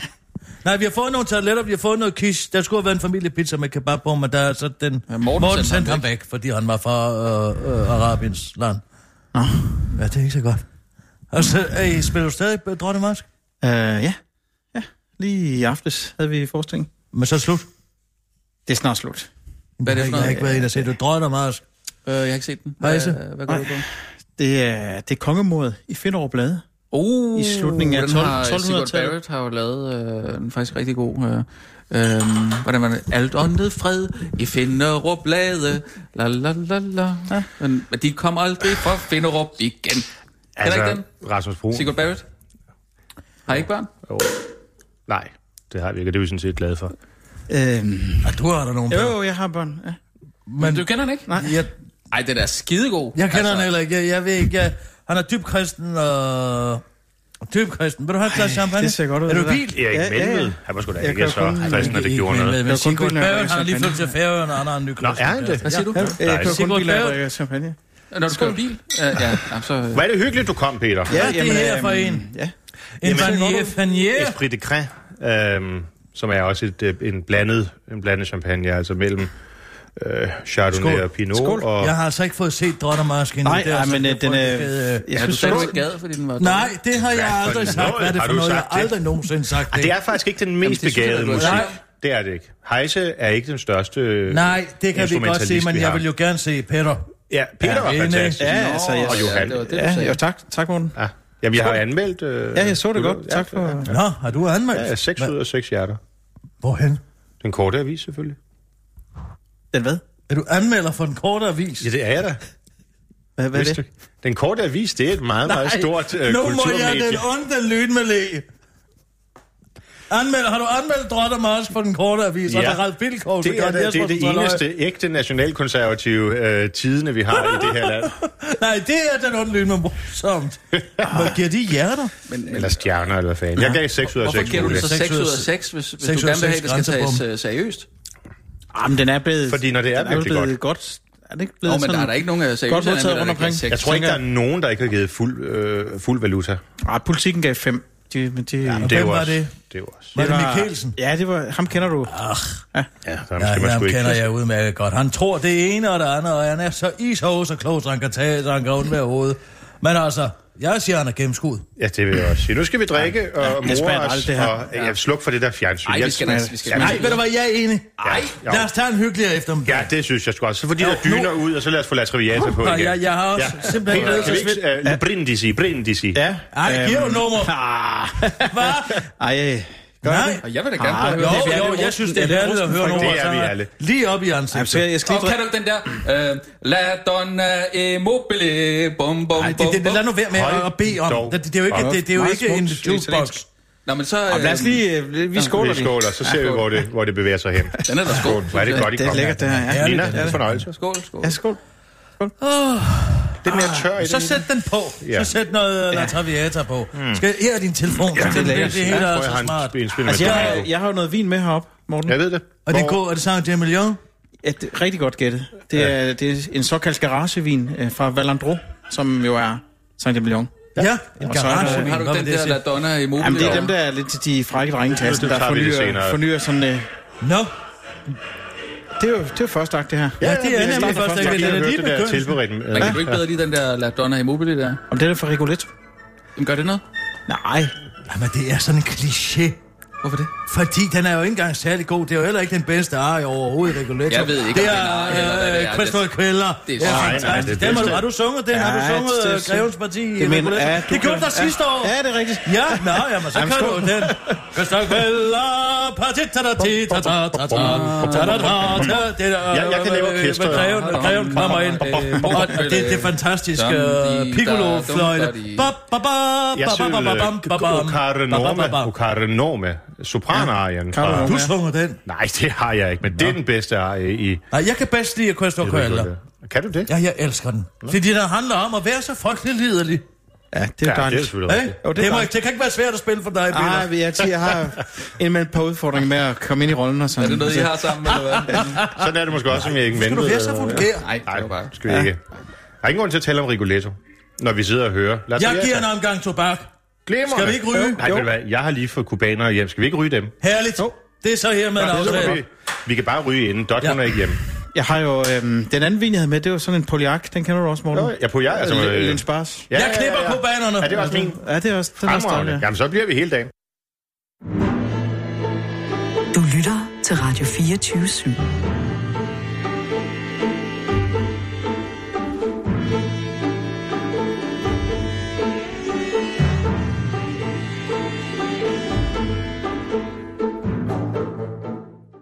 Speaker 6: Nej, vi har fået nogle toiletter, vi har fået noget quiche. Der skulle have været en familiepizza med kebab på, men der er så den...
Speaker 5: Ja, Morten sendte ham
Speaker 6: ham væk, fordi han var fra øh, øh, Arabiens land.
Speaker 5: Nå,
Speaker 6: Ja, det er ikke så godt. Og så, øh, spiller du stadig øh, Dronning Mask?
Speaker 10: Øh, ja. ja. Lige i aftes havde vi forestilling.
Speaker 6: Men så er det slut.
Speaker 10: Det er snart slut.
Speaker 5: hvad er det for
Speaker 6: Jeg har
Speaker 5: noget?
Speaker 6: ikke været inde og se, du Dronning Mask.
Speaker 5: Øh, jeg har ikke set den.
Speaker 6: Hejse.
Speaker 5: Hvad, hvad går du på?
Speaker 10: Det er, det er kongemodet i Finderup Blade.
Speaker 5: Oh,
Speaker 10: I slutningen af
Speaker 5: den
Speaker 10: 12-
Speaker 5: har,
Speaker 10: 1200-tallet.
Speaker 5: Sigurd Barrett har jo lavet øh, en faktisk rigtig god... Øh, øh, hvordan var det? Alt åndet fred i Finderup Lade. La la la la. Ja. Men, men de kom aldrig fra Finderup igen. Altså, ikke
Speaker 3: Rasmus Brun.
Speaker 5: den? Sigurd Barrett? Har I ikke børn?
Speaker 3: Jo. Nej, det har vi ikke, og det er vi sådan set glade for.
Speaker 10: Øhm,
Speaker 6: Ja, du har da nogen
Speaker 10: jo,
Speaker 6: børn.
Speaker 10: jo, jeg har børn. Ja.
Speaker 5: Men du kender den ikke?
Speaker 10: Nej.
Speaker 6: Jeg,
Speaker 5: Ej, den er skidegod.
Speaker 6: jeg kender altså... heller ikke. Jeg, jeg ved ikke. Jeg, han er dybkristen og... Dybkristen. Vil du have et glas champagne?
Speaker 10: det ser godt ud,
Speaker 6: Er du
Speaker 10: det der.
Speaker 6: bil?
Speaker 3: Erik
Speaker 10: Ja,
Speaker 3: ja, Melved,
Speaker 10: ja,
Speaker 3: ja,
Speaker 10: ja.
Speaker 3: ja. han var sgu da
Speaker 10: Jeg
Speaker 3: ikke
Speaker 10: kan
Speaker 3: så
Speaker 10: kun-
Speaker 3: kristen, at det gjorde noget.
Speaker 10: Jeg
Speaker 6: Men
Speaker 10: kunne kun
Speaker 6: Sigurd
Speaker 10: bilde mig ind, at
Speaker 6: Barrett,
Speaker 10: jeg
Speaker 6: han er lige
Speaker 10: champagne.
Speaker 6: flyttet til Færøerne, og han har en ny
Speaker 3: Nå,
Speaker 6: kristen.
Speaker 3: er han det?
Speaker 5: Hvad siger du?
Speaker 10: Ja, øh, jeg kører
Speaker 6: Sigurd
Speaker 10: kun biler,
Speaker 6: Barrett.
Speaker 10: der drikker champagne.
Speaker 5: Når du kører bil? Øh, ja, jamen, så...
Speaker 3: Hvor er det hyggeligt, du kom, Peter.
Speaker 10: Ja,
Speaker 6: det her for
Speaker 10: øhm,
Speaker 6: en.
Speaker 10: Ja.
Speaker 6: En
Speaker 3: Jamen,
Speaker 6: Vanier Fanier.
Speaker 3: Esprit de Crin, øhm, som er også et, øh, en, blandet, en blandet champagne, altså mellem øh, Chardonnay
Speaker 6: Skål.
Speaker 3: og Pinot.
Speaker 10: Skål.
Speaker 3: Og,
Speaker 6: Jeg har altså ikke fået set Dronning Mask endnu.
Speaker 10: Nej,
Speaker 6: Det er
Speaker 10: ej,
Speaker 6: altså
Speaker 10: men øh,
Speaker 6: ikke
Speaker 10: den er...
Speaker 6: frygtelig fed, øh,
Speaker 10: Jeg
Speaker 5: Ja, du
Speaker 10: synes,
Speaker 5: sagde, du
Speaker 10: det
Speaker 5: ikke gad, fordi den var
Speaker 6: Nej, det har jeg
Speaker 3: Hvad for noget?
Speaker 6: aldrig sagt. Hvad er det
Speaker 3: Har
Speaker 6: for
Speaker 3: du
Speaker 6: noget? Jeg
Speaker 3: sagt
Speaker 6: har
Speaker 3: det?
Speaker 6: aldrig nogensinde sagt
Speaker 3: Ah,
Speaker 6: det.
Speaker 3: det er faktisk ikke den mest
Speaker 5: det synes jeg,
Speaker 3: begavede
Speaker 5: du har
Speaker 3: musik.
Speaker 6: sagt.
Speaker 3: Det er det ikke. Heise er ikke den største øh,
Speaker 6: Nej, det kan vi godt
Speaker 3: instrumentalist,
Speaker 6: se, men
Speaker 3: vi
Speaker 6: jeg
Speaker 3: har.
Speaker 6: vil jo gerne se Peter.
Speaker 3: Ja, Peter
Speaker 6: Ja,
Speaker 3: var
Speaker 6: det er en,
Speaker 3: fantastisk.
Speaker 10: Ja, altså, jeg,
Speaker 3: og Johan.
Speaker 5: Ja, det var det, du
Speaker 10: ja,
Speaker 5: sagde.
Speaker 10: jo, tak, tak, Morten.
Speaker 3: Ja. Jamen, jeg har anmeldt... Øh,
Speaker 10: Ja, jeg så det
Speaker 3: du-
Speaker 10: godt.
Speaker 3: ja,
Speaker 10: Tak for...
Speaker 6: Nå, har du anmeldt?
Speaker 3: Ja, 6 ud af 6 hjerter.
Speaker 6: Hvorhen?
Speaker 3: Den korte avis, selvfølgelig.
Speaker 10: Den hvad?
Speaker 6: Er du anmelder for den korte avis?
Speaker 3: Ja, det er jeg da.
Speaker 10: Hvad, hvad er det?
Speaker 3: Vidste du? Den korte avis, det er et meget, meget
Speaker 6: Nej,
Speaker 3: stort øh,
Speaker 6: Nu må jeg
Speaker 3: kulturmedie.
Speaker 6: den onde lytte med læge. Anmeld, har du anmeldt Drotter Mars på den korte avis? Ja. Og
Speaker 3: Ja.
Speaker 6: der er Ralf Bilkov,
Speaker 3: det er, det,
Speaker 6: Jørgen
Speaker 3: det, er
Speaker 6: Jespersen,
Speaker 3: det
Speaker 6: og løg.
Speaker 3: eneste ægte nationalkonservative øh, tidene, vi har i det her land.
Speaker 6: Nej, det er den onde lytte med morsomt. Hvad giver de hjerter?
Speaker 3: Eller stjerner, eller hvad fanden. Jeg gav 6 ud af 6.
Speaker 5: Hvorfor giver du så 6
Speaker 6: muligt.
Speaker 5: ud af
Speaker 6: Seks ud af
Speaker 5: 6, hvis, hvis
Speaker 6: seks
Speaker 5: du
Speaker 6: ud af
Speaker 5: gerne vil have,
Speaker 6: seks
Speaker 5: at det skal tages
Speaker 6: grænsebom.
Speaker 5: øh, seriøst?
Speaker 10: Jamen, den er blevet...
Speaker 3: Fordi når det er
Speaker 10: den jo
Speaker 3: virkelig
Speaker 10: blevet godt. Er det ikke blevet
Speaker 5: Nå, men
Speaker 10: sådan...
Speaker 5: der er der ikke nogen øh, seriøse
Speaker 10: Godt modtaget
Speaker 5: anmeldere, der
Speaker 10: rundt
Speaker 5: giver
Speaker 10: omkring.
Speaker 5: seks.
Speaker 3: Jeg tror ikke, der
Speaker 10: tænker-
Speaker 3: er nogen, der ikke har givet fuld, øh, fuld valuta.
Speaker 10: Ah, politikken gav fem. De, men de, ja,
Speaker 3: Det er jo
Speaker 6: hvem var
Speaker 3: også,
Speaker 6: det?
Speaker 3: Det er jo også.
Speaker 6: Var det Mikkelsen?
Speaker 10: Ja, det var... Ham kender du. Ah,
Speaker 3: Ja, der
Speaker 6: Ja,
Speaker 3: skal man
Speaker 6: ham
Speaker 3: sgu ikke.
Speaker 6: kender jeg udmærket godt. Han tror det ene og det andet, og han er så ishås og klog, så han kan tage, så han kan undvære hovedet. Men altså, jeg siger, han er gennemskud.
Speaker 3: Ja, det vil jeg også sige. Nu skal vi drikke og
Speaker 10: jeg
Speaker 3: more
Speaker 10: smager
Speaker 3: os,
Speaker 10: aldrig det her.
Speaker 3: og ja, sluk for det der fjernsyn.
Speaker 5: Ej, vi
Speaker 3: Jeg
Speaker 5: skal
Speaker 3: smager-
Speaker 5: da- vi skal
Speaker 3: Ja,
Speaker 5: da-
Speaker 6: Nej, ved du hvad, jeg er enig.
Speaker 3: Nej, jo.
Speaker 6: Lad os tage en hyggeligere eftermiddag.
Speaker 3: Ja, det synes jeg sgu også. Så få de
Speaker 6: Jo,
Speaker 3: der dyner
Speaker 6: nu-
Speaker 3: ud, og så lad os få La Traviata på
Speaker 6: Nej,
Speaker 3: igen.
Speaker 6: jeg- jeg har også simpelthen
Speaker 3: Peter,
Speaker 6: glædet
Speaker 3: kan vi
Speaker 6: mig
Speaker 3: ikke, øh, Brindisi, Brindisi.
Speaker 10: ja.
Speaker 6: Ej, giv jo nummer. Hvad?
Speaker 10: Øhm. Ej, gør
Speaker 6: Nej.
Speaker 10: det?
Speaker 5: Og jeg vil da gerne
Speaker 10: Ah,
Speaker 5: prøve at
Speaker 6: Jo,
Speaker 5: høre det.
Speaker 10: vi alle,
Speaker 6: jo,
Speaker 10: Morten.
Speaker 6: jeg synes, det er
Speaker 10: Er det
Speaker 6: lærligt at høre
Speaker 10: Rosenkrantz?
Speaker 6: nummer.
Speaker 3: Det er vi
Speaker 6: sådan her.
Speaker 3: alle.
Speaker 6: Lige op i
Speaker 10: Jamen, så
Speaker 6: ansigtet.
Speaker 10: jeg, jeg skal
Speaker 5: Og
Speaker 10: lige...
Speaker 5: kan du den der... Øh, La donna immobile, bum bum
Speaker 6: Ej,
Speaker 5: bum
Speaker 6: det, det, det, lad nu
Speaker 5: bum.
Speaker 6: være med
Speaker 3: Hold
Speaker 6: at- at bede om.
Speaker 3: dog.
Speaker 6: Det, det er jo ikke, det, det er jo
Speaker 10: Meget
Speaker 6: ikke en
Speaker 10: smukt
Speaker 6: jukebox.
Speaker 10: italiensk.
Speaker 5: Nå, men så...
Speaker 10: Nå,
Speaker 5: øh,
Speaker 10: lad os lige... øh, Vi skåler
Speaker 3: Vi
Speaker 10: lige.
Speaker 3: skåler, så ser vi, hvor det, hvor det bevæger sig hen.
Speaker 5: Den er da skål.
Speaker 3: Hvor er det godt, I
Speaker 10: Det er
Speaker 3: kom.
Speaker 10: lækkert, det her, ja.
Speaker 3: Nina,
Speaker 10: Ja, det er
Speaker 3: en
Speaker 10: det.
Speaker 3: fornøjelse.
Speaker 5: Skål, skål.
Speaker 10: Ja, skål.
Speaker 3: Lidt mere tør i
Speaker 6: Ah, Så
Speaker 3: den.
Speaker 6: sæt den på. Så
Speaker 3: Ja. Hmm.
Speaker 6: sæt noget La Traviata på. Skal, her er din telefon. Ja, det, det,
Speaker 10: lækkert.
Speaker 6: det hele
Speaker 3: Tror
Speaker 6: er
Speaker 3: jeg
Speaker 6: så
Speaker 3: har en
Speaker 6: smart.
Speaker 3: sp- en spil med
Speaker 10: Altså, jeg, har-
Speaker 3: Domingo.
Speaker 10: jeg har jo noget vin med heroppe, Morten.
Speaker 3: Jeg ved det.
Speaker 6: Og det er
Speaker 3: Hvor-
Speaker 6: god, er det Saint Emilion?
Speaker 10: Ja, det er rigtig godt gættet. Det er, ja. det er en såkaldt garagevin øh, fra Valandro, som jo er Saint-Emilion.
Speaker 6: Ja, en
Speaker 10: så er der-
Speaker 6: garage.
Speaker 5: Har du den der La donna immobile?
Speaker 10: Jamen, det er
Speaker 5: over?
Speaker 10: dem, der er lidt til de frække drengeklassen,
Speaker 3: Nu
Speaker 10: der
Speaker 3: tager vi det
Speaker 10: fornyer,
Speaker 3: senere.
Speaker 10: fornyer sådan... Øh,
Speaker 6: Nå,
Speaker 10: det er jo, det er jo første akt, det her.
Speaker 6: ja, det er
Speaker 10: vi
Speaker 6: nemlig
Speaker 10: starter
Speaker 6: først,
Speaker 10: først.
Speaker 6: ikke?
Speaker 3: Jeg
Speaker 6: Det
Speaker 3: har
Speaker 6: er
Speaker 3: hørt
Speaker 6: lige
Speaker 3: det der
Speaker 6: begyndt.
Speaker 3: tilberedt.
Speaker 5: Men kan du ikke bedre lide den der La donna immobile der?
Speaker 10: Om det er fra Rigoletto?
Speaker 5: Jamen, gør det noget?
Speaker 10: Nej.
Speaker 6: Jamen, det er sådan en kliché.
Speaker 5: Hvorfor det?
Speaker 6: Fordi den er jo ikke engang særlig god. Det er jo heller ikke den bedste arie overhovedet, Regulator.
Speaker 5: Jeg ved ikke,
Speaker 6: det
Speaker 5: om den arie eller hvad
Speaker 6: er
Speaker 5: det
Speaker 6: øh,
Speaker 5: er.
Speaker 6: Crystal Quiller.
Speaker 5: det er
Speaker 6: Ja,
Speaker 5: Nej,
Speaker 3: nej,
Speaker 6: fantastisk.
Speaker 3: det er
Speaker 6: Den har, du,
Speaker 3: bedste.
Speaker 6: har du sunget den? har du
Speaker 10: Ja, det-
Speaker 6: sunget
Speaker 10: det-
Speaker 6: Grevens Parti i
Speaker 10: Det mener-
Speaker 6: Regulator?
Speaker 10: ja,
Speaker 6: det gjorde du da
Speaker 10: ja.
Speaker 6: sidste år.
Speaker 10: Ja, det er rigtigt.
Speaker 6: Ja, nå, jamen, så
Speaker 3: Jamen,
Speaker 6: kan du
Speaker 3: skål.
Speaker 6: den. Crystal Quiller. Parti, ta da ti, ta ta ta ta ta da ta ta Det er, øh,
Speaker 3: Ja, jeg kan lave
Speaker 6: øh,
Speaker 3: orkester,
Speaker 6: hvor
Speaker 3: ja.
Speaker 6: Greven, hvor greven kommer ind.
Speaker 5: Øh,
Speaker 6: Og det, det er fantastisk. øh,
Speaker 5: Dum, di, da,
Speaker 6: Piccolo-fløjte.
Speaker 5: dum, da, di.
Speaker 6: Ba, ba, ba,
Speaker 3: Jeg
Speaker 6: ba,
Speaker 3: søgte
Speaker 6: ba, ba, bam, ba, bam.
Speaker 3: Ocare
Speaker 6: Ba, ba, ba,
Speaker 3: Norma,
Speaker 6: bam.
Speaker 3: Ocare Norma, sopranarien.
Speaker 10: Ocare
Speaker 3: fra-
Speaker 10: Norma.
Speaker 6: Du sunger den.
Speaker 3: Nej, det har jeg ikke, men det er den bedste arie i...
Speaker 6: Nej, jeg kan bedst lide Quest of Quella.
Speaker 3: Kan du det?
Speaker 6: Ja, jeg elsker den. Fordi den handler om at være så frygtelig liderlig.
Speaker 10: Ja, det er
Speaker 3: Ja, det er
Speaker 10: dejligt.
Speaker 3: selvfølgelig
Speaker 6: Hey?
Speaker 3: rigtigt.
Speaker 10: Jo,
Speaker 6: Det,
Speaker 10: det er
Speaker 6: det, må,
Speaker 10: dejligt.
Speaker 6: ikke- det kan ikke være svært at spille for dig, Peter.
Speaker 10: Nej, jeg, jeg har en mand på udfordring med at komme ind i rollen og sådan.
Speaker 5: Er det noget, I
Speaker 10: Altså,
Speaker 5: har sammen, eller hvad?
Speaker 3: Sådan er det måske også, som jeg ikke
Speaker 6: Skal du
Speaker 3: ventede.
Speaker 6: være så vulgær?
Speaker 5: Nej, det er
Speaker 3: Nej,
Speaker 5: bare...
Speaker 3: skal vi ikke. Der er ingen grund til at tale om Rigoletto, når vi sidder og hører. Lad os
Speaker 6: Jeg
Speaker 3: tage-
Speaker 6: giver en omgang tobak.
Speaker 3: Glimmer.
Speaker 5: Skal vi ikke ryge?
Speaker 3: Nej, ved du hvad, jeg har lige fået kubanere hjem. Skal vi ikke ryge dem?
Speaker 5: Herligt. Det er så her med en
Speaker 3: Nå, det er så
Speaker 5: aftale.
Speaker 3: vi, vi kan bare ryge inden. Dot, ja. hun er ikke hjemme.
Speaker 6: Jeg har jo... Øhm, den anden vin, jeg havde med, det var sådan en poliak. Den kender du også, Morten.
Speaker 3: Nå, ja, Poliak, altså,
Speaker 6: Øh,
Speaker 3: øh,
Speaker 6: Lynch Bars.
Speaker 3: Ja,
Speaker 5: Jeg knipper
Speaker 3: ja, ja, ja.
Speaker 5: kubanerne.
Speaker 3: Er det også min?
Speaker 6: Ja, det er også... Den er også dejlig,
Speaker 3: Fremragende.
Speaker 6: ja.
Speaker 3: Jamen, så bliver vi hele dagen.
Speaker 1: Du lytter til Radio 24 /7.